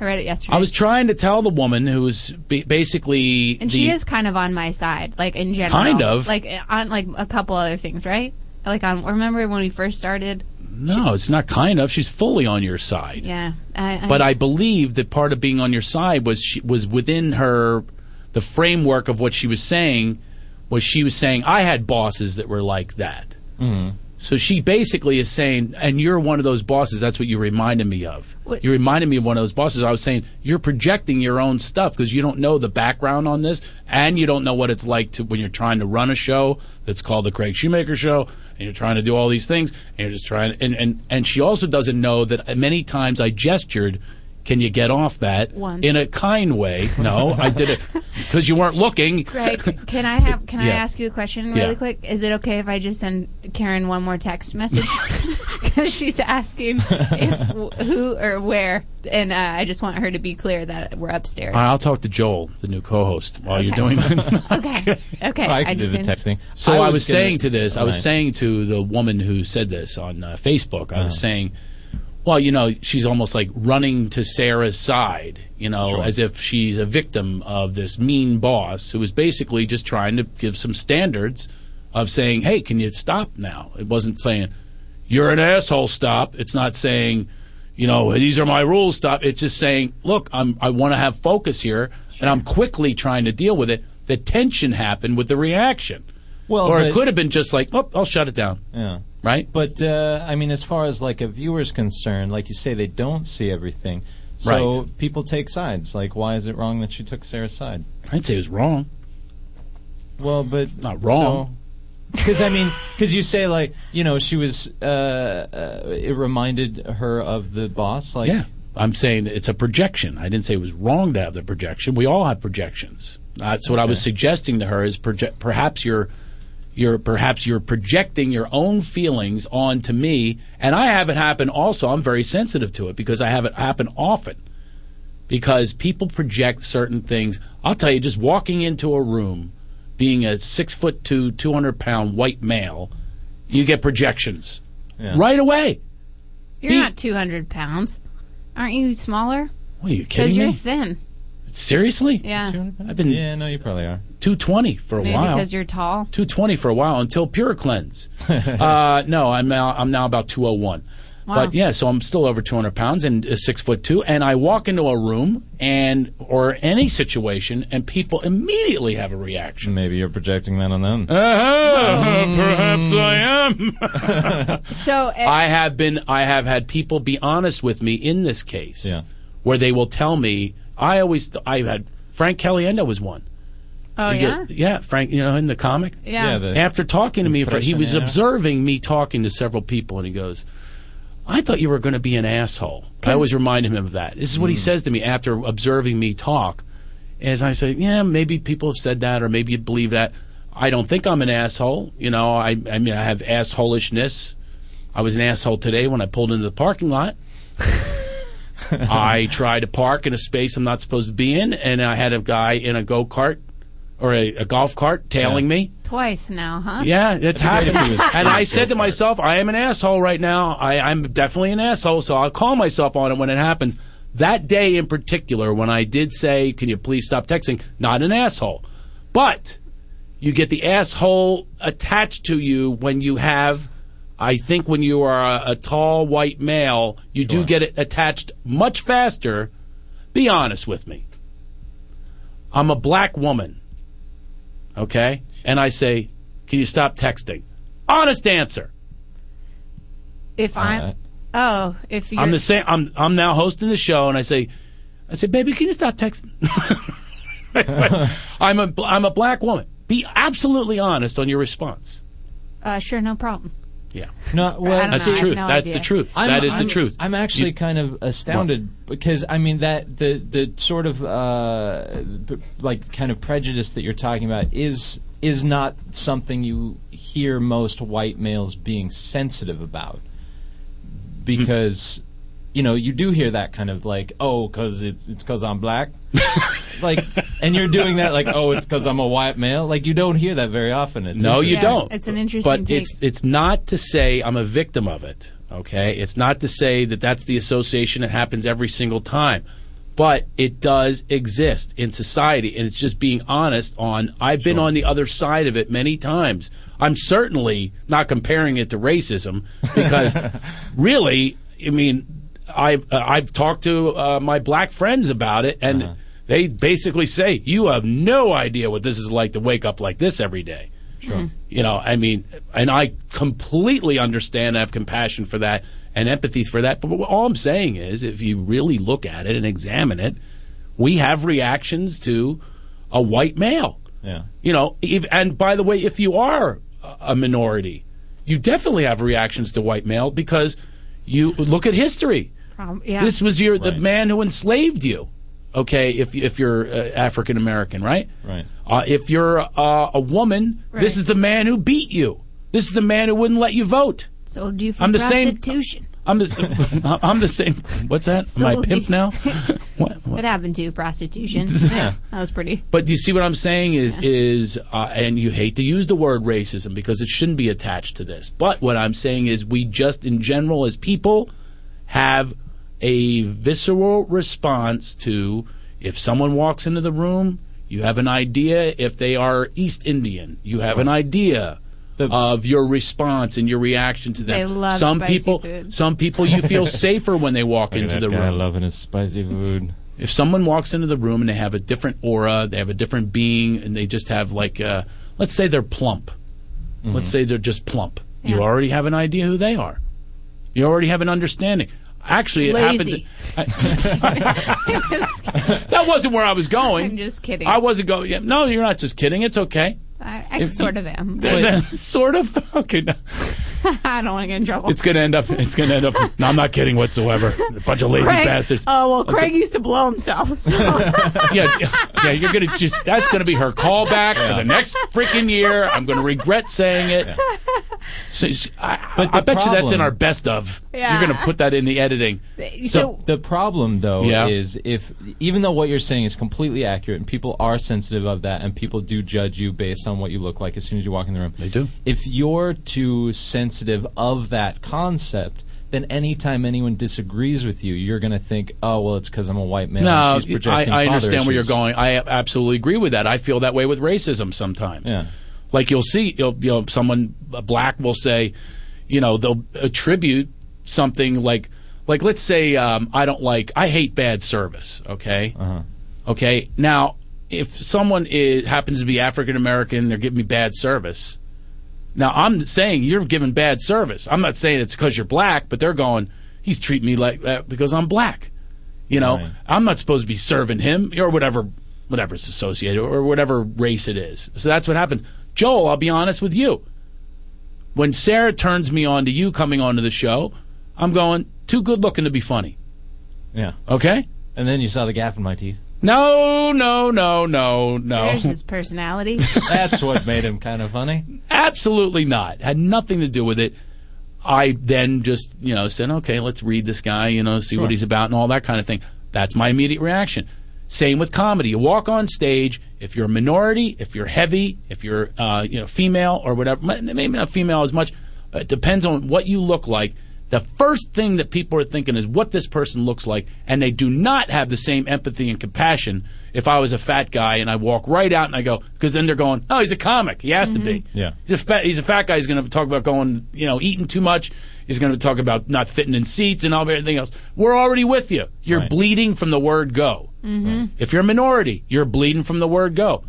I read it yesterday.
I was trying to tell the woman who's ba- basically
and
the,
she is kind of on my side, like in general.
Kind of.
like on like a couple other things, right? Like on. Remember when we first started?
No, it's not kind of. She's fully on your side.
Yeah. I,
But I believe that part of being on your side was she was within her the framework of what she was saying was she was saying I had bosses that were like that.
Mm.
So she basically is saying, and you're one of those bosses. That's what you reminded me of.
What-
You reminded me of one of those bosses. I was saying you're projecting your own stuff because you don't know the background on this, and you don't know what it's like to when you're trying to run a show that's called the Craig Shoemaker Show, and you're trying to do all these things, and you're just trying. And and and she also doesn't know that many times I gestured. Can you get off that
Once.
in a kind way? No, I did it because you weren't looking.
Greg, can I have? Can I
Yeah.
ask you a question really
Yeah.
quick? Is it okay if I just send Karen one more text message? Because she's asking if who or where, and uh, I just want her to be clear that we're upstairs.
All right, I'll talk to Joel, the new co-host, while you're doing that.
okay,
I can do
just Uh,
the
didn't-
texting.
So I was, saying to this, I was
Right.
saying to the woman who said this on uh, Facebook, I was saying, well, you know, she's almost like running to Sarah's side, you know,
Sure.
as if she's a victim of this mean boss who is basically just trying to give some standards of saying, hey, can you stop now? It wasn't saying, you're an asshole, stop. It's not saying, you know, these are my rules, stop. It's just saying, look, I'm, I want to have focus here, and I'm quickly trying to deal with it. The tension happened with the reaction.
Well,
or it
but-
could have been just like, oh, I'll shut it down.
Yeah.
Right?
But uh, I mean, as far as like a viewer's concerned, like you say, they don't see everything. So people take sides. Like, why is it wrong that she took Sarah's side?
I'd say it was wrong.
Well, but
not wrong.
Because I mean, because you say like, you know, she was. Uh, uh, it reminded her of the boss. Like,
yeah. I'm saying it's a projection. I didn't say it was wrong to have the Uh, projection. We all have projections. That's what I was suggesting to her is proje- perhaps you're you're perhaps you're projecting your own feelings onto me, and I have it happen. Also, I'm very sensitive to it because I have it happen often. Because people project certain things. I'll tell you, just walking into a room, being a six foot two, two hundred pound white male, you get projections right away.
You're not 200 pounds. Aren't you smaller?
What are you
Because
kidding
you're
me?
thin.
Seriously?
Yeah.
I've been yeah,
no, you probably are.
220 for a
Maybe
while.
because you're tall.
220 for a while until Pure Cleanse. uh, no, I'm now, I'm now about 201.
Wow.
But yeah, so I'm still over 200 pounds and uh, six foot two. And I walk into a room and or any situation, and people immediately have a reaction.
Maybe you're projecting that on them. Mm.
Uh-huh, perhaps I am.
So uh,
I have been. I have had people be honest with me in this case, where they will tell me. I always. I had Frank Caliendo was one.
Oh,
You
yeah?
get- yeah, Frank. You know, in the comic.
Yeah. Yeah, the
After talking to me for he was
impression, yeah.
observing me talking to several people, and he goes. I thought you were going to be an asshole. I always remind him of that. This is what he says to me after observing me talk. As I say, yeah, maybe people have said that, or maybe you believe that. I don't think I'm an asshole. You know, I, I mean, I have assholishness. I was an asshole today when I pulled into the parking lot. I tried to park in a space I'm not supposed to be in, and I had a guy in a go kart or a, a golf cart tailing me.
twice now, huh?
Yeah, it's happened.
That'd be great if he was
and
free
I
to
said to myself, I am an asshole right now. I, I'm definitely an asshole, so I'll call myself on it when it happens. That day in particular, when I did say, Can you please stop texting? Not an asshole. But you get the asshole attached to you when you have. I think when you are a, a tall white male, you do get it attached much faster. Be honest with me. I'm a black woman. Okay? And I say, can you stop texting? Honest answer.
If I'm. Oh, if you're.
Uh, I'm the same. I'm I'm now hosting the show, and I say, I say, baby, can you stop texting? I'm a I'm a black woman. Be absolutely honest on your response.
Uh, sure, no problem.
Yeah.
No,
I
well,
don't That's the know. I have truth. no
That's idea. the truth. That is the truth.
I'm actually kind of astounded because I mean that the the sort of uh, p- like kind of prejudice that you're talking about is is not something you hear most white males being sensitive about because you know you do hear that kind of like oh because it's it's because I'm black like and you're doing that like oh it's because I'm a white male like you don't hear that very often. It's
no, you
interesting.
don't.
It's an interesting
But
take.
it's it's not to say I'm a victim of it. Okay, it's not to say that that's the association that happens every single time, but it does exist in society, and it's just being honest. On I've been on the other side of it many times. I'm certainly not comparing it to racism because really, I mean, I've uh, I've talked to uh, my black friends about it, and they basically say you have no idea what this is like to wake up like this every day.
Sure.
You know, I mean, and I completely understand. I have compassion for that and empathy for that. But all I'm saying is, if you really look at it and examine it, we have reactions to a white male.
Yeah.
You know, if, and by the way, if you are a- a minority, you definitely have reactions to white male because you look at history.
Prob- yeah.
This was your the man who enslaved you. Okay, if if you're uh, African American, right?
Right.
Uh, if you're uh, a woman, this is the man who beat you. This is the man who wouldn't let you vote.
Sold Oh, you for
I'm the same-
prostitution.
I'm the I'm the same. What's that? Am I a
Sold
pimp
you-
now?
What happened to prostitution?
Yeah.
That was pretty.
But do you see what I'm saying is is uh, and you hate to use the word racism because it shouldn't be attached to this. But what I'm saying is we just in general as people have a visceral response to if someone walks into the room, you have an idea if they are East Indian, you have an idea of your response and your reaction to them.
They love
some
spicy
people
food.
some people you feel safer when they walk
Look at
into the
that guy
room.
loving his spicy food.
If someone walks into the room and they have a different aura, they have a different being, and they just have like, uh, let's say they're plump.
Mm-hmm.
Let's say they're just plump. You already have an idea who they are. You already have an understanding. Actually, it
Lazy.
happens. that wasn't where I was going.
I'm just kidding.
I wasn't going. yeah, No, you're not just kidding. It's okay.
I, I
If-
sort of am.
sort of. Okay. no.
I don't want to get in trouble.
It's gonna end up. It's gonna end up. No, I'm not kidding whatsoever. A bunch of lazy
Craig-
bastards.
Oh well, Craig used to blow himself. So.
yeah, yeah. You're gonna just. That's gonna be her callback for
Yeah.
the next freaking year. I'm gonna regret saying it. So, sh- I, I bet you that's in
problem-
our best of.
Yeah.
You're gonna put that in the editing.
So the problem, though,
Yeah.
is if even though what you're saying is completely accurate, and people are sensitive of that, and people do judge you based on what you look like as soon as you walk in the room, they
do.
If you're too sensitive of that concept, then anytime anyone disagrees with you, you're going to think, "Oh, well, it's because I'm a white man."
no,
and she's projecting
I, I
father
understand where you're
issues."
going. I absolutely agree with that. I feel that way with racism sometimes.
Yeah.
Like you'll see, you'll, you know, someone uh, black will say, you know, they'll attribute something like, like let's say um, I don't like, I hate bad service. Okay. Uh-huh. Okay. Now, if someone is, happens to be African American, they're giving me bad service. Now I'm saying you're giving bad service. I'm not saying it's because you're black, but they're going, he's treating me like that because I'm black. You know, I'm not supposed to be serving him or whatever, whatever's associated or whatever race it is. So that's what happens. Joel, I'll be honest with you. When Sarah turns me on to you coming onto the show, I'm going too good looking to be funny.
Yeah.
Okay.
And then you saw the gap in my teeth.
No, no, no, no, no.
There's his personality.
That's what made him kind of funny.
Absolutely not. Had nothing to do with it. I then just, you know, said, okay, let's read this guy, you know, see
Sure.
what he's about and all that kind of thing. That's my immediate reaction. Same with comedy. You walk on stage, if you're a minority, if you're heavy, if you're, uh, you know, female or whatever, mi- maybe not female as much, uh, it depends on what you look like. The first thing that people are thinking is what this person looks like, and they do not have the same empathy and compassion if I was a fat guy and I walk right out and I go, because then they're going, oh, he's a comic. He has to be.
Yeah.
He's a fat, he's a fat guy. He's going to talk about going, you know, eating too much. He's going to talk about not fitting in seats and all of everything else. We're already with you. You're bleeding from the word go.
Mm-hmm.
If you're a minority, you're bleeding from the word go.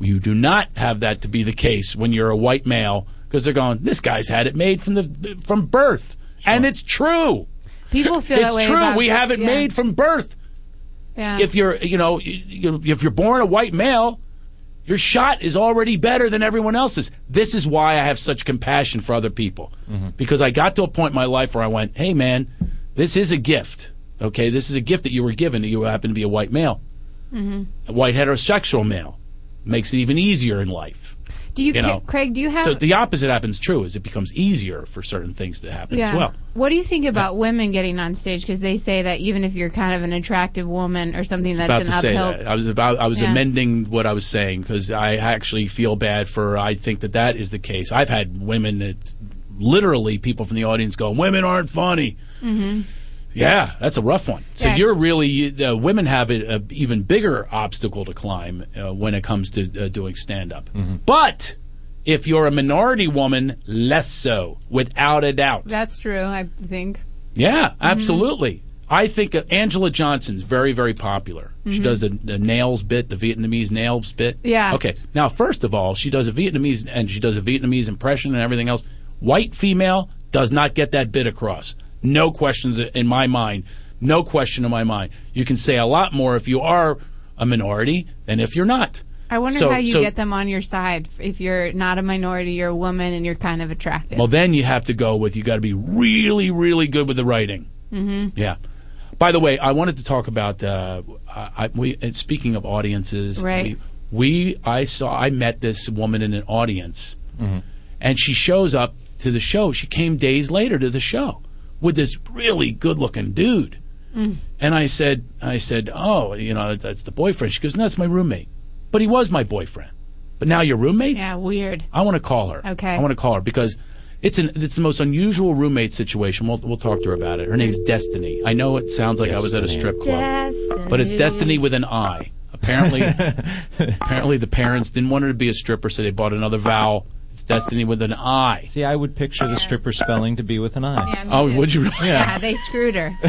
You do not have that to be the case when you're a white male because they're going, this guy's had it made from the from birth, and it's true.
People feel
it's
that way
true.
about-
we have it
yeah.
made from birth.
Yeah.
If you're, you know, you- you- if you're born a white male, your shot is already better than everyone else's. This is why I have such compassion for other people
Mm-hmm.
because I got to a point in my life where I went, "Hey, man, this is a gift. Okay, this is a gift that you were given. That you happen to be a white male,
Mhm.
a white heterosexual male, makes it even easier in life."
Do you, ca-
know?
Craig? Do you have?
so the opposite happens true is it becomes easier for certain things to happen as well.
What do you think about women getting on stage? Because they say that even if you're kind of an attractive woman or something, that's
about
an
to say
uphill.
that. I was about. I was
Yeah.
amending what I was saying because I actually feel bad for. I think that that is the case. I've had women that literally people from the audience go, "Women aren't funny."
Mm-hmm.
Yeah, that's a rough one. So
Yeah.
you're really uh, women have a, a even bigger obstacle to climb uh, when it comes to uh, doing stand up. But if you're a minority woman, less so, without a doubt.
That's true. I think.
Yeah, absolutely. I think uh, Angela Johnson's very, very popular. She
Mhm.
does the, the nails bit, the Vietnamese nails bit.
Yeah.
Okay. Now, first of all, she does a Vietnamese and she does a Vietnamese impression and everything else. White female does not get that bit across. No questions in my mind. No question in my mind. You can say a lot more if you are a minority than if you're not.
I wonder
So-
how you
so-
get them on your side if you're not a minority, you're a woman, and you're kind of attractive.
Well, then you have to go with you got to be really, really good with the writing.
hmm
Yeah. By the way, I wanted to talk about uh, I, I- we. And speaking of audiences,
Right.
We, we I saw I met this woman in an audience,
Mm-hmm.
and she shows up to the show. She came days later to the show with this really good-looking dude, and I said, I said, oh, you know, that's the boyfriend. She goes, no, that's my roommate, but he was my boyfriend, but now you're roommates.
Yeah, weird.
I want to call her.
Okay.
I want to call her because it's an it's the most unusual roommate situation. We'll we'll talk to her about it. Her name's Destiny. I know it sounds like I was at a strip club, but it's Destiny with an I. Apparently, apparently the parents didn't want her to be a stripper, so they bought another vowel. It's Destiny with an I.
See, I would picture the stripper spelling to be with an I.
Yeah, me
Oh,
too.
would you?
Yeah. they screwed her. The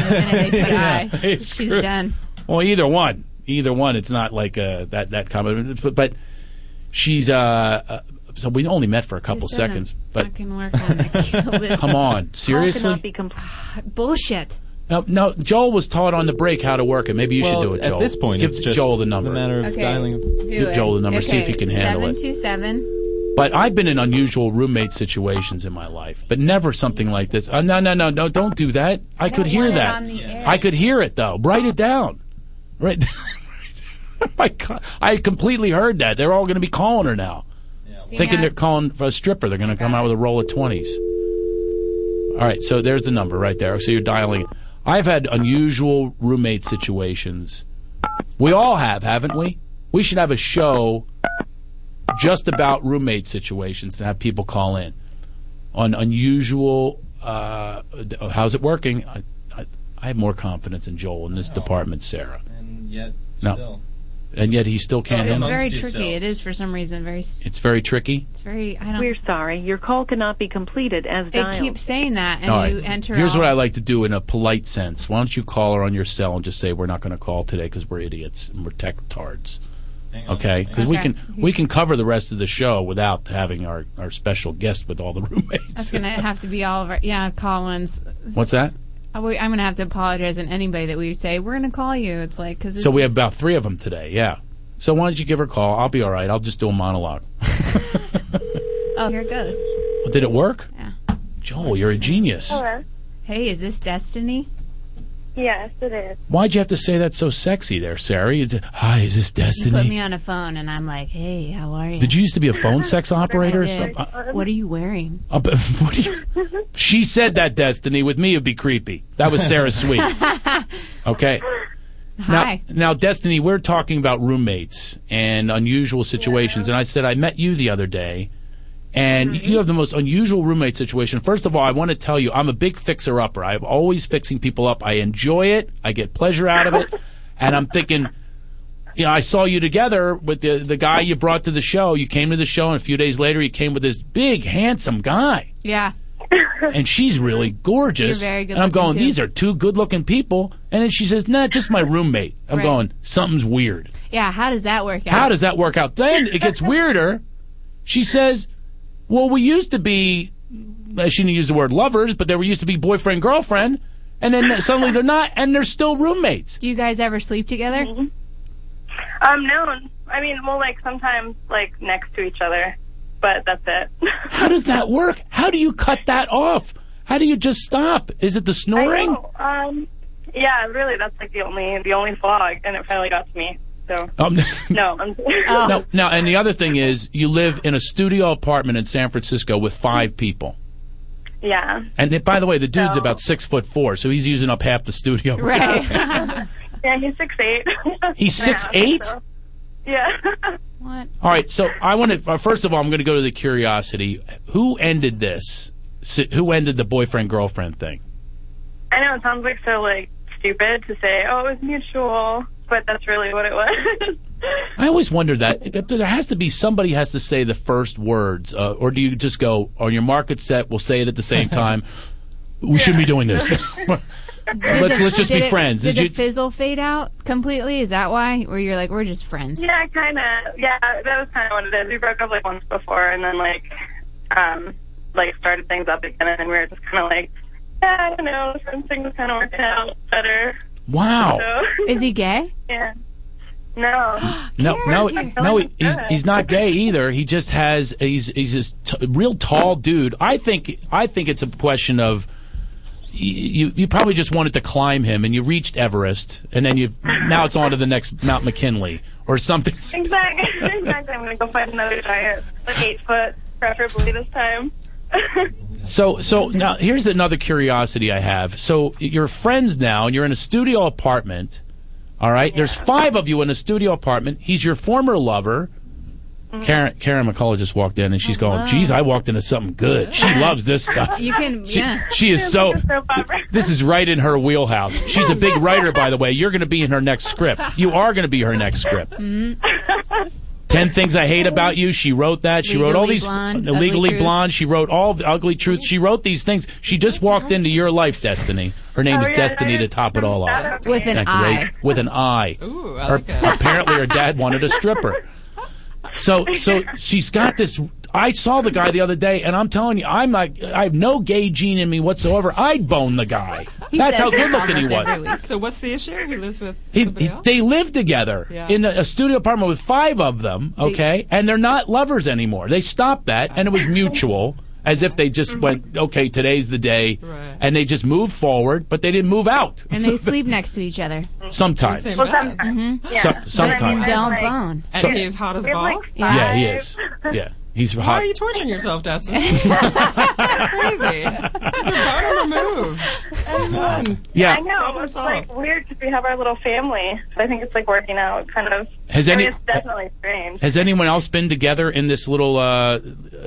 minute they put eye, she's
screwed.
done.
Well, either one, either one. It's not like uh, that that common, but, but she's uh, uh, so we only met for a couple
This doesn't
seconds. But
fucking work. I'm gonna kill this.
come on, seriously?
Bullshit.
No, no. Joel was taught on the break how to work it. Maybe you
Well,
should do it,
at
Joel.
this point,
give
it's just
Joel the number.
the matter of
Okay.
dialing.
Do
Give
it.
Joel the number. See if
Okay,
he can handle it.
727
But I've been in unusual roommate situations in my life, but never something like this. Uh, no, no, no, no, don't do that. I could hear that. I could hear it though. Write it down. Right. Oh, my God, I completely heard that. They're all going to be calling her now, thinking they're calling for a stripper. They're going to come out with a roll of twenties. All right, so there's the number right there. So you're dialing. I've had unusual roommate situations. We all have, haven't we? We should have a show just about roommate situations and have people call in on unusual. Uh, d- how's it working? I, I, I have more confidence in Joel in this department, Sarah.
And yet,
No.
still.
And yet he still can't.
it's
handle
very
it.
tricky. It is for some reason very. s-
It's very tricky.
It's very. I don't.
We're sorry. Your call cannot be completed as dialed.
It keeps saying that, and
all right.
you enter.
Here's
all-
what I like to do in a polite sense. Why don't you call her on your cell and just say we're not going to call today because we're idiots and we're tech tards. Okay, because we
Okay.
can we can cover the rest of the show without having our, our special guest with all the roommates.
That's gonna have to be all of our yeah Collins.
What's that?
I- we- I'm gonna have to apologize and anybody that we say we're gonna call you. It's like because
So we have about three of them today. Yeah. So why don't you give her a call? I'll be all right. I'll just do a monologue.
Oh, here it goes.
Well, did it work? Yeah. Joel, you're a genius.
Hey, is this Destiny?
Yes, it is.
Why'd you have to say that so sexy there, Sari? It's, Hi, is this
You put
Destiny?
me on a phone, and I'm like, hey, how are you?
Did you used to be a phone sex operator or
I did.
something? Uh,
What are you wearing?
uh, but what do you- she said that, Destiny. With me, it'd be creepy. That was Sarah Sweet. Okay.
Hi.
Now, now, Destiny, we're talking about roommates and unusual situations. And I said, I met you the other day, and you have the most unusual roommate situation. First of all, I want to tell you, I'm a big fixer upper. I'm always fixing people up. I enjoy it, I get pleasure out of it. and I'm thinking, you know, I saw you together with the, the guy you brought to the show. You came to the show, and a few days later, you came with this big, handsome guy
Yeah.
and she's really gorgeous.
You're very
and I'm
good-looking,
going,
too.
these are two good looking people. And then she says, nah, just my roommate. I'm
Right.
going, something's weird.
Yeah. How does that work out?
How does that work out? Then it gets weirder. She says, well, we used to be, uh, she didn't use the word lovers, but they were used to be boyfriend, girlfriend. And then suddenly they're not, and they're still roommates.
Do you guys ever sleep together?
Um, no. I mean, well, like sometimes, like next to each other, but that's it.
How does that work? How do you cut that off? How do you just stop? Is it the snoring?
um, yeah, really, that's like the only the only flaw, and it finally got to me. So
Um,
no, I'm.
Oh.
No, no, and the other thing is, you live in a studio apartment in San Francisco with five people.
Yeah.
And it, by the way, the dude's about six foot four, so he's using up half the studio.
Right. yeah, he's six eight.
He's 6'8"?
Yeah.
All right. So I want to uh, first of all, I'm going to go to the curiosity. Who ended this? Si- Who ended the boyfriend girlfriend thing?
I know it sounds like so like stupid to say, oh, it was mutual, but that's really what it was.
I always wonder that that there has to be somebody has to say the first words, uh, or do you just go on your market set? We'll say it at the same time. We shouldn't be doing this.
Mm-hmm.
Did
let's
the-
let's just
did
be
it-
friends.
Did,
Did
the fizzle fade out completely? Is that why? Where you're like, we're just friends.
yeah, kind of. Yeah, that was kind of what it is. We broke up like once before, and then like, um, like started things up again, and then we were just kind of like, yeah, I don't know, something was kind of working out better.
Wow.
So,
Is he gay?
yeah. No.
No, no,
Karen,
no.
you're
he- He's
good.
he's not gay either. He just has he's he's this t- real tall dude. I think I think it's a question of y- you you probably just wanted to climb him and you reached Everest and then you now it's on to the next Mount McKinley or something.
Exactly. exactly. I'm gonna go find another giant, like eight foot, preferably this time.
So so now here's another curiosity I have. So you're friends now and you're in a studio apartment. All right, there's five of you in a studio apartment. He's your former lover. Karen Karen McCullough just walked in and she's going,
wow.
"Geez, I walked into something good. She loves this stuff."
You can.
She,
yeah.
she is so. This is right in her wheelhouse. She's a big writer, by the way. You're going to be in her next script. You are going to be her next script.
Mhm.
Ten Things I Hate About You. She wrote that. She wrote all
Legally
these.
Blonde, Ugly
Legally
Truth.
Blonde. She wrote all the Ugly Truth. She wrote these things. She just walked into your life, Destiny. Her name is
Oh, yeah,
Destiny to top it all off.
With
Isn't
an
that great?
eye.
With an eye.
Ooh,
Her- apparently, her dad wanted a stripper. So, so she's got this I saw the guy the other day, and I'm telling you, I'm like, I have no gay gene in me whatsoever. I'd bone the guy. That's how good looking he was.
So what's the issue? He lives with.
He, he- they live together
Yeah.
in a, a studio apartment with five of them, okay? and they're not lovers anymore. They stopped that, and it was mutual, as if they
Mm-hmm.
just went, okay, today's the day. And they just moved forward, but they didn't move out
And they sleep next to each other. Mm-hmm.
sometimes.
Well,
sometimes.
Yeah. Some- sometimes.
But don't bone.
And
So-
he is hot as
We have, like,
balls.
yeah, he is. Yeah, he's
Why
hot.
are you torturing yourself, Dustin? That's crazy. Bone remove.
Yeah.
I know. It's like weird because we have our little family. So I think it's like working out, kind of.
Has
I mean,
any-
it's definitely strange.
Has anyone else been together in this little uh, uh,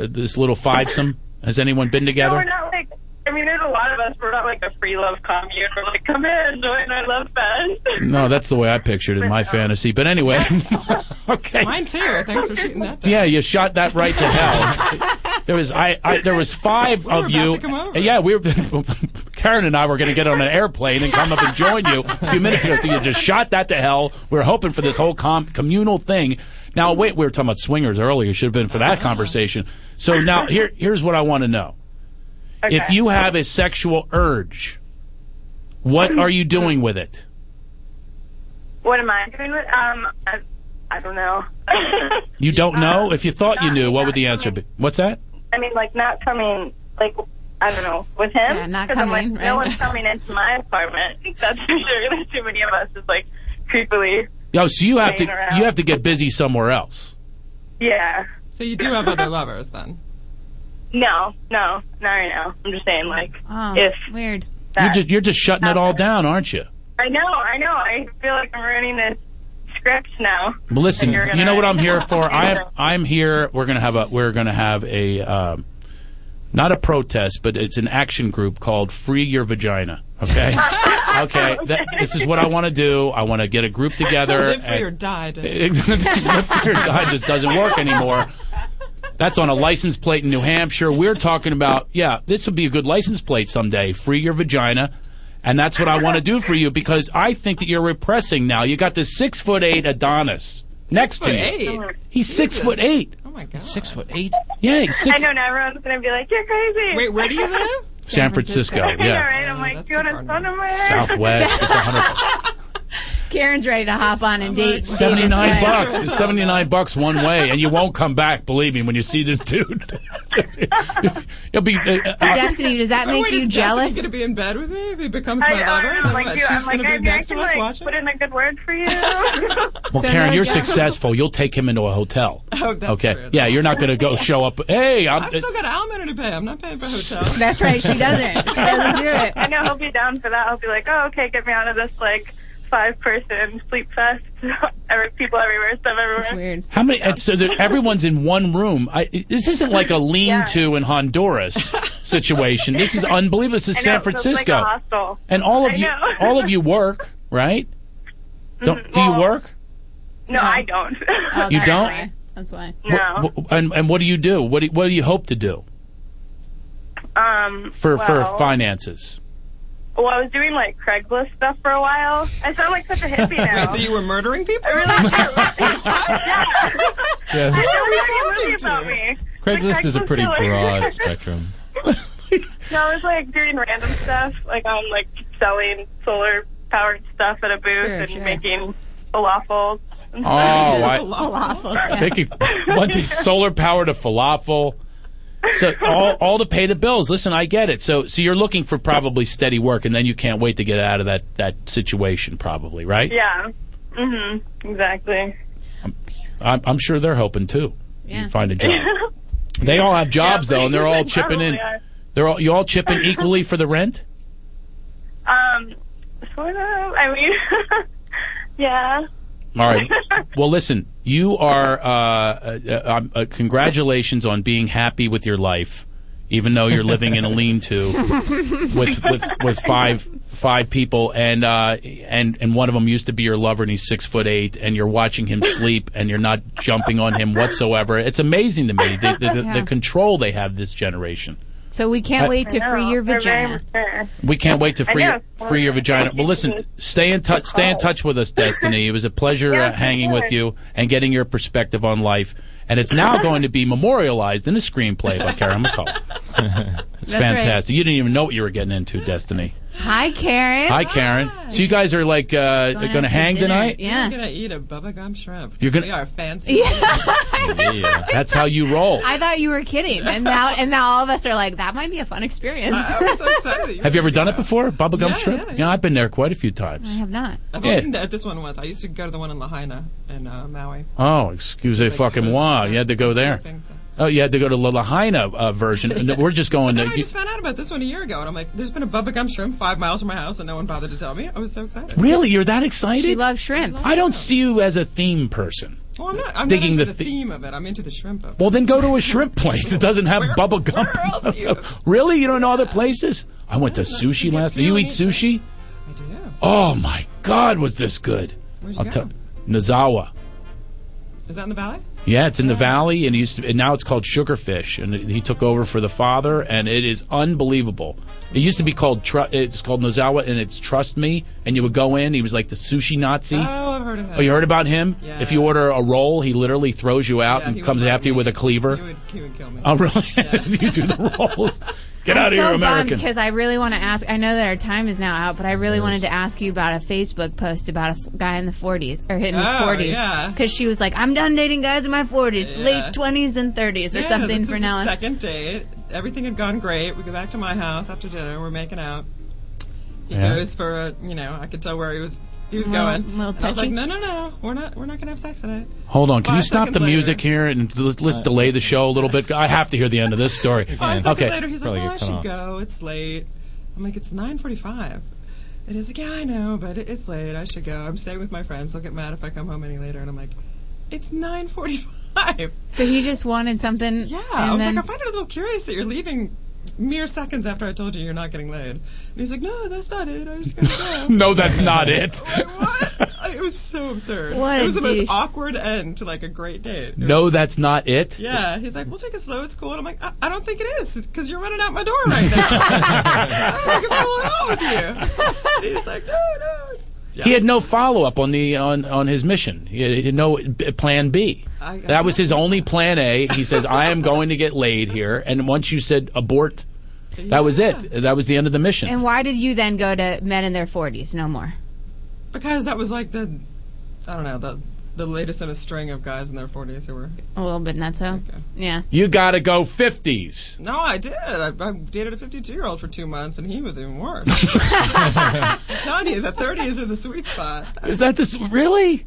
this little fivesome? Has anyone been
No, we're
together?
not like. I mean, there's a lot of us. We're not like a free love commune. We're like, come in, join our love fest.
No, that's the way I pictured it in
uh,
my fantasy. But anyway, Okay.
Mine too. Thanks for shooting that.
yeah, you shot that right to hell. There was I, I there was five
We were
of
about
you.
to come over.
Yeah, we were Karen and I were going to get on an airplane and come up and join you a few minutes ago. So you just shot that to hell. We were hoping for this whole com- communal thing. Now wait, we were talking about swingers earlier. Should have been for that conversation. So now here here's what I want to know. If
Okay.
you have a sexual urge, what
Um,
are you doing with it?
What am I doing with? Um, I, I don't know.
You don't know? If you thought you knew, what would the answer be? What's that?
I mean, like not coming, like I don't know, with him.
Yeah, not
'Cause I'm like,
coming,
No
right?
one's coming into my apartment. That's for sure. There's too many of us. It's like creepily.
Oh, so you have to
Playing around.
you have to get busy somewhere else.
Yeah.
So you do have other lovers then?
No, no, not right now. I'm just saying, like,
Oh,
if
weird.
You're just you're just shutting it all down, aren't you?
I know, I know. I feel like I'm ruining this script now.
Well, listen,
And you're gonna-
you know what I'm here for. I'm I'm here. We're gonna have a we're gonna have a um, not a protest, but it's an action group called Free Your Vagina. Okay, okay. That, this is what I want to do. I want to get a group together.
Live free
and-
or die. Dustin.
Live free or die just doesn't work anymore. That's on a license plate in New Hampshire. We're talking about, yeah, this would be a good license plate someday. Free your vagina. And that's what I want to do for you because I think that you're repressing now. You got this six foot eight Adonis next to you.
Eight.
He's six
Jesus.
foot eight.
Oh my god.
Six foot eight? Yeah, he's
I
six.
know now everyone's gonna be like, "You're crazy."
Wait, where do you live?
San Francisco,
yeah,
yeah.
right. I'm like, "Do you want a son of mine?"
Southwest. It's 100,
Karen's ready to hop on and date. date this
79
guy.
bucks. It's 79 bucks one way, and you won't come back, believe me, when you see this dude. You'll be. uh, uh,
Destiny, does that
Oh,
make
wait,
you
is
jealous?
Destiny gonna be in bed with me if he becomes
I,
my
I
lover?
don't know,
Then
like,
what?
you,
She's
I'm like,
gonna
I,
be
I
next to
can
us
like
watching.
put in a good word for you.
Well,
So
Karen,
no
you're
job.
successful. You'll take him into a hotel.
Oh, that's
okay.
true.
Yeah, you're not going to go show up. Hey, I'm.
I still got alimony to pay. I'm not paying for hotel.
That's right. She doesn't. She doesn't do it.
I know he'll be down for that. He'll be like, "Oh, okay, get me out of this like five-person sleep fest. Every- people everywhere, stuff everywhere." That's
weird.
how many? And so that everyone's in one room. I, this isn't like a lean-to in Honduras situation. This is unbelievable. This is
I know,
San
so it's
Francisco,
like a hostel.
and all
I
of you,
know. Mm-hmm.
all of you work, right? Don't do you work?
No, I don't.
You don't?
That's why.
No.
What- what- and, and what do you do? What do, what do you hope to do
Um.
for
well-
for finances?
Well, I was doing like Craigslist stuff for a while. I sound like such a hippie now.
Wait, so you were murdering people?
I
Yeah.
don't know what about me.
Craigslist is a pretty
Craigslist killer.
broad spectrum.
No, I was like doing random stuff, like on like selling solar powered stuff at a booth and making falafels. and
Oh,
stuff.
I- They could want the solar power to falafel. So all all to pay the bills. Listen, I get it. So so you're looking for probably steady work, and then you can't wait to get out of that that situation, probably, right?
Yeah. Mhm. Exactly.
I'm, I'm sure they're hoping too.
Yeah.
You find a job. They all have jobs though, and they're all chipping in.
Probably are.
They're all you all chipping equally for the rent.
Um. Sort of. I mean. yeah.
All right. Well, listen, you are uh, uh, uh, um, uh, congratulations on being happy with your life, even though you're living in a lean-to. with with with five five people and uh and and one of them used to be your lover and he's six foot eight and you're watching him sleep and you're not jumping on him whatsoever it's amazing to me the, the, the,
Yeah.
the control they have this generation
So we can't
I-
wait to
I know,
free your
they're very
vagina.
mature.
we can't wait to
I
free your,
know.
free your vagina well listen stay in touch stay in touch with us destiny it was a pleasure
Yeah,
uh, hanging with
sure.
you and getting your perspective on life and it's now going to be memorialized in a screenplay by Karen McCall. it's
That's right.
fantastic. You didn't even know what you were getting into, Destiny.
Hi, Karen.
Hi, Karen. So you guys are like uh, going to hang tonight?
Yeah.
We're gonna eat a bubba gum shrimp.
You're gonna-
We are fancy.
Yeah.
That's how you
Oh.
roll.
I thought you were kidding, and now and now all of us are like, that might be a fun experience. I,
was so excited.
Have you ever done it before? Bubblegum gum shrimp? Yeah, I've been there quite a few times.
have not.
I've
Yeah.
only been at this one once. I used to go to the one in Lahaina in uh, Maui.
Oh, excuse me, fucking wow. You had to go there. Oh, you had to go to La Lahaina uh, version. No, We're just going to.
I just found out about this one a year ago, and I'm like, "There's been a bubba gum shrimp five miles from my house, and no one bothered to tell me." I was so excited.
Really? You're that excited?
She
loves shrimp.
I don't see you as a theme person.
Well, I'm not. I'm
Digging
not into
the
the,
the-
theme of it. I'm into the shrimp of it.
Well, then go to a shrimp place that doesn't have bubble gum. really? You don't know other places? I went to sushi last night. You eat sushi? I do. Oh, my God, was this good.
Where'd you
I'll
go?
tell Nozawa.
Is that in the valley?
Yeah, it's in the valley, and he used to, and now it's called Sugarfish, and he took over for the father, and it is unbelievable. It used to be called tru- it's called Nozawa, and it's Trust Me, and you would go in. He was like the sushi Nazi.
Oh, I've heard of him.
Oh, you heard about him? If you order a roll, he literally throws you out and comes after you with a cleaver. He would, kill me. Oh, really? you do the rolls. Get
I'm
out of
so
here,
bummed
American.
Because I really want to ask. I know that our time is now out, but I really wanted to ask you about a Facebook post about a f- guy in the 40s or in his
Oh,
40s.
yeah.
Because she was like, "I'm done dating guys in my 40s, late 20s and 30s, or
yeah,
something
this
for
was
now."
The
on."
second date, everything had gone great. We go back to my house after dinner. We're making out. He
Yeah.
goes for a, you know, I could tell where he was. He was
Little-
going.
little
and I was
touchy?
like, no, no, no, we're not, we're not gonna have sex tonight.
Hold on, can you
Five
stop the
seconds
music here and l- let's delay the show a little bit? I have to hear the end of this story.
Five seconds
okay.
later, he's like, "Well, I should go. It's late." I'm like, "It's 9:45." And he's like, "Yeah, I know, but it- it's late. I should go. I'm staying with my friends. They'll get mad if I come home any later." And I'm like, "It's 9:45."
So he just wanted something. Yeah,
I was like, "I find it a little curious that you're leaving." Mere seconds after I told you you're not getting laid, and he's like, "No, that's not it. I was gonna go."
No, that's not it.
it was so absurd.
What
it
a
was the
douche.
most awkward end to like a great date.
No, that's not it.
Yeah, he's like, "We'll take it slow. It's cool." And I'm like, "I, I don't think it is because you're running out my door right now." I'm like, "What's going on with you?" And he's like, "No, no."
He had no follow up on the on, on his mission. He had no b- plan B.
I- I
that was his only plan A. He said, "I am going to get laid here," and once you said abort, that was it. That was the end of the mission.
And why did you then go to men in their 40s? No more.
Because that was like the, I don't know, the the latest in a string of guys in their 40s who were.
A little bit not so. Yeah.
you got to go fifties.
No, I did. I, I dated a 52 year old for two months, and he was even worse. I'm telling you, the 30s are the sweet spot.
Is that this really?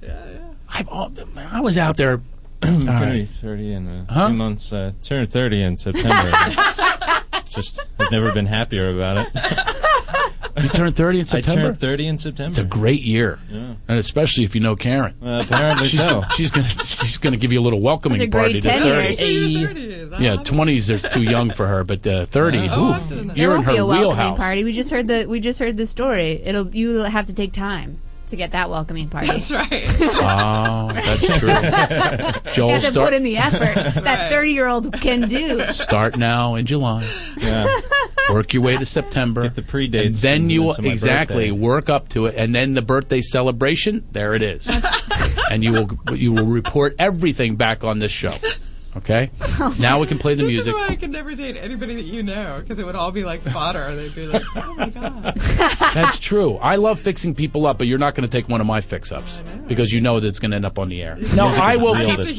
I've, al- I was out there.
I'm
All
gonna
right.
be thirty in a
Huh?
few months. Uh, turn thirty in September. Just I've never been happier about it.
You turned thirty in September.
I turned thirty in September.
It's a great year,
Yeah.
and especially if you know Karen.
Uh, apparently
she's,
so.
She's gonna she's gonna give you a little welcoming
That's a
party
great
to
10
thirty.
years.
Yeah,
Ah.
twenties is too young for her, but uh, thirty,
Oh,
ooh,
I've
done
There
you're in
won't
her
be a welcoming
wheelhouse.
party. We just heard the we just heard the story. It'll you'll have to take time to get that welcoming party.
That's right.
Oh, that's true.
you
Joel,
have to
start
put in the effort that thirty year old can do.
start now in July.
Yeah.
Work your way to September. Get the pre dates. Then
and
you
then
will
to my
exactly
birthday.
work up to it, and then the birthday celebration. There it is, and you will you will report everything back on this show. Okay. Now we can play the
This is
music.
why I could never date anybody that you know, because it would all be like fodder. They'd be like, "Oh my god."
That's true. I love fixing people up, but you're not going to take one of my fix ups because you know that it's going to end up on the air. No,
Music
I
is
will
real
keep
this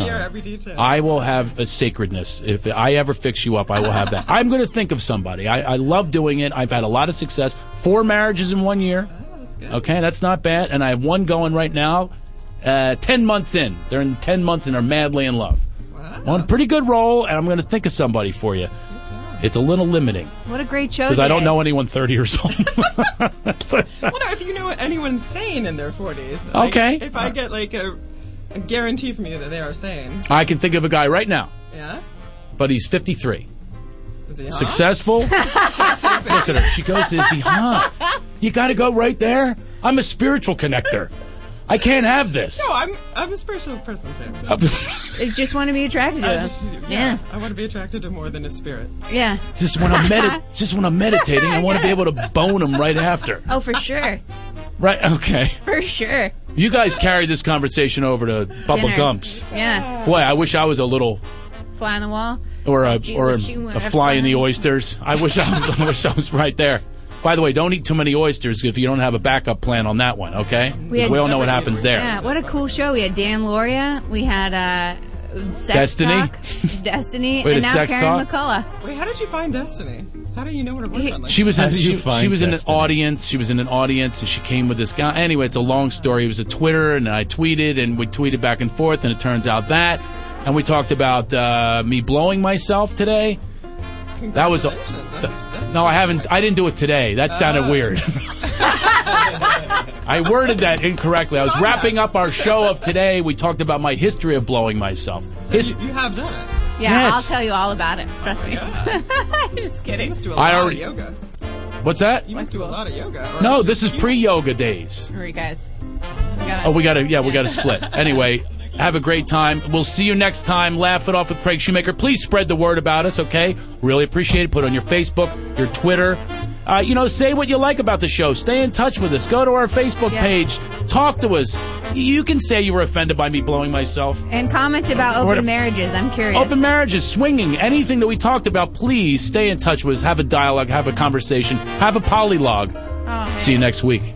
time.
I will have a sacredness. If I ever fix you up, I will have that. I'm going to think of somebody. I, I love doing it. I've had a lot of success. Four marriages in one year. Okay, that's not bad. And I have one going right now. Uh, ten months in, they're in ten months and are madly in love. On a pretty good roll, and I'm going to think of somebody for you. It's a little limiting
What a great show!
because I don't
today.
know anyone 30 years old.
well, no, if you know anyone sane in their 40s.
Okay.
If I get like a, a guarantee from you that they are sane.
I can think of a guy right now,
Yeah.
but he's 53.
Is he hot?
Successful. Listen, she goes, Is he hot? You got to go right there. I'm a spiritual connector. I can't have this.
No, I'm I'm a spiritual person too.
They just want to be attracted to
I
us.
just-
yeah.
I want to be attracted to more than a spirit.
Yeah.
Just when I'm medi- just when I'm meditating, I want to be able to bone him right after.
Oh, for sure.
Right. Okay.
for sure.
You guys carried this conversation over to Bubba
Dinner.
Gumps.
Yeah.
Boy, I wish I was a little
Fly on the wall.
or a
Would you-
or a,
would you wanna
a fly in the oysters. I wish I, was, I wish I was right there. By the way, don't eat too many oysters if you don't have a backup plan on that one. Okay,
We
we,
had-
all know what happens there.
Yeah, what a cool show. We had Dan Loria. We had uh, sex
Destiny?
Talk, Destiny,
Wait,
and
a
now
sex
Karen
talk?
McCullough.
Wait, how did you find Destiny? How do you know what a boyfriend like?
She was
that?
in, she, she was in an audience. She was in an audience, and she came with this guy. Anyway, it's a long story. It was a Twitter, and I tweeted, and we tweeted back and forth, and it turns out that, and we talked about uh, me blowing myself today. That was a, no, I haven't. I didn't do it today. That sounded weird.
Ah.
I worded that incorrectly. I was wrapping up our show of today. We talked about my history of blowing myself.
So
His,
you, you have done it.
Yeah,
Yes.
I'll tell you all about it. Trust me. Just kidding.
You must do a
I
lot
already-
of yoga.
what's that?
You must do a lot of yoga. or
No,
else
this is pre-yoga days.
Who are you guys?
Oh, we gotta, yeah, we gotta split. Anyway, have a great time. We'll see you next time. Laugh it off with Craig Shoemaker. Please spread the word about us, okay? Really appreciate it. Put it on your Facebook, your Twitter. Uh, you know, say what you like about the show. Stay in touch with us. Go to our Facebook
Yeah.
page. Talk to us. You can say you were offended by me blowing myself.
And comment about
What
open
a-
marriages. I'm curious.
Open marriages, swinging, anything that we talked about, please stay in touch with us. Have a dialogue, have a conversation, have a polylog.
Oh.
See you next week.